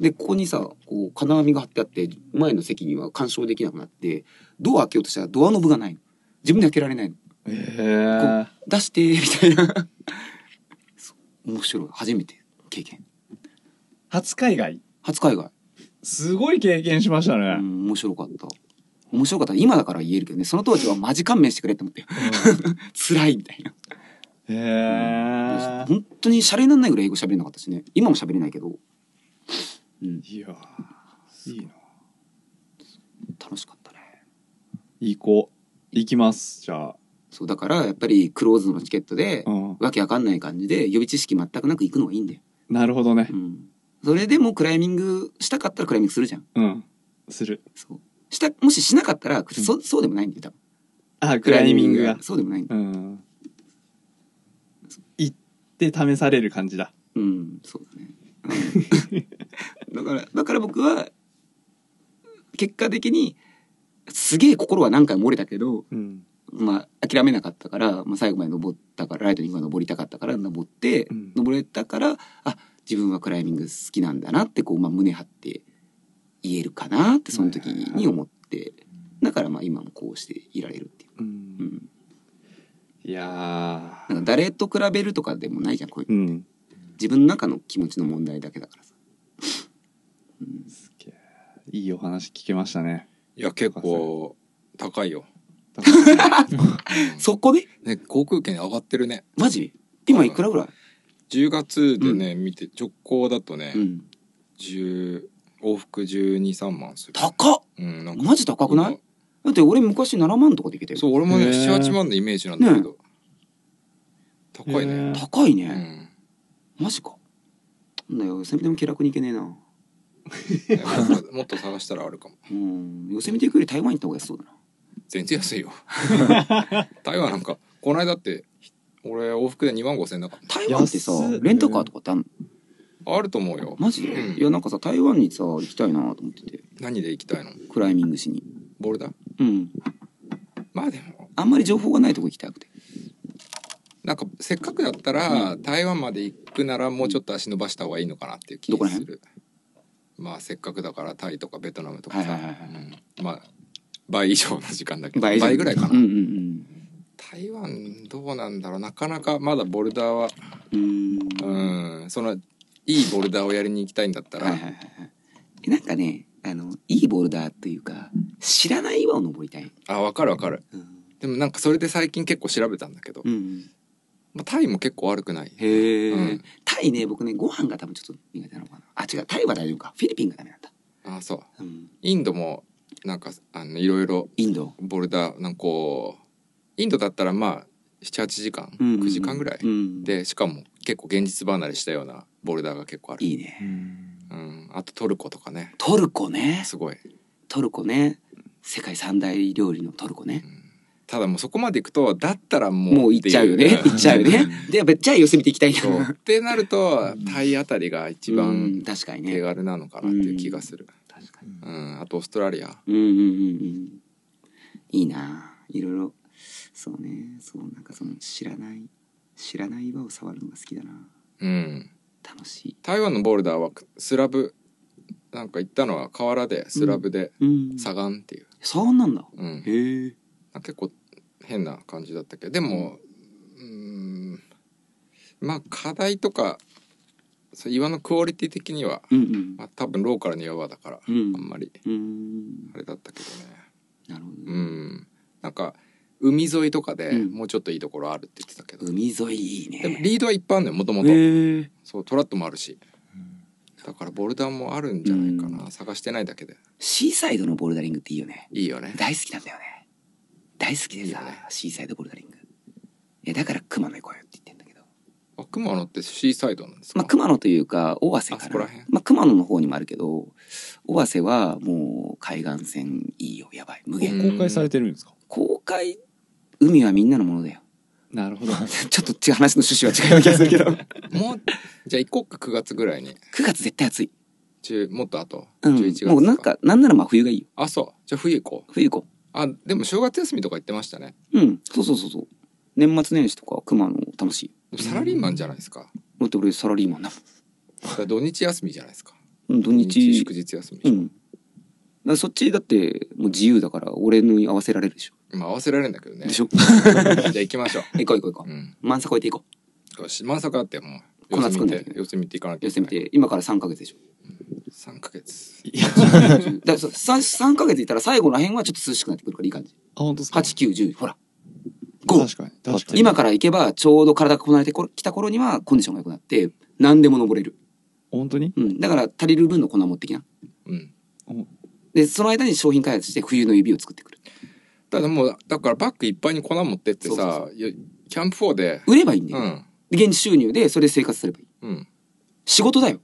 C: で、ここにさ、こう、金網が張ってあって、前の席には干渉できなくなって、ドア開けようとしたらドアノブがないの。自分で開けられないの。
B: えー
C: 出して、みたいな。そう面白い。初めて経験。
B: 初海外
C: 初海外。
B: すごい経験しましたね、
C: うん、面白かった。面白かった。今だから言えるけどね、その当時はマジ勘弁してくれって思って。 [LAUGHS] 辛いみたいな。
B: えー
C: 本当にシャレになんないぐらい英語喋れなかったしね。今も喋れないけど。うん、
B: いやーいいな
C: 楽しかったね。
B: 行こう行きますじゃあ、
C: そう、だからやっぱりクローズのチケットで、
B: うん、
C: わけわかんない感じで予備知識全くなく行くのがいいんだよ。
B: なるほどね
C: うん。それでもクライミングしたかったらクライミングするじゃん。
B: うんする
C: そう。した、もししなかったら、そそうでもないんだよ、多分。
B: あクライミングが
C: そうでもないんだよ。
B: うん行って試される感じだ
C: うん、そうだね。う
B: [LAUGHS]
C: んだから、だから僕は、結果的に、すげえ心は何回も折れたけど、
B: うん
C: まあ、諦めなかったから、まあ、最後まで登ったからライトニングが登りたかったから登って、
B: うん
C: 登れたからあ自分はクライミング好きなんだなってこう、まあ、胸張って言えるかなってその時に思ってだからまあ今もこうしていられるっていう、
B: う、
C: うんん、
B: いや
C: なんか誰と比べるとかでもないじゃんこういう
B: ーうん
C: 自分の中の気持ちの問題だけだからさ、うん、
B: すげえいいお話聞けました [LAUGHS] ね
A: いや結構高いよ
C: そこで
A: ね航空券上がってるね
C: マジ今いくらぐらい、
A: 10月でね、見て直行だとね、
C: うん、
A: 10往復123万する
C: 高っ
A: うんなんか
C: マジ高くないだって俺昔7万とかで行けた
A: そ
C: よ
A: う俺もね
B: へー
A: 78万のイメージなんだけど、高い
B: へ
A: ね、
C: 高いうね、
A: ん
C: マジかなんだよセミでも気楽に行けねえな
A: ねもっともっと探したらあるかも
C: うん、寄せ見ていくより台湾行った方が安そうだな。
A: 全然安い
C: [LAUGHS]
A: よ台湾なんかこの間だって俺往復で2万5千だか
C: 台湾ってさ
B: 安っ、
C: レンタカーとかってあんの
A: らあると思うよ
C: マジで、
A: うん
C: いや、なんかさ、台湾にさ、行きたいなと思ってて、
A: 何で行きたいの
C: クライミングしに。
A: ボルダー
C: うん。
A: まあでも
C: あんまり情報がないとこ行きたくて。
A: なんかせっかくだったら台湾まで行くならもうちょっと足伸ばした方がいいのかなっていう気
C: どこ
A: が
C: ら
A: す
C: 辺
A: るまあせっかくだからタイとかベトナムとかさ、
C: はいはいはいは
A: うんまあ倍以上の時間だけど
C: 以上
A: 倍ぐらいかな、
C: うんうん
A: 台湾どうなんだろうなかなかまだボルダーは
C: うん。うん。
A: うんそのいいボルダーをやりに行きたいんだったら、
C: はいはいはいはい。なんかね、あの、いいボルダーというか、知らない岩を登りたい。
A: あわかるわかる
C: うん。
A: でもなんかそれで最近結構調べたんだけど、
C: うん、
A: まあ、タイも結構悪くない
C: へえ、
A: うん
C: タイね、僕ね、ご飯が多分ちょっと苦手なのかな。あ、違う、タイは大丈夫か。フィリピンがダメなんだ。
A: あそう
C: うん、
A: インドもなんかあのいろいろ
C: インド。
A: ボルダーなんかこうインドだったらまあ78時間、
C: うん
A: 9時間ぐらい、
C: うん、
A: でしかも結構現実離れしたようなボルダーが結構ある
C: いいね。
A: うん、あとトルコとかね
C: トルコね。
A: すごい、
C: トルコね。世界三大料理のトルコね
A: う。んただもうそこまで行くとだったらもう
C: もう行っちゃうよね。
A: てい
C: 行っちゃうよね。で、やっぱじゃあ寄せ見ていきたい
A: そう [LAUGHS] っ
C: な。
A: てなるとタイあたりが一
C: う
A: 番
C: ん確かに
A: 手
C: ね。
A: 軽なのかなっていう気がする、
C: 確かに。
A: うん、あとオーストラリア
C: うんうんうんうん。いいな。いろいろ。そうね。そう、なんかその知らない。知らない岩を触るのが好きだな。
A: うん
C: 楽しい。
A: 台湾のボルダーはスラブなんか行ったのは河原でスラブで
C: うん。
A: 砂岩っていう、
C: そうなんだ。
A: うん、
C: へえ。
A: なんか結構変な感じだったけどでもうんまあ課題とかそう岩のクオリティ的には、
C: うんうん
A: ま。あ、多分ローカルの岩だから、
C: うん
A: あんまり
C: うん。
A: あれだったけどね
C: なるほ
A: う
C: ど。
A: んなんか海沿いとかで
C: うん
A: もうちょっといいところあるって言ってたけど、
C: 海沿いいいね。
A: でもリードはいっぱいあるのよもともと
C: へえ。
A: そうトラットもあるしだからボルダーもあるんじゃないかな、
C: う
A: 探してないだけで
C: シーサイドのボルダリングっていいよね。
A: いいよね
C: 大好きなんだよね大好きでさ
A: いいよね
C: シーサイドボルダリングいやだから熊野行こうよって言ってんだけど
A: あ熊野ってシーサイドなんですか、
C: まあ熊野というか尾鷲
A: あそ
C: か
A: こら
C: ら
A: 辺
C: まあ熊野の方にもあるけど尾鷲はもう海岸線いいよやばい無限、
A: うん
B: 公開されてるんですか
C: 公開海はみんなのもの
A: [LAUGHS]
C: だよ
B: な [LAUGHS] るほど
C: ちょっと違う話の趣旨は違うような気がするけど9
A: もうじゃあ行こうか9月ぐらいに
C: 月絶対暑い、
A: 中もっとあと
C: うん
A: 11月、
C: もうなんかなんなら真冬がいいよ
A: あそうじゃあ冬行こう
C: 冬行こ
A: あでも正月休みとか行ってましたね
C: ううんそうそうそうそう年末年始とか熊野楽しいよ
A: でもサラリーマンじゃないですか
C: だって俺サラリーマンだも
A: だから土日休みじゃないですか
C: んうん土日
A: 祝日休
C: う
A: み、
C: ん。だからそっちだってもう自由だから俺のに合わせられるでしょ。
A: まあ合わせられるんだけどね
C: でし
B: [LAUGHS]
A: ょ
C: ょ
A: [LAUGHS] じゃあ行きましょ
C: 行こう行こう行こ
A: う、うん、
C: う。満足超えていこ
A: よし満足あってもう
C: こんな
A: 様子
C: 作ん
A: 見
C: ないとい
A: て
C: けない
A: 様子見ていかな
C: う。
A: きゃ
C: 寄
A: いけ
C: せ見
A: ない
C: て、今から3ヶ月でし
B: [LAUGHS]
C: ょ。
A: 3ヶ月
C: だからそう 3, 3ヶ月いたら最後の辺はちょっと涼しくなってくるからいい感じ。
B: あ本当ですか
C: 8、9、10、ほら。5。
B: 確かに確かに
C: 今から行けばちょうど体がこなれてこ来た頃にはコンディションが良くなって何でも登れる。
B: 本当に
C: うん。だから足りる分の粉持ってきな。
A: うん
C: で、その間に商品開発して冬の指を作ってくる。
A: ただもうだからバッグいっぱいに粉持ってって
C: そうそう
A: さよキャンプ4で
C: 売ればいいんだ
A: う
C: よ。
A: ん
C: で現地収入でそれで生活すればいい。
A: うん
C: 仕事だよ。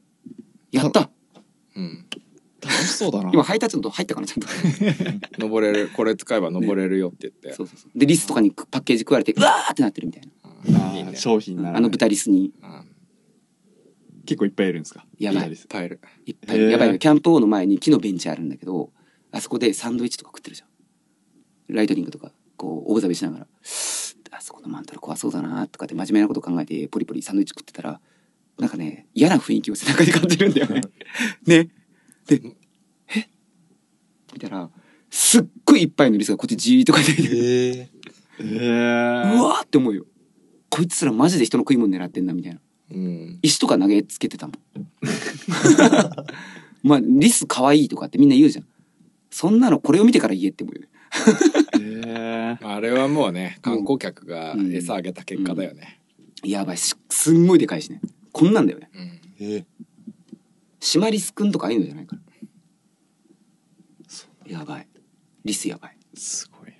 C: やった
A: うん
B: 楽しそうだな
C: 今ハイタッチのとこ入ったかなちゃんと。
A: 登れるこれ使えば登れるよって言って、
C: そうそうそうでリスとかにパッケージ食われてうわーってなってるみたい
A: うん
B: あ
A: いい
B: ー
A: ね
B: 商品な
C: な
B: ら
C: あの豚リスに
A: うん
B: 結構いっぱいいるんですか
C: やばい
B: 豚です
A: いっぱいいる
C: いっぱい
B: へー
C: やばいよキャンプ王の前に木のベンチあるんだけどあそこでサンドイッチとか食ってるじゃんライトニングとかこう大ざべしながらあそこのマントル怖そうだなとかって真面目なこと考えてポリポリサンドイッチ食ってたらなんかね嫌な雰囲気を背中で感じるんだよねねでえ見たらすっごいいっぱいのリスがこっちじーっとかいてて
D: え
B: え
C: う
B: ー
C: わーって思うよこいつらマジで人の食い物狙ってんなみたいな
A: うん
C: 石とか投げつけてたもん。 [LAUGHS] まあ、リス可愛いとかってみんな言うじゃん。そんなのこれを見てから言えって思うよね。
B: えー
A: まああれはもうね観光客が
C: うん
A: 餌あげた結果だよね、
C: やばい、しすんごいでかいしね。こんなんだよね。
A: うん
D: え
C: シマリスくんとかああいうのじゃないから。やばい。リスやばい。
B: すごいな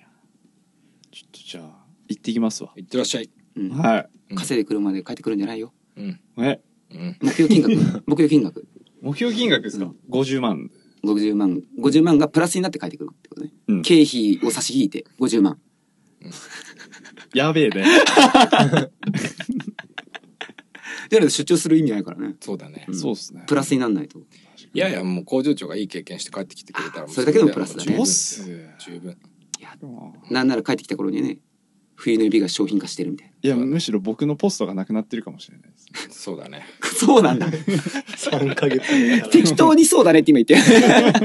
B: ちょっとじゃあ行ってきますわ
A: いってらっしゃい
C: うん。
B: はい
A: うん
C: 稼いで車で帰ってくるんじゃないよ。
A: うん
B: え
A: うん
C: 目標金額。目標金額。
B: 目標金額ですか、50万
C: 50万。50万がプラスになって帰ってくるってことね。
B: うん
C: 経費を差し引いて50万。
B: やべえね
C: であれば出張する意味ないからね。
A: そうだね、
C: ん
B: そうっすね
C: プラスになんないと。
A: いやいやもう工場長がいい経験して帰ってきてくれたらもう
C: それだけでもプラスだね
A: 十
B: どう
A: 分
B: っす
A: 十分
C: なんなら帰ってきた頃にはね、冬の指が商品化してるみ
B: [LAUGHS]
C: たいな。
B: いやむしろ僕のポストがなくなってるかもしれないです
A: そうだ
C: [LAUGHS]
A: ね
C: そうなんだ。
D: 三ヶ月前から
C: 適当にそうだねって今言って。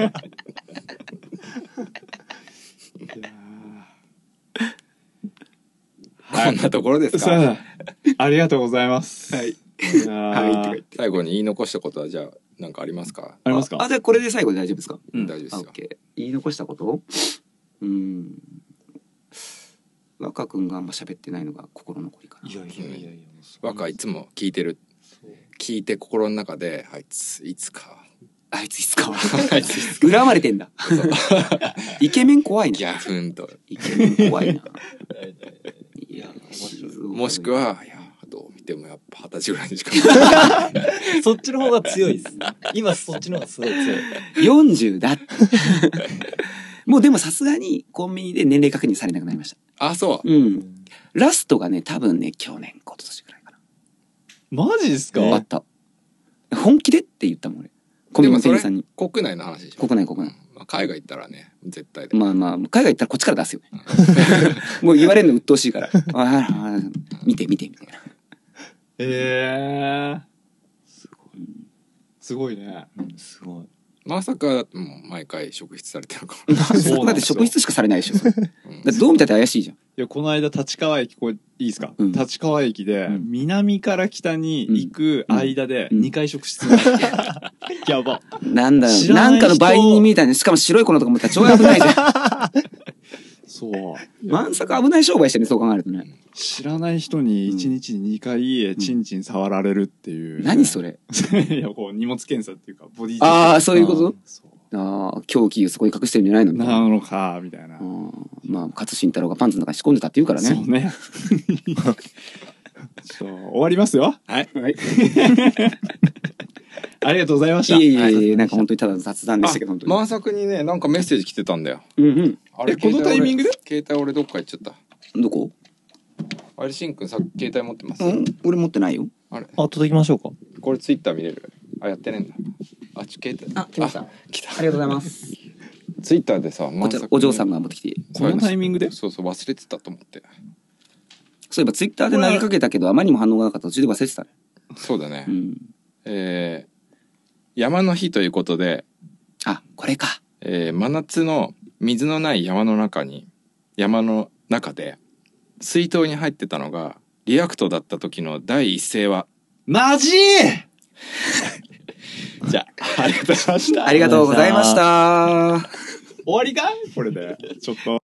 A: こんなところですか
B: さあありがとうございます
A: はい
C: [LAUGHS] はいとか
B: あ
C: 言って
A: 最後に言い残したことはじゃあなんかありますか、
B: りますか
C: あじゃあこれで最後で大丈夫ですか
A: うん、大丈夫です
C: あオ
A: よ
C: ッケー言い残したことうん若君があんま喋ってないのが心残りかない
D: やいやいやいや
A: 若いつも聞いてる聞いて心の中であいついつか
C: あいついつかは
A: あいついつか
C: 恨まれてんだイケメン怖い
A: ギ
C: な
A: ャフンと
C: イケメン怖いないや
A: もしくはいやどう見てもやっぱ二十歳ぐらいにしか
D: そっちの方が強いです今そっちの方がすごい強い
C: 40だってもうでもさすがにコンビニで年齢確認されなくなりました
A: あそう
C: うんラストがね多分ね去年今年ぐらいかな
B: マジですか
C: あった本気でって言ったもん俺コンビニの店員さんに
A: 国内の話でしょ
C: 国内国内
A: まあ、海外行ったらね絶対で、
C: まあまあ、海外行ったらこっちから出すよね。
B: [LAUGHS]
C: もう言われるの鬱陶しいから。ああああ見て見てみたいな。
B: ええすごいね
D: うんすごい
A: まさかもう毎回職質されてるか
B: そう
C: だ
B: な
C: っ
B: ん
C: て
B: ですよ
C: 職質しかされないで
B: [LAUGHS]
C: しょ。それだ
A: ら、うん
C: ってどう見たって怪しいじゃん。
B: いやこの間立川駅これいいですか、
C: うん
B: 立川駅で、
C: うん
B: 南から北に行く間で
C: うん
B: 2回食室になって、
C: [LAUGHS]
B: やば
C: なんだろ
B: 知
C: う。
B: らな
C: な
B: い人
C: んかの倍に見えたね。しかも白い粉とか持ったら超危ない
B: [LAUGHS]
C: じゃ。
B: そうん
C: まんさか危ない商売してるね、そう考えるとね。
B: 知らない人に1日に2回チンチン触られるっていう、
C: 何それ。
B: れ [LAUGHS] いやこう荷物検査っていうかボディチェック
C: ああ、そういうこと
B: そう
C: ああ、狂気をそこに隠してるんじゃないのみたいな。
B: なのかみたいな、
C: うんまあ、勝新太郎がパンツの中に仕込んでたって言うから
B: そう
C: ね。
B: [LAUGHS] ねちょっと終わりますよ
A: はい
B: [LAUGHS] ありがとうございまし
C: い
B: た
C: えいえいえ、なんか本当にただの雑談でしたけど、本当に。
A: 満作にねなんかメッセージ来てたんだよ
C: うん
A: あれ
B: えこのタイミングで
A: 携帯俺どっか行っちゃった
C: うん。どこ
A: あれしんくんさ携帯持ってます、
C: うん俺持ってないよ。
A: あれ
D: あ届きましょうか
A: これツイッター見れるあやってねえんだあちょ携帯
C: あ来ました
A: 来た
C: ありがとうございます。
A: ツイッターでさ
C: こ
A: 満
C: ちら
A: 作、
C: お嬢さんが持ってきて。
A: そう
B: このタイミングで
A: そうそう忘れてたと思って
C: そういえばツイッターで投げかけたけどあまりにも反応がなかった途中で忘れてたね。
A: そうだね、
C: うん。
A: えー山の日ということで、
C: あこれか。
A: えー真夏の水のない山の中に山の中で水筒に入ってたのがリアクトだった時の第一声は
B: マ [LAUGHS] ジ
A: じゃあありがとうございました
C: ありがとうございました。
B: 終わりかこれでちょっと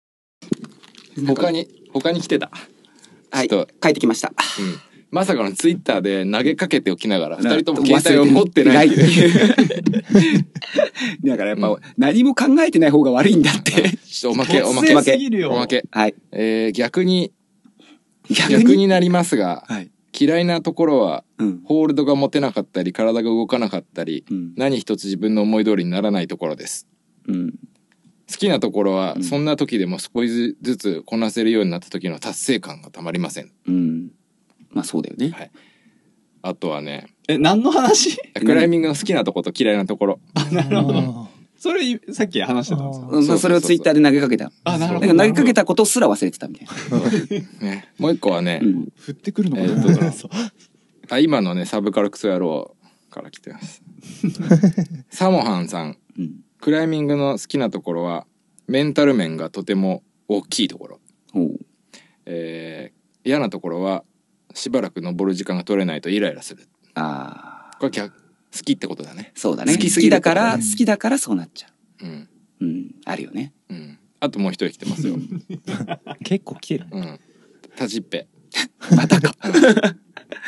A: 他に他に来てた、
C: はい
A: ちょっと、
C: 帰ってきました。
A: うん、まさかのツイッターで投げかけておきながら二人とも
C: 忘れ
A: 携帯を持ってない
C: [LAUGHS]
A: っていう
C: いう。だからやっぱ何も考えてない方が悪いんだって。
A: ちょっとおまけおま
B: 突
A: け
B: 然すぎるよ
A: おまけ、
C: [LAUGHS] はい。
A: えー逆に
C: 逆に。
A: 逆になりますが
C: はい。
A: 嫌いなところは
C: うん。
A: ホールドが持てなかったり体が動かなかったり
C: うん。
A: 何一つ自分の思い通りにならないところです
C: うん。
A: 好きなところ
C: う
A: は
C: ん
A: そんな時でも少しずつこなせるようになった時の達成感がたまりません
C: うん。まあそうだよね。
A: あとはね
B: え何の話
A: クライミングの好きなとこと嫌いなところ
B: なるほど
D: あ
B: それいさっき話してたんですか
C: うんまあそれをツイッターで投げかけた。
B: あなる
C: な
B: ほ
C: ん
B: ど
C: か投げかけたことすら忘れてたみたいな。
A: ねもう一個はね、
C: うん。
B: 振ってくるのか
A: え
B: な、
A: ーっとねあ今のねサブカルクソ野郎から来てます
C: [LAUGHS]
A: サモハンさん
C: うん。
A: クライミングの好きなところはメンタル面がとても大きいところ、
C: おう
A: えー嫌なところはしばらく登る時間が取れないとイライラする
C: ああ。
A: これ逆好きってことだね
C: そうだね。
A: 好
C: 好
A: き
C: き
A: すぎる
C: だ
A: と
C: か
A: ね
C: ら、好きだからそうなっちゃ
A: うん
C: う。うん。あるよね。
A: うんあともう一人来てますよ、
D: ー結構来てるね
A: うん、タジッペ
C: また
A: [LAUGHS]
C: か。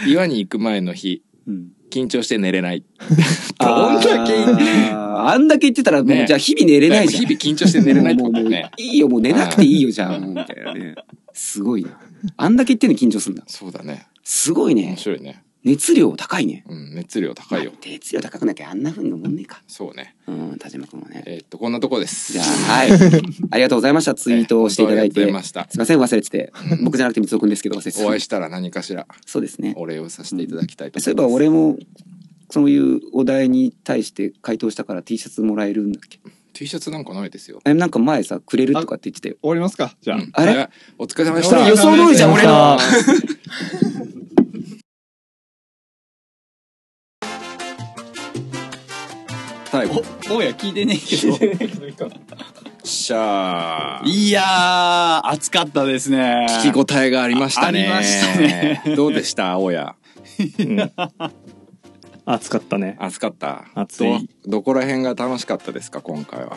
A: 岩に行く前の日
C: うん。
A: 緊張して寝れない
C: あーあんだけ言ってたら、も
A: ね
C: うじゃあ日々寝れないじゃん。
A: 日々緊張して寝れないってことだよ
C: も
A: ね
C: ういいよ、もう寝なくていいよ、じゃあ、もうみたいなね。すごいな。あんだけ言ってんの緊張するんだ。
A: そうだね
C: すごい
A: 面
C: ね。
A: 白いね
C: 熱量高いね。
A: うん熱量高いよ
C: まあ熱量高くなきゃあんな風に飲んねえか。
A: そうね
C: うん、田島君はね。
A: えーっとこんなとこです
C: じゃあ、はい。ありがとうございました。ツイートをしていただいて。
A: えー本当あ
C: す
A: りがとうござい
C: い
A: ま
C: ま
A: した
C: せん、忘れてて。僕じゃなくて、三つくんですけど、忘れてて
A: お会いしたら何かしら
C: そうですね。
A: お礼をさせていただきたいと
C: そういえ
A: 思い
C: ば、
A: ます、
C: 俺も、そういうお題に対して回答したから T シャツもらえるんだっけ
A: T シャツなんかないですよ
C: え、なんか前さ、くれるとかって言ってたよ。
B: 終わりますかじゃあ、
A: うん
C: あれ
A: いやお疲れ様でし
C: 俺
A: た
C: 予想通りじゃん、俺の。
A: 最後
B: おや聞いてねえけ [LAUGHS]
A: しゃあ
B: どいやー熱かったですね
A: 聞き応えがありましたね
B: ありましたね
A: どうでした大家
B: い
A: うん
H: 暑かったね
A: 暑かった
H: 暑い
A: どどこら辺が楽しかったですか今回は [LAUGHS]
H: やっ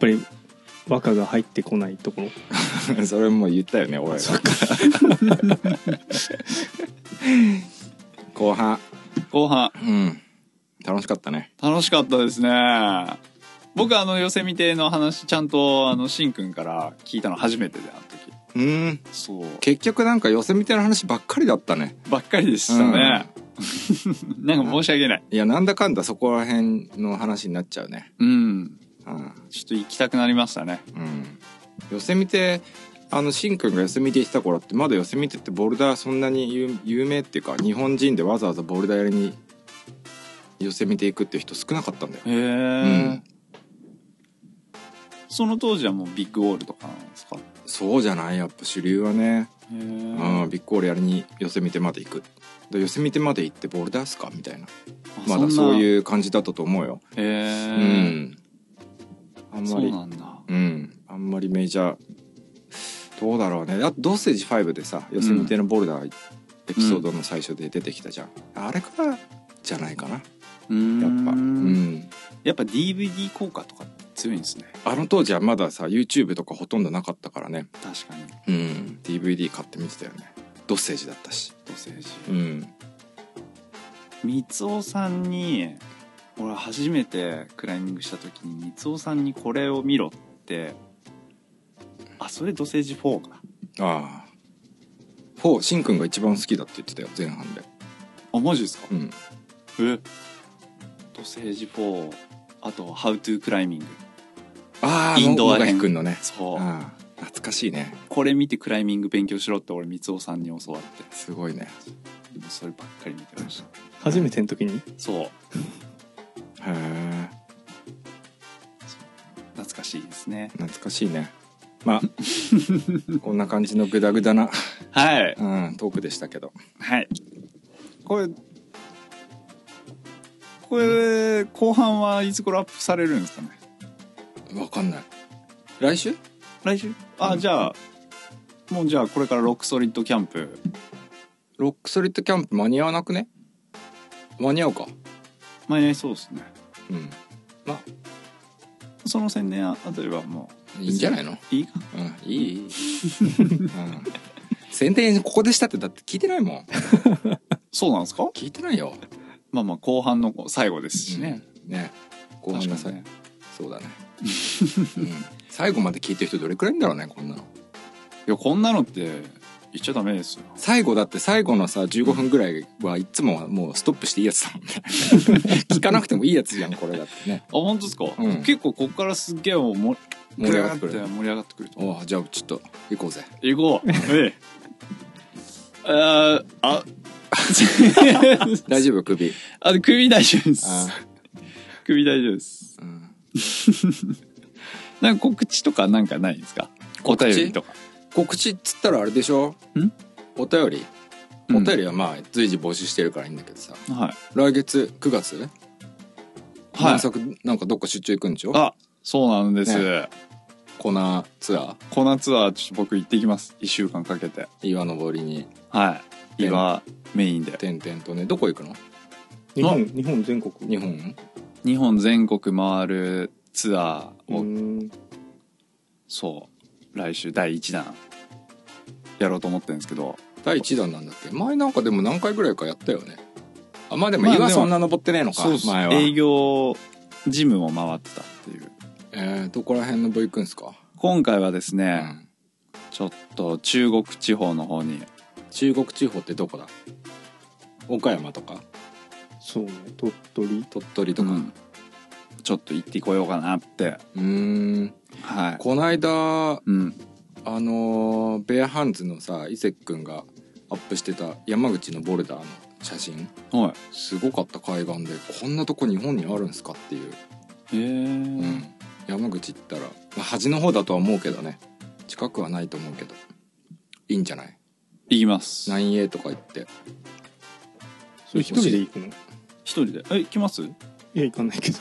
H: ぱり和歌が入ってこないところ
A: それも言ったよね俺が [LAUGHS] 後半
B: 後半
A: うん楽しかったね
B: 楽しかったですね僕あの寄せ見ての話ちゃんとあのしんくんから聞いたの初めてであの時
A: うん
B: そう
A: 結局なんか寄せみたいな話ばっかりだったね
B: ばっかりでしたね、 [LAUGHS] なんか申し訳ない
A: いやなんだかんだそこら辺の話になっちゃうね
B: うん
A: うん、
B: ちょっと行きたくなりましたね
A: うん、寄せみてあのしんくんが寄せみて行ってた頃ってまだ寄せみてってボルダーそんなに有有名っていうか日本人でわざわざボルダーやりに寄せみて行くっていう人少なかったんだよ
B: へえ、
A: ん
B: その当時はもうビッグオールとかなんですかへ
A: そうじゃないやっぱ主流はね、
B: え
A: うん、ビッグオールやりに寄せみてまで行くで寄せみてまで行ってボルダーっすかみたいなまだそう
B: う
A: いう感じだったと思うよ
B: へえ
A: う、んあん
B: そ
A: ま
B: う
A: り
B: なんだ
A: うんあんまりメジャーどうだろうねあとドッセージ5でさ寄せみてのボルダーエピソードの最初で出てきたじゃん、あれからじゃないかなやっ
B: う
A: ぱうんん
B: やっぱ DVD 効果とかって強いんですね
A: あの当時はまださ YouTube とかほとんどなかったからね
B: 確かに
A: うん DVD 買って見てたよねドッセージだったし
B: 土星人
A: うん
B: 三尾さんに俺初めてクライミングした時に三尾さんにこれを見ろってあそれ土星人4か
A: ああフォーしんくんが一番好きだって言ってたよ前半で
B: あマジですか
A: うん
B: え土星人4あと「How to クライミング
A: ああ
B: インドア
A: 野
B: 編
A: 垣くんのね」
B: そう
A: ああ懐かしいね
B: これ見てクライミング勉強しろって俺三尾さんに教わって
A: すごいね
B: もうそればっかり見てました
H: 初めての時に
B: そう
A: へえ
B: 懐かしいですね
A: 懐かしいねまあこんな感じのグダグダな、
B: はい
A: うん、トークでしたけど
B: はいこれこれ後半はいつ頃アップされるんですかね
A: わかんない来週
B: 来週あ、
A: うん
B: じゃあもうじゃあこれからロックソリッドキャンプ
A: ロックソリッドキャンプ間に合わなくね間に合うか
B: 間に合いそうですね
A: うん
B: その宣伝あたりはも
A: いいんじゃないの
B: ういいか
A: うんいいいい、うん、宣伝ここでしたってだって聞いてないもん
B: そうなんですか
A: 聞いてないよ、
B: まあまあ後半の最後ですしね、
A: ねごめんなさい、
B: 確か
A: そうだね、うん、最後まで聞いてる人どれくらいいんだろうねこんなの
B: にいやこんなのって言っちゃダメですよ
A: 最後だって最後のさ15分ぐらいはいつもはもうストップしていいやつだ
B: [LAUGHS]
A: もんね聞かなくてもいいやつじゃんこれだってね
B: あ本当ですか、
A: うん
B: 結構ここからすっげえもうも
A: 盛り上がってくる
B: ぐー盛り上がってくると
A: おうじゃあちょっと行こうぜ
B: 行こうええあーあ [LAUGHS]
A: 大丈夫首
B: あ首大丈夫です
A: あ
B: 首大丈夫です
A: ー、うん
B: なんか告知とかなんかないんですかお
A: 知
B: 便りとか。
A: 告知っつったらあれでしょ
B: ん
A: お便り
B: うん
A: お便りはまあ随時募集してるからいいんだけどさ、
B: はい。
A: 来月9月
B: はい
A: 満作なんかどっか出張行くんでしょ
B: あ、そうなんです。
A: コーナーツアー
B: このツアー、ちょっと僕行ってきます。一週間かけて。
A: 岩登りに
B: はい。
A: ね
B: 今、メインで。
A: 点々とねどこ行くの
H: 日本日本全国
A: 日本
B: 日本全国回るツアーを、
H: うん
B: そう、来週第1弾、やろうと思ってるんですけど、
A: 第1弾なんだっけ前なんかでも何回ぐらいかやったよねあまあでも
B: まあ
A: 岩
B: でも
A: そんな登ってねえのか、
B: そうっす
A: 前は
B: 営業、ジムを回ってたっていう。
A: えー、どこら辺の部行くんすか、
B: 今回はです
A: う
B: ね、
A: ん、
B: ちょっと中国地方の方に、
A: 中国地方ってどこだ岡山とか
H: そうね鳥取
A: 鳥取とか
B: うんちょっと行ってこようかなって。
A: うーん
B: はい。
A: こないだ
B: うん。
A: あのーベアハンズのさ伊勢くんがアップしてた山口のボルダーの写真
B: はい。
A: すごかった海岸でこんなとこ日本にあるんすかっていう、
B: へえ
A: うん山口行ったら、まあ、端の方だとは思うけどね近くはないと思うけどいいんじゃない
B: 行きます。
A: 南英とか行って
H: それ一人で行くのい
B: 一人で。え、行きます
H: や行かないけど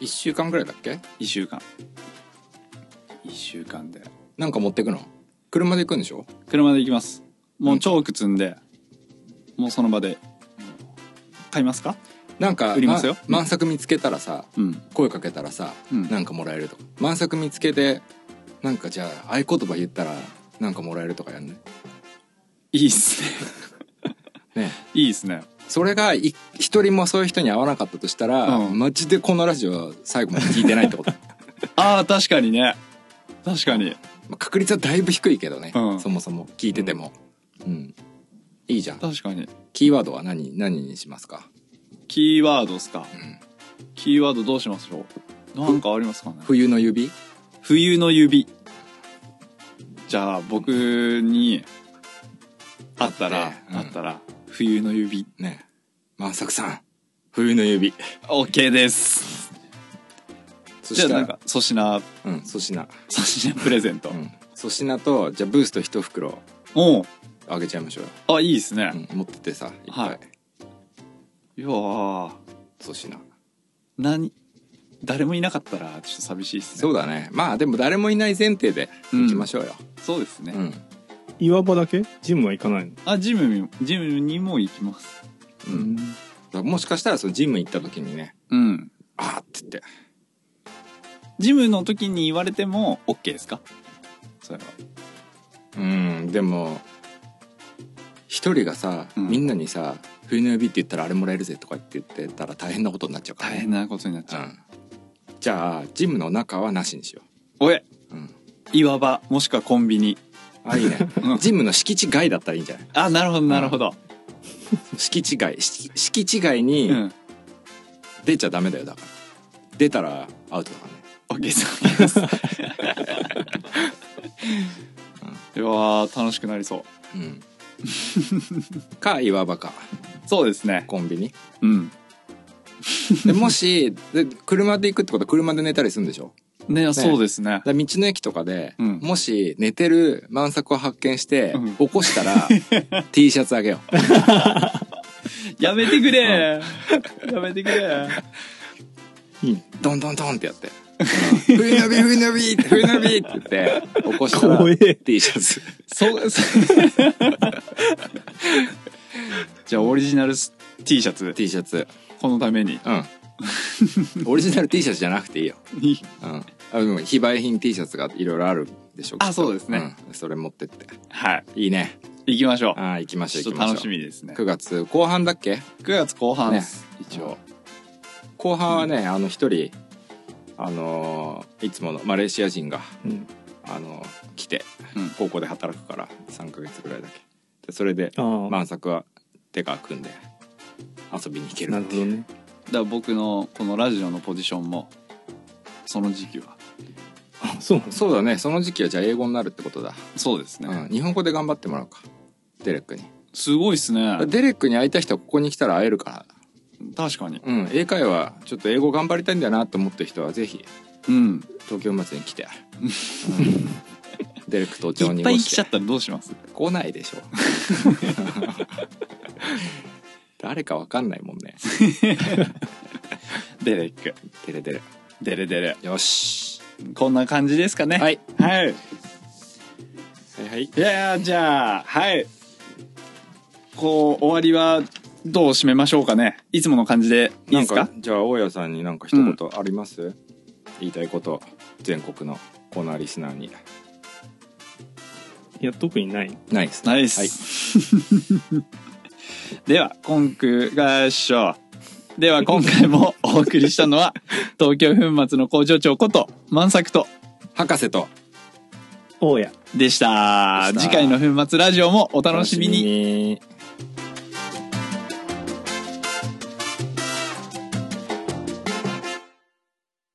A: 1週間ぐらいだっけ
B: 一週間。一週間で。
A: なんか持ってくの車で行くんでしょ
B: 車で行きます。もうチョーク積んで、もうその場で買いますか
A: なんか
B: 売りますよ
A: ま満作見つけたらさ
B: うん
A: 声かけたらさ、
B: うん
A: なんかもらえるとか満作見つけてなんかじゃあ合言葉言ったらなんかもらえるとかやんね
B: いいっすね
A: ね
B: いいっすね
A: それがい一人もそういう人に会わなかったとしたら、
B: うん
A: マジでこのラジオ最後まで聞いてない
B: [LAUGHS]
A: ってこと
B: ああ確かにね確かに
A: まあ確率はだいぶ低いけどね、
B: うん
A: そもそも聞いてても、うん、いいじゃん
B: 確かに
A: キーワードは何何にしますか
B: キーワードっすか、
A: ん
B: キーワードどうしましょうなんかありますかね
A: 冬の指
B: 冬の指じゃあ僕にあったら
A: あ
B: あ
A: っ
B: って
A: うん
B: たら冬の指
A: ね満作さん冬の指
B: OK です
A: そ
B: じゃあなんか粗品
A: うん粗品
B: 粗品プレゼント、
A: うん粗品とじゃあブースト一袋
B: おう
A: あげちゃいましょうよ、
B: あいいですね、
A: うん、持ってってさいっ
B: は
A: ぱ
B: い
A: い
B: いやー
A: 粗品
B: 何誰もいなかったらちょっと寂しいですね
A: そうだねまあでも誰もいない前提で
B: うん
A: いきましょうよ、
B: そうですね、
A: うん
H: 岩場だけジムは行かないの
B: あジムにもジムにも行きます
A: うんもしかしたらそのジム行った時にね
B: うん
A: 「あーって言って
B: ジムの時に言われても OK ですかそれは
A: うんでも一人がさ、
B: うん
A: みんなにさ「冬の指」って言ったらあれもらえるぜとかって言ってたら大変なことになっちゃうから
B: 大
A: ね、
B: 変なことになっちゃう、
A: うんじゃあジムの中はなしにしよ
B: おえ、
A: うん
B: 岩場もしくはコンビニ
A: うあいいね
B: うん
A: ジムの敷地外だったらいいんじゃない
B: あなるほどなるほど、
A: 敷地外敷敷地外
B: う
A: に
B: ん、
A: 出ちゃダメだよだから出たらアウトだからね
B: OK です。いやー楽しくなりそ
A: う
B: う。
A: ん
B: [LAUGHS]
A: か岩場か
B: そうですね。
A: コンビニ
B: うん。
A: でもしで車で行くってことは車で寝たりするんでしょ
B: ね、そうですね。
A: だから道の駅とかで、
B: うん
A: もし寝てる満作を発見して、
B: うん
A: 起こしたら
B: [LAUGHS]
A: T シャツあげよう
B: やめてくれやめてくれ
A: ドンドンドンってやって「冬のび冬のび冬のび」って言って起こしたら
H: 怖え
A: T シャツ
B: そう、そじゃあオリジナルス T シャツ、
A: T シャツ
B: このために。
A: うん [LAUGHS] オリジナル T シャツじゃなくていいよ、うん、あでも非売品 T シャツがいろいろあるでしょ
B: あ
A: きっと
B: そうですね、
A: うんそれ持ってって
B: はい。
A: いいね
B: 行きましょう。
A: ああ行きましょう
B: ちょ
A: 行
B: っ
A: きま
B: と
A: しょう
B: 楽しみですね。
A: 9月後半だっけ
B: 9月後半
A: ね
B: です、一応。
A: 後半はね、あの一人あのーいつものマレーシア人が、
H: うん
A: あのー来て、
B: うん
A: 高校で働くから3ヶ月ぐらいだけでそれで
H: ああ、
A: 満作は手が組んで遊びに行ける
H: な
A: っ
H: る
A: て
H: ほ
A: いう
H: どね
B: だから僕のこのラジオのポジションも、その時期は。
H: あそうなんです
A: そうだねその時期はじゃあ英語になるってことだ、
B: そうですね。
A: うん、日本語で頑張ってもらおうかデレックに
B: すごいっすね。
A: デレックに会いたい人はここに来たら会えるから
B: 確かに。
A: うん英会話ちょっと英語頑張りたいんだなと思ってる人はぜひ
B: うん。
A: 東京祭りに来て、うんデレック東京
B: い
A: に
B: っぱい
A: も
B: 来
A: して
B: ちゃったらどうします
A: 来ないで
B: [LAUGHS]
A: しょ誰かわかんないもんね
B: [LAUGHS] デレック
A: デレデレ
B: デレデレ
A: よし
B: こんな感じですかね
A: はい
B: はい
A: はいはい
B: いやーじゃあはいこう終わりはどう締めましょうかねいつもの感じでいいです
A: な
B: か
A: んかじゃあ大家さんになんか一言あります、言いたいこと全国のコーナーリスナーに
H: いや特にない
A: ないですね
B: ナイス、 [LAUGHS] では今回がしょでは今回もお送りしたの [LAUGHS] は東京粉末の工場長こと万作と
A: 博士と
H: 大家
B: でした
A: でした
B: 次回の粉末ラジオもお楽しみに
A: に